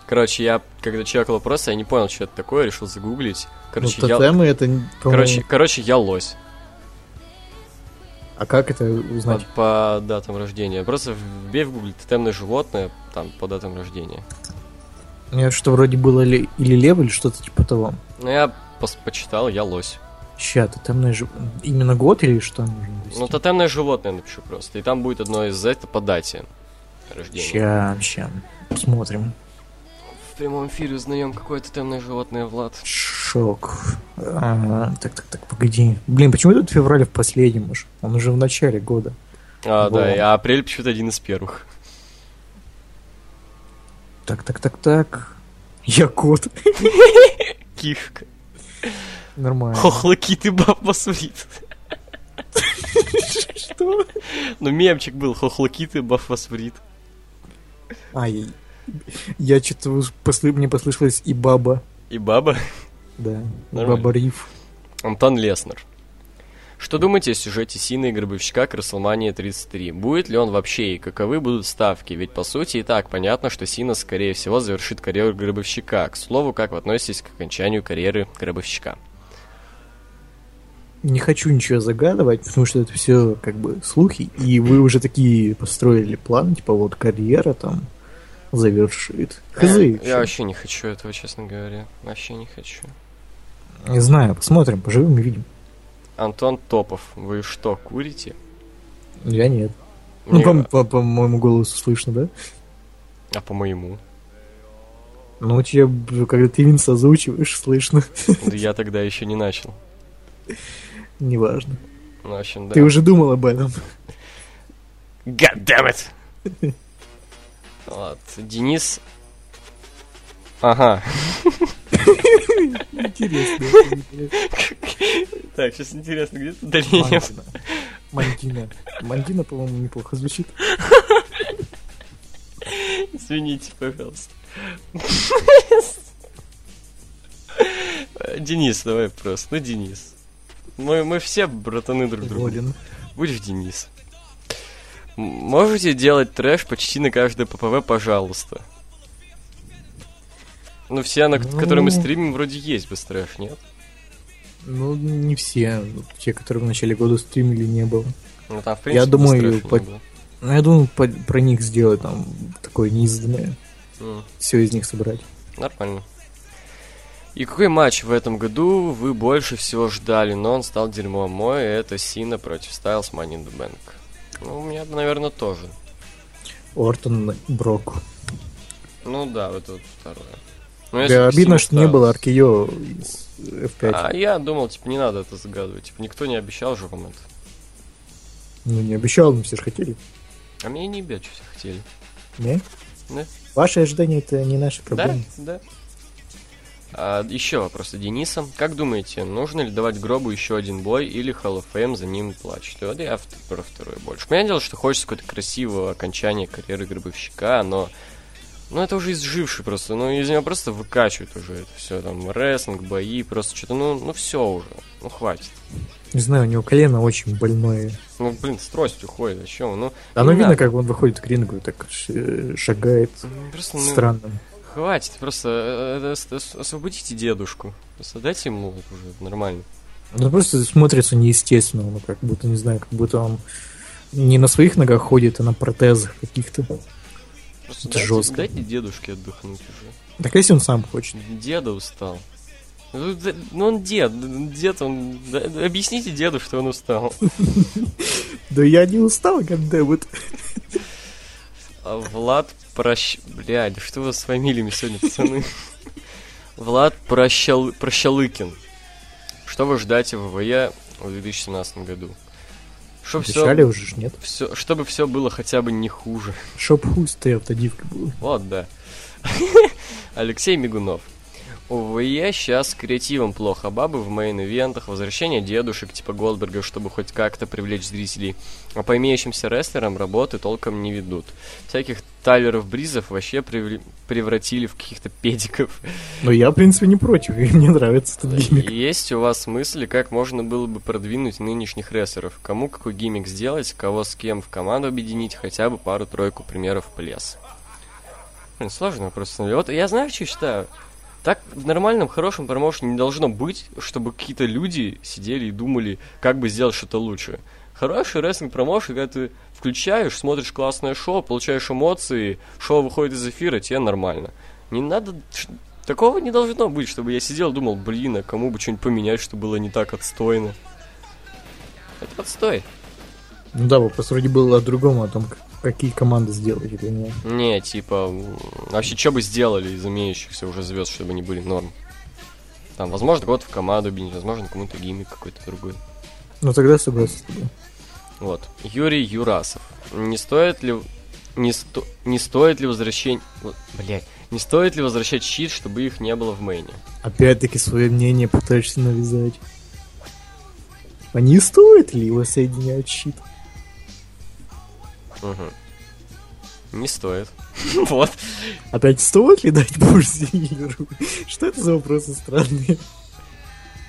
S2: Короче, я, когда чекал вопрос, я не понял, что это такое, решил загуглить. Короче,
S1: ну,
S2: я...
S1: тотемы это, не- по-моему,
S2: Короче, короче, я лось.
S1: а как это
S2: Вот
S1: узнать?
S2: по датам рождения. Просто вбей в гугле тотемное животное, там, по датам рождения.
S1: У меня что вроде было ли- или лев, или что-то типа того.
S2: Ну, я пос- почитал, я лось.
S1: Ща, тотемное же... Именно год или что нужно ввести?
S2: Ну, тотемное животное напишу просто. И там будет одно из это по дате рождения.
S1: Ща, ща. Посмотрим.
S2: В прямом эфире узнаем, какое тотемное животное, Влад.
S1: Шок. А, так, так, так, погоди. Блин, почему этот февраль в последнем уж? Он уже в начале года.
S2: А,
S1: Во.
S2: да, и- а апрель почему-то один из первых.
S1: Так, так, так, так. Я кот.
S2: Кишка.
S1: Нормально.
S2: Хохлаки ты баб посулит.
S1: Что?
S2: Ну, мемчик был, хохлаки ты баб посулит.
S1: А, я, я что-то уж послы- мне послышалось и баба.
S2: И баба.
S1: Да, и
S2: Нормально.
S1: баба Риф.
S2: Антон Леснер. Что думаете о сюжете Сина и Гробовщика к Расселмании 33? Будет ли он вообще и каковы будут ставки? Ведь по сути и так понятно, что Сина скорее всего завершит карьеру Гробовщика. К слову, как вы относитесь к окончанию карьеры Гробовщика?
S1: Не хочу ничего загадывать, потому что это все как бы слухи, и вы уже такие построили план, типа вот карьера там завершит. Хз,
S2: я, я
S1: чё.
S2: вообще не хочу этого, честно говоря. Вообще не хочу.
S1: Не знаю, посмотрим, поживем и видим.
S2: Антон Топов, вы что, курите?
S1: Я нет. Ну,
S2: Мне-
S1: по, по- по моему голосу слышно, да?
S2: А по моему?
S1: Ну, у тебя, б- когда ты Винс озвучиваешь, слышно.
S2: Да я тогда еще не начал.
S1: Неважно.
S2: Ну, в общем, да.
S1: Ты уже думал об этом.
S2: God damn it! Вот, Денис... Ага.
S1: Интересно.
S2: Так, сейчас интересно, где тут удаление?
S1: Мандина. Мандина, по-моему, неплохо звучит.
S2: Извините, пожалуйста. Денис, давай просто. Ну, Денис. Мы, мы все братаны друг друга.
S1: Волин.
S2: Будешь Денис. М- Можете делать трэш почти на каждое ППВ, пожалуйста. Ну, все, на
S1: Ну.
S2: которые мы стримим, вроде есть без трэш, нет?
S1: Ну, не все. Те, которые в начале года стримили, не было.
S2: Ну, там, в принципе,
S1: Я
S2: без
S1: думаю,
S2: трэша не
S1: по-
S2: было.
S1: Ну, я думаю, по- про них сделать там такое неизданное.
S2: М,
S1: Все из них собрать.
S2: Нормально. И какой матч в этом году вы больше всего ждали, но он стал дерьмом? Мой это Сина против Стайлс Money in the Bank. Ну, у меня, наверное, тоже.
S1: Ортон, Брок.
S2: Ну да, вот это вот второе. Ну, если
S1: Да,
S2: бы
S1: обидно,
S2: Сина
S1: что не
S2: Стайлс-
S1: было Аркио из F5.
S2: А я думал, типа, не надо это загадывать. Типа, никто не обещал же вам это.
S1: Ну, не обещал, но все же хотели.
S2: А мне не бьет, что все хотели.
S1: Не?
S2: Да.
S1: Ваши ожидания это не наши проблемы.
S2: Да, да. еще вопрос от Дениса. Как думаете, нужно ли давать гробу еще один бой или Hall of Fame за ним плачет? Вот я вт- про второй больше. Понятное дело, что хочется какое-то красивое окончание карьеры гробовщика, но... Ну, это уже изживший просто. Ну, из него просто выкачивают уже это все. Там, рестлинг, бои, просто что-то... Ну, ну все уже. Ну, хватит.
S1: Не знаю, у него колено очень больное.
S2: Ну, блин, с тростью ходит. Зачем? он? Ну,
S1: Оно
S2: Не
S1: видно,
S2: надо.
S1: как он выходит к рингу и так ш- шагает.
S2: м, просто... ну,
S1: Странно.
S2: Хватит, просто э, э, ос- ос- освободите дедушку. Просто дайте ему вот уже нормально.
S1: Он просто смотрится неестественно, ну, как будто, не знаю, как будто он не на своих ногах ходит, а на протезах каких-то.
S2: Просто
S1: Это
S2: дайте,
S1: жестко.
S2: дайте дедушке отдохнуть уже.
S1: Так если он сам хочет.
S2: Деда устал. Ну, да- ну, он дед, дед, он... да- да объясните деду, что он устал.
S1: Да я не устал, вот.
S2: А Влад прощ... Блядь, что у вас с фамилиями сегодня, пацаны? Влад Прощал... Прощалыкин. Что вы ждаете в ВВЕ в 2017 году? Чтоб
S1: Обещали
S2: все,
S1: уже ж, нет?
S2: все, чтобы все было хотя бы не хуже.
S1: Чтоб хуй стоял, то дивка была.
S2: Вот, да. Алексей Мигунов. ОВЕ сейчас с креативом плохо. Бабы в мейн-ивентах, возвращение дедушек типа Голдберга, чтобы хоть как-то привлечь зрителей. А по имеющимся рестлерам работы толком не ведут. Всяких Тайлеров-Бризов вообще привле- превратили в каких-то педиков.
S1: Но Ну, я, в принципе, не против, и мне нравится этот гиммик.
S2: Есть у вас мысли, как можно было бы продвинуть нынешних рестлеров? Кому какой гиммик сделать, кого с кем в команду объединить, хотя бы пару-тройку примеров плес? Блин, сложно вопрос. на самом деле. Вот я знаю, что считаю. Так в нормальном, хорошем промоушене не должно быть, чтобы какие-то люди сидели и думали, как бы сделать что-то лучше. Хороший рестлинг промоушен, когда ты включаешь, смотришь классное шоу, получаешь эмоции, шоу выходит из эфира, тебе нормально. Не надо... ш- Такого не должно быть, чтобы я сидел и думал, блин, а кому бы что-нибудь поменять, что было не так отстойно. Это отстой.
S1: Ну да, вопрос вроде был о другом, о том, как- какие команды сделать или нет.
S2: Не, типа, м, вообще, что бы сделали из имеющихся уже звезд, чтобы они были норм? Там, возможно, кого-то в команду объединить, возможно, кому-то гиммик какой-то другой.
S1: Ну тогда согласен с тобой.
S2: Вот. Юрий Юрасов. Не стоит ли... Не, сто... не стоит ли возвращение... Блять. Не стоит ли возвращать щит, чтобы их не было в мейне?
S1: Опять-таки свое мнение пытаешься навязать. А не стоит ли его соединять щит?
S2: Мгм. Не стоит. Вот.
S1: Опять стоит ли дать Бурзи Юру? Что это за вопросы странные?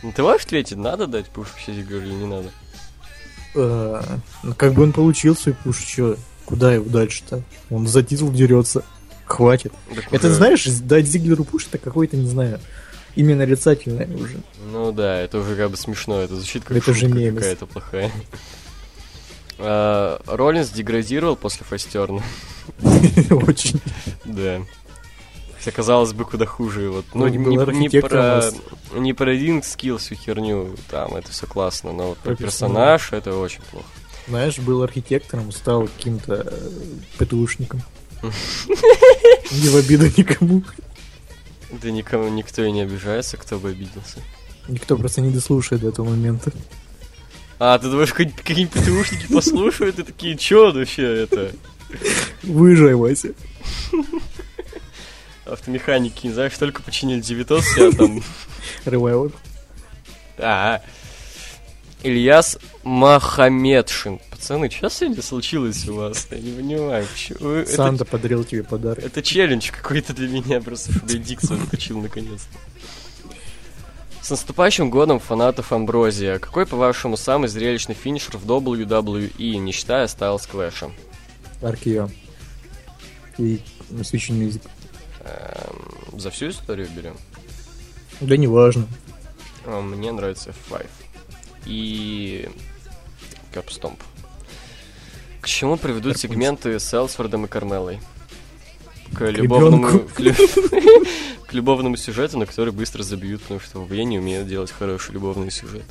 S2: Ну, Ты можешь ответить, надо дать пуш вообще я говорю, или не надо?
S1: Э, Ну как бы он получил свой пуш, чё? Куда его дальше-то? Он за титул дерется. Хватит. Это, знаешь, дать Зиглеру пуш, это какой-то, не знаю, именно нарицательное уже.
S2: Ну да, это уже как бы смешно, это звучит как
S1: Это же
S2: шутка
S1: мемес.
S2: какая-то плохая. А, Роллинс деградировал после фастерна.
S1: Очень.
S2: Да. Хотя, казалось бы, куда хуже. Вот. Ну,
S1: Он
S2: не,
S1: был
S2: не
S1: архитектором а
S2: про,
S1: нас.
S2: не про ринг скилл, всю херню, там, это все классно, но вот про
S1: Про
S2: персонаж это очень плохо.
S1: Знаешь, был архитектором, стал каким-то э, ПТУшником. Не в обиду никому.
S2: Да никому, никто и не обижается, кто бы обиделся.
S1: Никто просто не дослушает до этого момента.
S2: А, ты думаешь, какие- какие-нибудь ПТУшники послушают и такие, чё вообще это?
S1: Выезжай, Вася.
S2: Автомеханики, не знаешь, только починили девятос, я там...
S1: Ревайвер.
S2: А. Ильяс Махаметшин. Пацаны, что сегодня случилось у вас? Я не понимаю, почему... вы- это
S1: Санта подарил тебе подарок.
S2: Это челлендж какой-то для меня, просто чтобы я Диксон включил наконец-то. С наступающим годом фанатов Амброзия. Какой, по-вашему, самый зрелищный финишер в WWE, не считая Стайлс Клэша?
S1: Аркия. И Switch Music.
S2: Эм, за всю историю берем?
S1: Да неважно.
S2: А, Мне нравится F5. И... Капстомп. К чему приведут
S1: Гарпунс.
S2: сегменты с Элсфордом и Кармелой? К любовному,
S1: ребёнку.
S2: к, лю- к любовному сюжету, на который быстро забьют, потому что я не умею делать хороший любовный сюжет.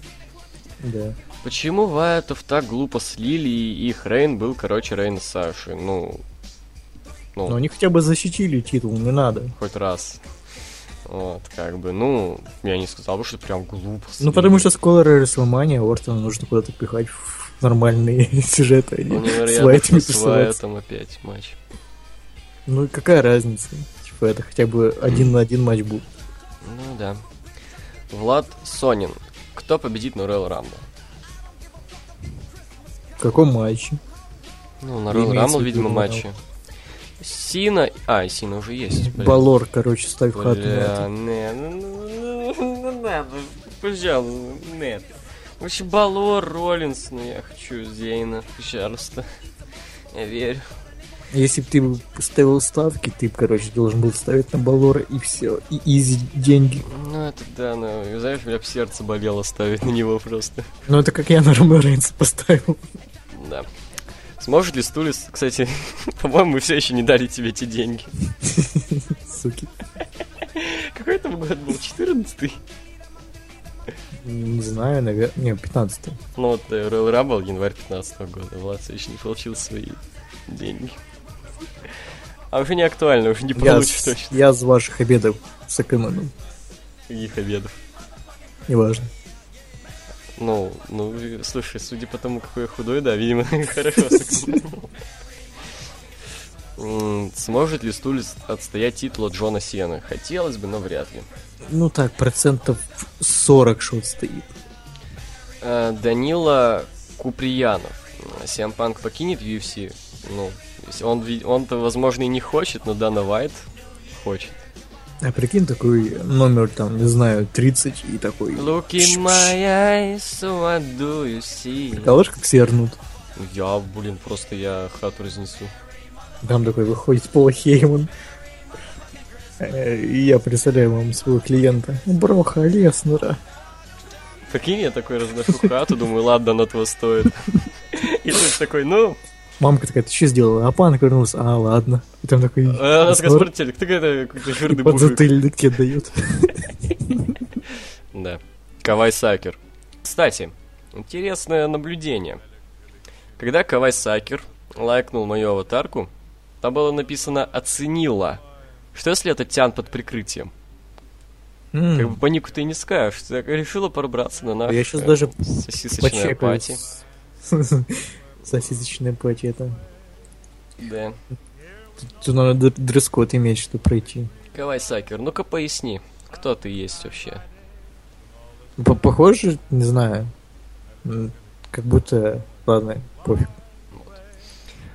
S1: Да.
S2: Почему Ваятов так глупо слили, и их Рейн был, короче, Рейн Саши? Ну, ну,
S1: Но они хотя бы защитили титул, не надо. Ну,
S2: хоть раз. Вот, как бы, ну, я не сказал бы, что прям глупо
S1: Ну
S2: слили.
S1: потому что скоро Рестлмания, Ортона нужно куда-то пихать в нормальные сюжеты, а
S2: Вполне
S1: не с
S2: вероятно,
S1: Вайтами
S2: что с
S1: тусоваться.
S2: Ваятом опять матч.
S1: Ну и какая разница? Типа это хотя бы один на один матч был.
S2: Ну да. Влад Сонин. Кто победит на Royal Rumble?
S1: В каком матче?
S2: Ну, на
S1: Имеется
S2: Royal
S1: в
S2: Rumble,
S1: виду
S2: видимо,
S1: Royal.
S2: матче. Сина... А, Сина уже есть. блин.
S1: Балор, короче, ставь хату. на
S2: Бля,
S1: это.
S2: не, ну, ну, ну, не надо, пожалуйста, нет. Вообще, Балор, Роллинс, ну я хочу Зейна, пожалуйста. Я верю.
S1: Если бы ты бы ставил ставки, ты, б, короче, должен был ставить на Балора и все. И изи деньги.
S2: Ну это да, ну, и знаешь, у меня б сердце болело ставить на него просто.
S1: Ну это как я на Роман Рейнса поставил.
S2: Да. Сможет ли Стулис, кстати, по-моему, мы все еще не дали тебе эти деньги.
S1: Суки.
S2: Какой там год был? 14
S1: Не знаю, наверное. Не, 15
S2: Ну вот э, Royal Rumble январь 15 года. Влад все еще не получил свои деньги. А уже не актуально, уже не
S1: я,
S2: получишь
S1: с-
S2: точно
S1: я с ваших обедов сэкономил.
S2: их обедов.
S1: Неважно.
S2: Ну, ну, и, слушай, судя по тому, какой я худой, да, видимо, хорошо сэкономил. М, Сможет ли Стулис отстоять титул от Джона Сиена? Хотелось бы, но вряд ли.
S1: Ну так, процентов 40 шот стоит.
S2: Э, Данила Куприянов. Сиам Панк покинет UFC. Ну, если он, ви- он-то, возможно, и не хочет, но Дана Вайт хочет.
S1: А прикинь, такой номер там, не знаю, 30 и такой.
S2: Look in my eyes, so what do you see?
S1: Приколешь, как все рнут?
S2: Я, блин, просто я хату разнесу.
S1: Там такой выходит Пол Хейман. Э, И я представляю вам своего клиента. Ну, Броха Леснера.
S2: Прикинь, я такой разношу хату, думаю, ладно, она того стоит. И тут такой, ну,
S1: Мамка такая, ты что сделала? А панк вернулся. А, ладно. И там такой...
S2: а она сказала,
S1: «Леснер».
S2: смотри, телек, ты какой-то какой-то
S1: и
S2: жирный мужик.
S1: подзатыльник тебе дают.
S2: Да. Кавай Сакер. Кстати, интересное наблюдение. Когда Кавай Сакер лайкнул мою аватарку, там было написано «оценила». Что если это тян под прикрытием? Как бы
S1: М,
S2: по нику ты и не скажешь. Ты так решила пробраться на наш
S1: Хм. Я сейчас даже почекаю.
S2: сосисочное э, пати.
S1: Сосисочное пати это...
S2: Да.
S1: Тут надо др- дресс-код иметь, чтобы пройти.
S2: Кавай Сакер, ну-ка поясни, кто ты есть вообще?
S1: П- Похоже, не знаю. М, Как будто... Ладно, пофиг.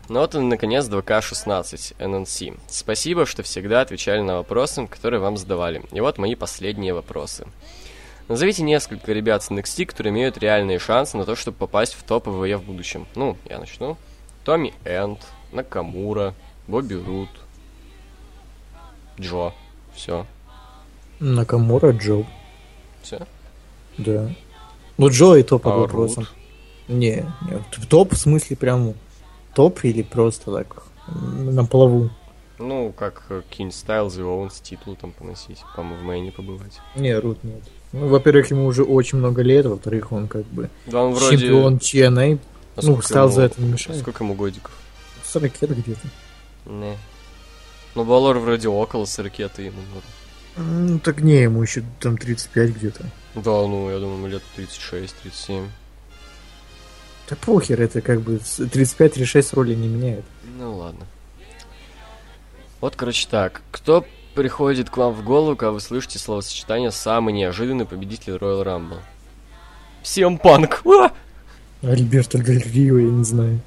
S2: Ну вот и, наконец, 2К16 NNC. Спасибо, что всегда отвечали на вопросы, которые вам задавали. И вот мои последние вопросы. Назовите несколько ребят с NXT, которые имеют реальные шансы на то, чтобы попасть в топ ВВЕ в будущем. Ну, я начну. Томми Энд, Накамура, Бобби Рут, Джо. Все.
S1: Накамура Джо.
S2: Все.
S1: Да. Ну, Джо и то по
S2: А Рут?
S1: вопросам. Не, не, в топ в смысле прям топ или просто так м, на плаву.
S2: Ну, как э, Кинь Стайлз и Оуэнс титул там поносить, по-моему, в Мэйне побывать.
S1: Не, Рут нет. Ну, во-первых, ему уже очень много лет, во-вторых, он как бы
S2: Да он Ну, вроде...
S1: чемпион TNA.
S2: А
S1: Ну,
S2: сколько
S1: стал за
S2: ему-
S1: это не мешает.
S2: Сколько ему годиков?
S1: 40 лет где-то.
S2: Не. Ну, Балор вроде около 40, а ты ему. ну,
S1: Ну, так не, ему еще там 35 где-то.
S2: Да, ну, я думаю, ему лет 36-37.
S1: Да похер, это как бы с- 35-36 роли не меняет.
S2: Ну ладно. Вот, короче, так. Кто приходит к вам в голову, когда вы слышите словосочетание «самый неожиданный победитель Royal Rumble»? Всем панк! А!
S1: Альберто Дель Рио, я не знаю.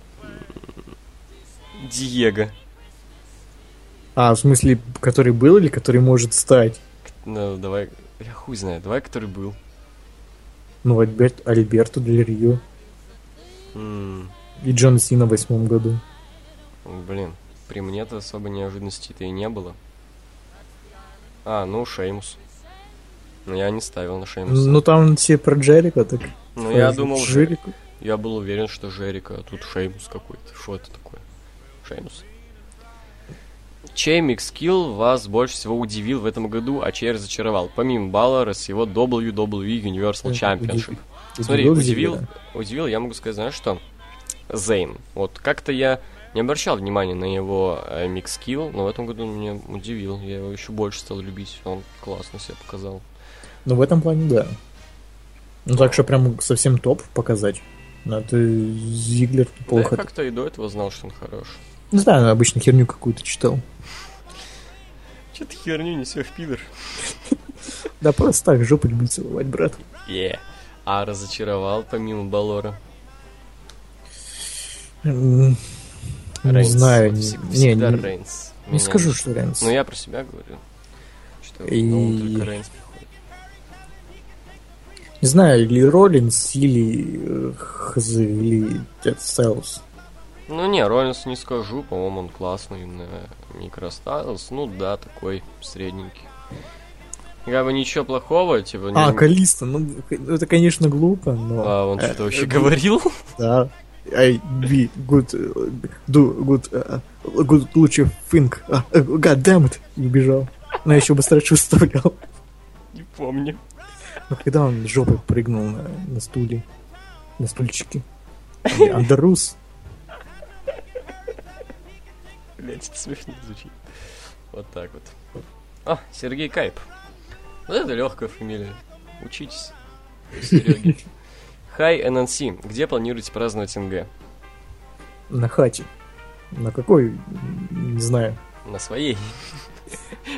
S2: Диего.
S1: А, в смысле, который был или который может стать?
S2: Ну, давай... Я хуй знаю, давай, который был.
S1: Ну, Альберт, Альберто Дель Рио.
S2: М,
S1: И Джон Сина в восьмом году.
S2: блин, при мне-то особо неожиданностей-то и не было. А, ну, Шеймус. Ну, я не ставил на Шеймуса.
S1: Ну, там все про Джерика, так... э,
S2: Ну, я думал, Жер-
S1: Джерику.
S2: Я был уверен, что Жерика, а тут Шеймус какой-то. Что это такое? Шеймус. Чей микскилл вас больше всего удивил в этом году, а чей разочаровал? Помимо Баллара с его WWE Universal
S1: Я
S2: Championship.
S1: удивил.
S2: Смотри, удивил,
S1: Зиверт?
S2: удивил, я могу сказать, знаешь что? Зейн. Вот как-то я не обращал внимания на его э, микскилл, но в этом году он меня удивил. Я его еще больше стал любить. Он классно себя показал.
S1: Ну, в этом плане, да. Ну, так что прям совсем топ показать. Надо Зиглер
S2: Да я
S1: плохо.
S2: как-то и до этого знал, что он хорош.
S1: Не знаю, обычно херню какую-то читал.
S2: Че ты херню несешь, пидор?
S1: Да просто так, жопу люблю целовать, брат.
S2: Е. А разочаровал помимо Балора?
S1: М, Не
S2: Рейнс.
S1: знаю,
S2: Вот
S1: не-
S2: всег-
S1: не,
S2: всегда
S1: не-
S2: Рейнс.
S1: не
S2: Меня-
S1: скажу, что Рейнс.
S2: Ну, я про себя говорю. Что
S1: И-
S2: ну, только Рейнс приходит.
S1: Не знаю, или Роллинс, или э, Хз, или Дед Селс.
S2: Ну, не, Роллинс не скажу. По-моему, он классный на микростайлс. Ну, да, такой средненький. Как бы ничего плохого, типа...
S1: А,
S2: не-
S1: Калиста, ну, к- ну, это, конечно, глупо, но...
S2: А, он
S1: Э,
S2: что-то
S1: э,
S2: вообще
S1: ну,
S2: говорил?
S1: Да. I be good, э, do good, э, good лучше think. А, э, God damn it! И убежал. Но я еще быстрее чувствовал.
S2: Не помню.
S1: Но когда он жопой прыгнул на, на стуле, на стульчике, Андерус,
S2: Блять, это смешно звучит. Вот так вот. А, Сергей Кайп. Вот это легкая фамилия. Учитесь. Сереги. Хай, NNC. Где планируете праздновать НГ?
S1: на хате. На какой? Не знаю.
S2: На своей.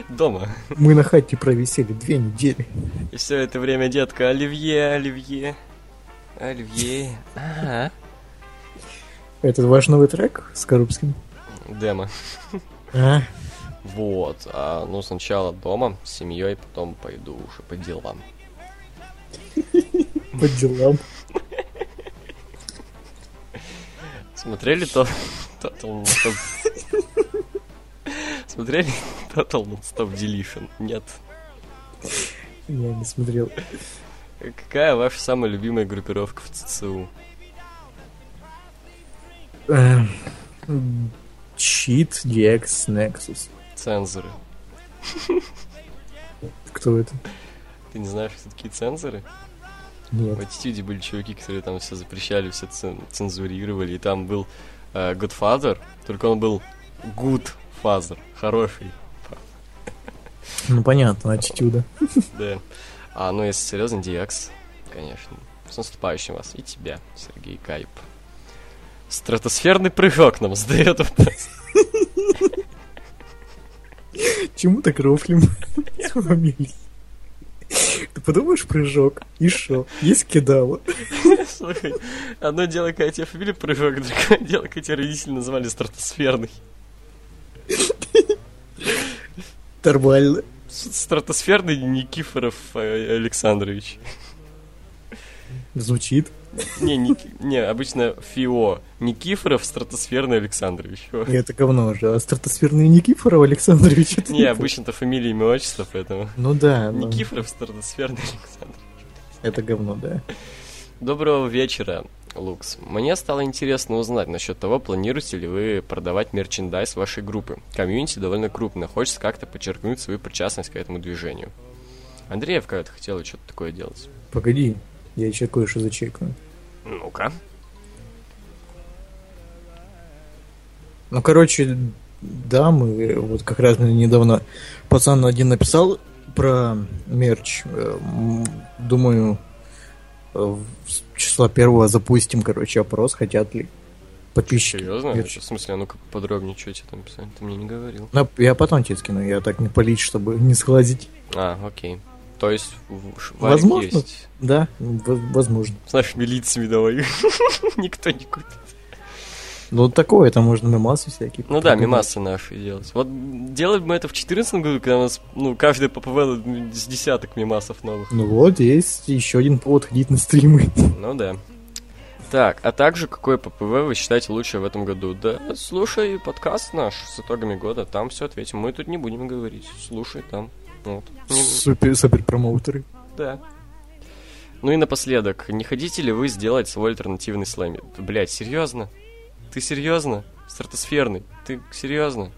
S2: Дома.
S1: Мы на хате провисели две недели.
S2: И все это время, детка, Оливье, Оливье. Оливье. Ага.
S1: Это ваш новый трек с Коробским?
S2: Демо.
S1: А,
S2: Вот. А, ну, сначала дома, с семьей, потом пойду уже по делам.
S1: по делам.
S2: Смотрели то... Total Nonstop? Смотрели Total Nonstop Deletion? Нет.
S1: Я не смотрел.
S2: Какая ваша самая любимая группировка в ЦЦУ?
S1: Эм, Чит, DX, Nexus.
S2: Цензоры.
S1: Кто это?
S2: Ты не знаешь, кто такие цензоры? В
S1: Нет.
S2: Аттитюде были чуваки, которые там все запрещали, все цен- цензурировали. И там был э, Godfather, только он был Good Father, хороший.
S1: Ну понятно, аттитюда.
S2: Да. А, ну, если серьезно, DX, конечно. С наступающим вас. И тебя, Сергей Кайп. Стратосферный прыжок нам сдает.
S1: Чему так рофлим с фамилией? Ты подумаешь, прыжок, и шо? Есть кидало.
S2: Слушай, одно дело, когда тебе фамилия прыжок, другое дело, когда тебя родители назвали стратосферный.
S1: Нормально.
S2: С- Стратосферный Никифоров э, Александрович.
S1: Звучит.
S2: Не, Ники- не, обычно ФИО. Никифоров Стратосферный Александрович. О.
S1: И это говно уже. А стратосферный Никифоров Александрович? это
S2: Не,
S1: это.
S2: обычно-то фамилия, имя, отчество, поэтому...
S1: Ну да, ну,
S2: Никифоров Стратосферный Александрович.
S1: это говно, да.
S2: Доброго вечера, Лукс. Мне стало интересно узнать насчет того, планируете ли вы продавать мерчендайз вашей группы. Комьюнити довольно крупно, хочется как-то подчеркнуть свою причастность к этому движению. а Андреев когда-то хотел что-то такое делать.
S1: Погоди, я еще кое-что зачекну.
S2: Ну-ка.
S1: Ну, короче, да, мы вот как раз недавно пацан один написал про мерч. Эм, Думаю, э, с числа первого запустим, короче, опрос, хотят ли подписчики.
S2: Серьезно?
S1: мерч.
S2: В смысле, а ну-ка подробнее, что тебе там писали? Ты мне не говорил.
S1: Ну, Я потом тебе скину, я так не полить, чтобы не схладить.
S2: А, окей. То есть, в- шварик
S1: Возможно.
S2: есть.
S1: Да, в- возможно.
S2: С нашими лицами давай. Никто не купит.
S1: Ну, такое, там можно мемасы всякие.
S2: Ну да,
S1: придумать.
S2: мимасы наши делать. Вот делали бы мы это в 2014 году, когда у нас, ну, каждый ППВ с десяток мимасов новых.
S1: Ну вот, есть еще один повод ходить на стримы.
S2: Ну да. Так, а также какой ППВ вы считаете лучше в этом году? Да, слушай подкаст наш с итогами года, там все ответим. Мы тут не будем говорить. Слушай там. Вот. Ну,
S1: Супер, супер промоутеры.
S2: да. Ну и напоследок, не хотите ли вы сделать свой альтернативный слэм? Блять, серьезно? Ты серьезно? Стратосферный? Ты серьезно?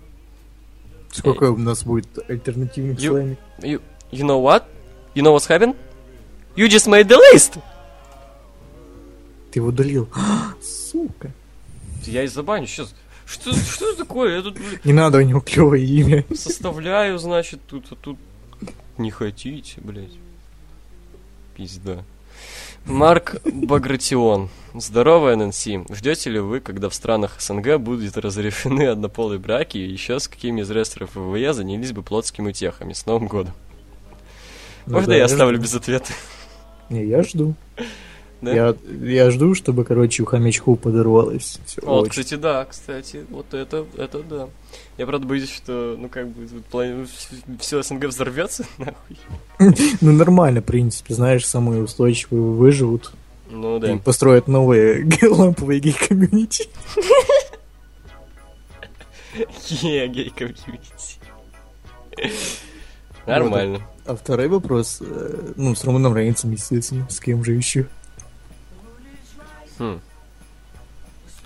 S1: Сколько у нас будет альтернативных
S2: э, Ю-
S1: слаймов?
S2: You, you know what? You know what's happened? You just made the list!
S1: Ты его удалил. Сука.
S2: Я и забаню сейчас. Что, что это такое? Я тут блин,
S1: Не надо у него клевое имя.
S2: составляю, значит, тут, а тут... Не хотите, блядь. Пизда. Марк Багратион. Здорово, ННС. Ждете ли вы, когда в странах СНГ будут разрешены однополые браки, и еще с какими из рестлеров ВВЕ занялись бы плотскими утехами? С Новым годом.
S1: Ну
S2: Можно
S1: да,
S2: я
S1: жду.
S2: оставлю без ответа?
S1: Не, я жду.
S2: Да?
S1: Я, я жду, чтобы, короче, у хомячку подорвалось. Все,
S2: Вот, кстати, да, кстати, вот это, это да. Я правда боюсь, что, ну, как бы, тут все СНГ взорвется, нахуй.
S1: Ну, нормально, в принципе. Знаешь, самые устойчивые выживут.
S2: Ну,
S1: И
S2: да.
S1: построят новые ге- ламповые гей-комьюнити.
S2: Е, гей-комьюнити. Ну Нормально.
S1: А второй вопрос, э, ну, с Романом Рейнсом, естественно, с кем же еще?
S2: Хм.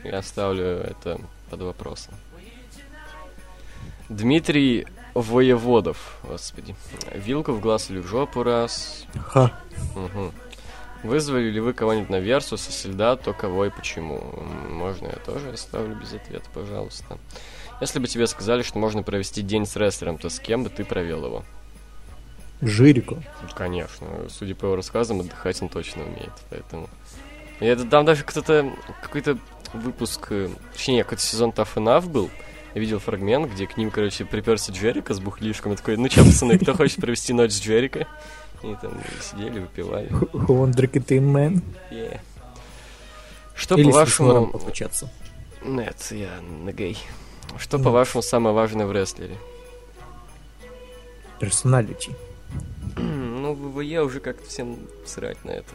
S2: Я оставлю это под вопросом. Дмитрий Воеводов, господи. Вилка в глаз или в жопу раз.
S1: Ха,
S2: Мгм. Вызвали ли вы кого-нибудь на Версус, если да, то кого и почему? М, Можно я тоже оставлю без ответа, пожалуйста. Если бы тебе сказали, что можно провести день с рестлером, то с кем бы ты провел его?
S1: Жирико.
S2: Конечно, судя по его рассказам, отдыхать он точно умеет, поэтому... И это там даже кто-то... Какой-то выпуск... э, Точнее, какой-то сезон Tough Enough был. Я видел фрагмент, где к ним, короче, приперся Джерика с бухлишком. И такой, ну чё, пацаны, кто хочет провести ночь с Джерика? И там сидели, выпивали.
S1: Ху- Хуан Дракетейнмен.
S2: Е. Что
S1: Или
S2: по
S1: с Лисмаром
S2: вашему...
S1: покачаться.
S2: Нет, я на гей. Что
S1: Ну.
S2: по вашему самое важное в рестлере?
S1: Персоналити.
S2: ну, в ВВЕ уже как-то всем срать на это.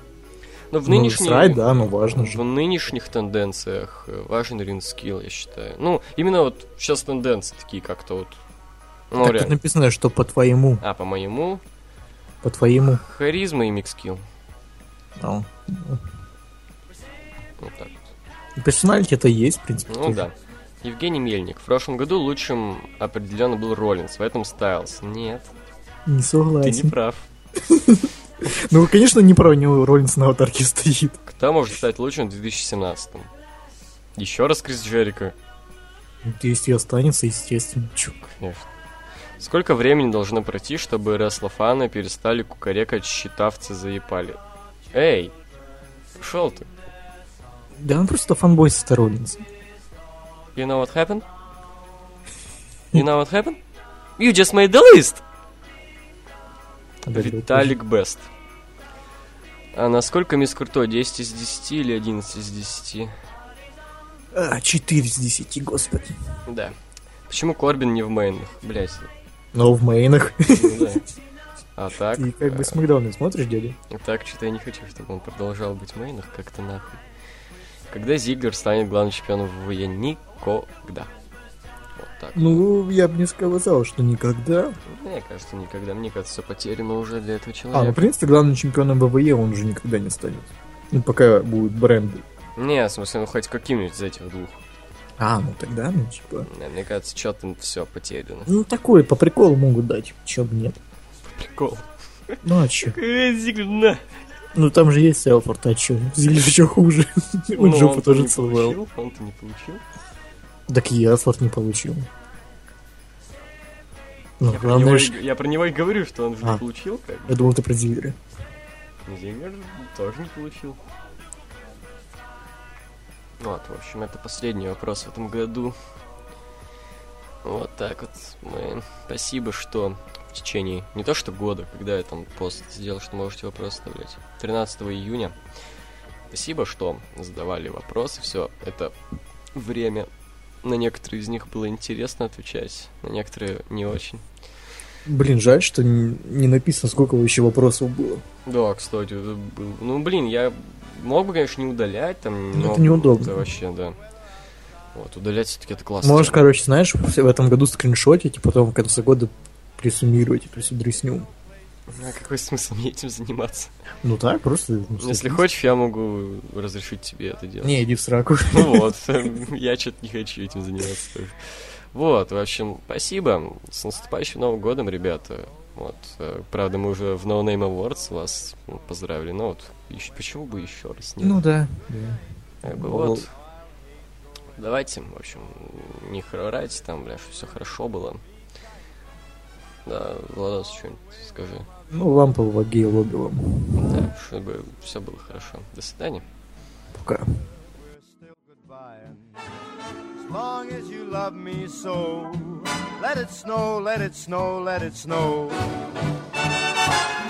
S2: Но в
S1: Ну,
S2: нынешней...
S1: срать, да, но важно
S2: В
S1: же.
S2: нынешних тенденциях э, важен ринскилл, я считаю. Ну, именно вот сейчас тенденции такие как-то вот... Ну,
S1: Так тут
S2: реально.
S1: написано, что по твоему,
S2: А, по-моему,
S1: по твоему.
S2: харизма и микскилл.
S1: А,
S2: Ну. Вот так вот.
S1: Персоналити это и есть, в принципе.
S2: Ну
S1: тоже.
S2: да. Евгений Мельник. В прошлом году лучшим определенно был Роллинс, в этом Стайлз. Нет,
S1: Не
S2: ты
S1: согласен.
S2: не прав.
S1: Ну, конечно, не про него Роллинс на аватарке стоит.
S2: Кто может стать лучшим в 2017 Еще раз Крис Джерика.
S1: Ну, Если останется, естественно. Чё.
S2: Конечно. Сколько времени должно пройти, чтобы рестлофаны перестали кукарекать, считавцы заепали? Эй, шел ты.
S1: Да он просто фанбой со Роллинса.
S2: You know what happened? You know what happened? You just made the list!
S1: Да,
S2: Виталик Бест. А насколько мисс Крутой? 10 из 10 или 11 из 10?
S1: А, 4 из 10, господи.
S2: Да. Почему Корбин не в мейнах? Блять.
S1: Но в мейнах.
S2: А так...
S1: Ты как
S2: э,
S1: бы с Макдональдс смотришь, дядя?
S2: И Так, что-то я не хочу, чтобы он продолжал быть в мейнах как-то нахуй. Когда Зиглер станет главным чемпионом ВВЕ? Никогда. Вот так.
S1: Ну, я бы не сказал, что никогда.
S2: Мне кажется, никогда. Мне кажется, все потеряно уже для этого
S1: А, ну, в
S2: человека.
S1: принципе, главным чемпионом ВВЕ он же никогда не станет. Ну, пока будут бренды.
S2: Не, в смысле, ну хоть каким-нибудь из этих двух.
S1: А, ну тогда, ну, типа...
S2: Не, Мне кажется, что там все потеряно.
S1: Ну, такое, по приколу могут дать, чё бы нет.
S2: Прикол.
S1: Ну, а чё?
S2: Э, Зиглер, на!
S1: Ну, там же есть Селфорд, а чё? Зилья чё хуже? Он
S2: Ну,
S1: жопу
S2: он-то
S1: тоже
S2: не
S1: целовал.
S2: получил, Он-то не получил.
S1: Так и Аслар не получил. Ну,
S2: я, про
S1: главное,
S2: него,
S1: ж-
S2: и- я про него и говорю, что он же
S1: А.
S2: не получил, как бы.
S1: я думал, ты про Зиверя.
S2: Зиммер тоже не получил. Вот, в общем, это последний вопрос в этом году. Вот так вот. Мы... Спасибо, что в течение не то что года, когда я там пост сделал, что можете вопросы оставлять. 13 июня. Спасибо, что задавали вопросы. Все, это время. На некоторые из них было интересно отвечать, на некоторые не очень.
S1: Блин, жаль, что н- не написано, сколько вообще вопросов было.
S2: Да, кстати, это был- ну блин, я мог бы, конечно, не удалять там.
S1: Ну,
S2: но
S1: это неудобно.
S2: это вообще, да. Вот удалять все-таки это классно.
S1: Можешь, короче, знаешь, в в этом году скриншотить и потом в конце года присуммировать эту всю дресню.
S2: А какой смысл мне этим заниматься?
S1: Ну так, просто... ну,
S2: Если
S1: садись.
S2: хочешь, я могу разрешить тебе это делать.
S1: Не, иди в сраку.
S2: Ну вот, я что-то не хочу этим заниматься тоже. Вот, в общем, спасибо. С наступающим Новым годом, ребята. Вот, э, правда, мы уже в No Name Awards вас ну, поздравили, но вот еще, почему бы еще раз не
S1: Ну да.
S2: Как бы
S1: Мол.
S2: вот. Давайте, в общем, не хрорать, там, бля, все хорошо было. Да, Владос, что-нибудь скажи.
S1: Ну, лампа в Агее лобила.
S2: Да, чтобы все было хорошо. До свидания.
S1: Пока.
S3: We're still goodbye. As long as you love me so, let it snow, let it snow, let it snow.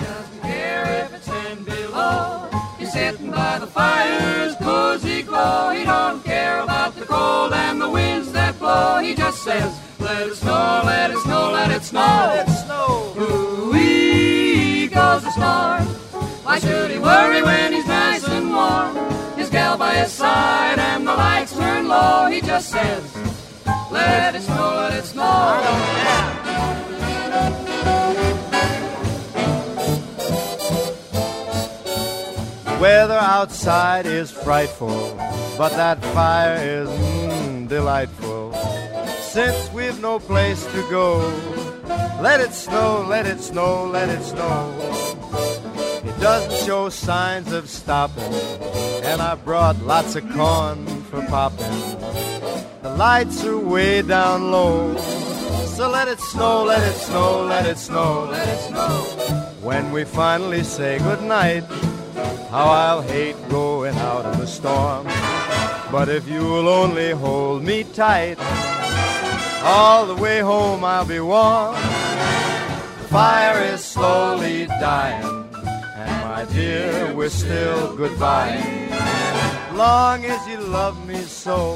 S4: Doesn't care if it's ten below. He's sitting by the fire's cozy glow. He don't care about the cold and the winds that blow. He just says, let it snow, let it snow, let it snow.
S3: Let it snow.
S4: Ooh-wee goes the storm. Why should he worry when he's nice and warm? His gal by his side and the lights turn low. He just says, let it snow, let it snow.
S3: Weather outside is frightful, but that fire is mm, delightful. Since we've no place to go, let it snow, let it snow, let it snow. It doesn't show signs of stopping, and I brought lots of corn for popping. The lights are way down low, so let it snow, let it snow, let it snow, let it snow. When we finally say goodnight, how I'll hate going out in the storm. But if you'll only hold me tight, all the way home I'll be warm. The fire is slowly dying, and my dear, we're still goodbye. Long as you love me so,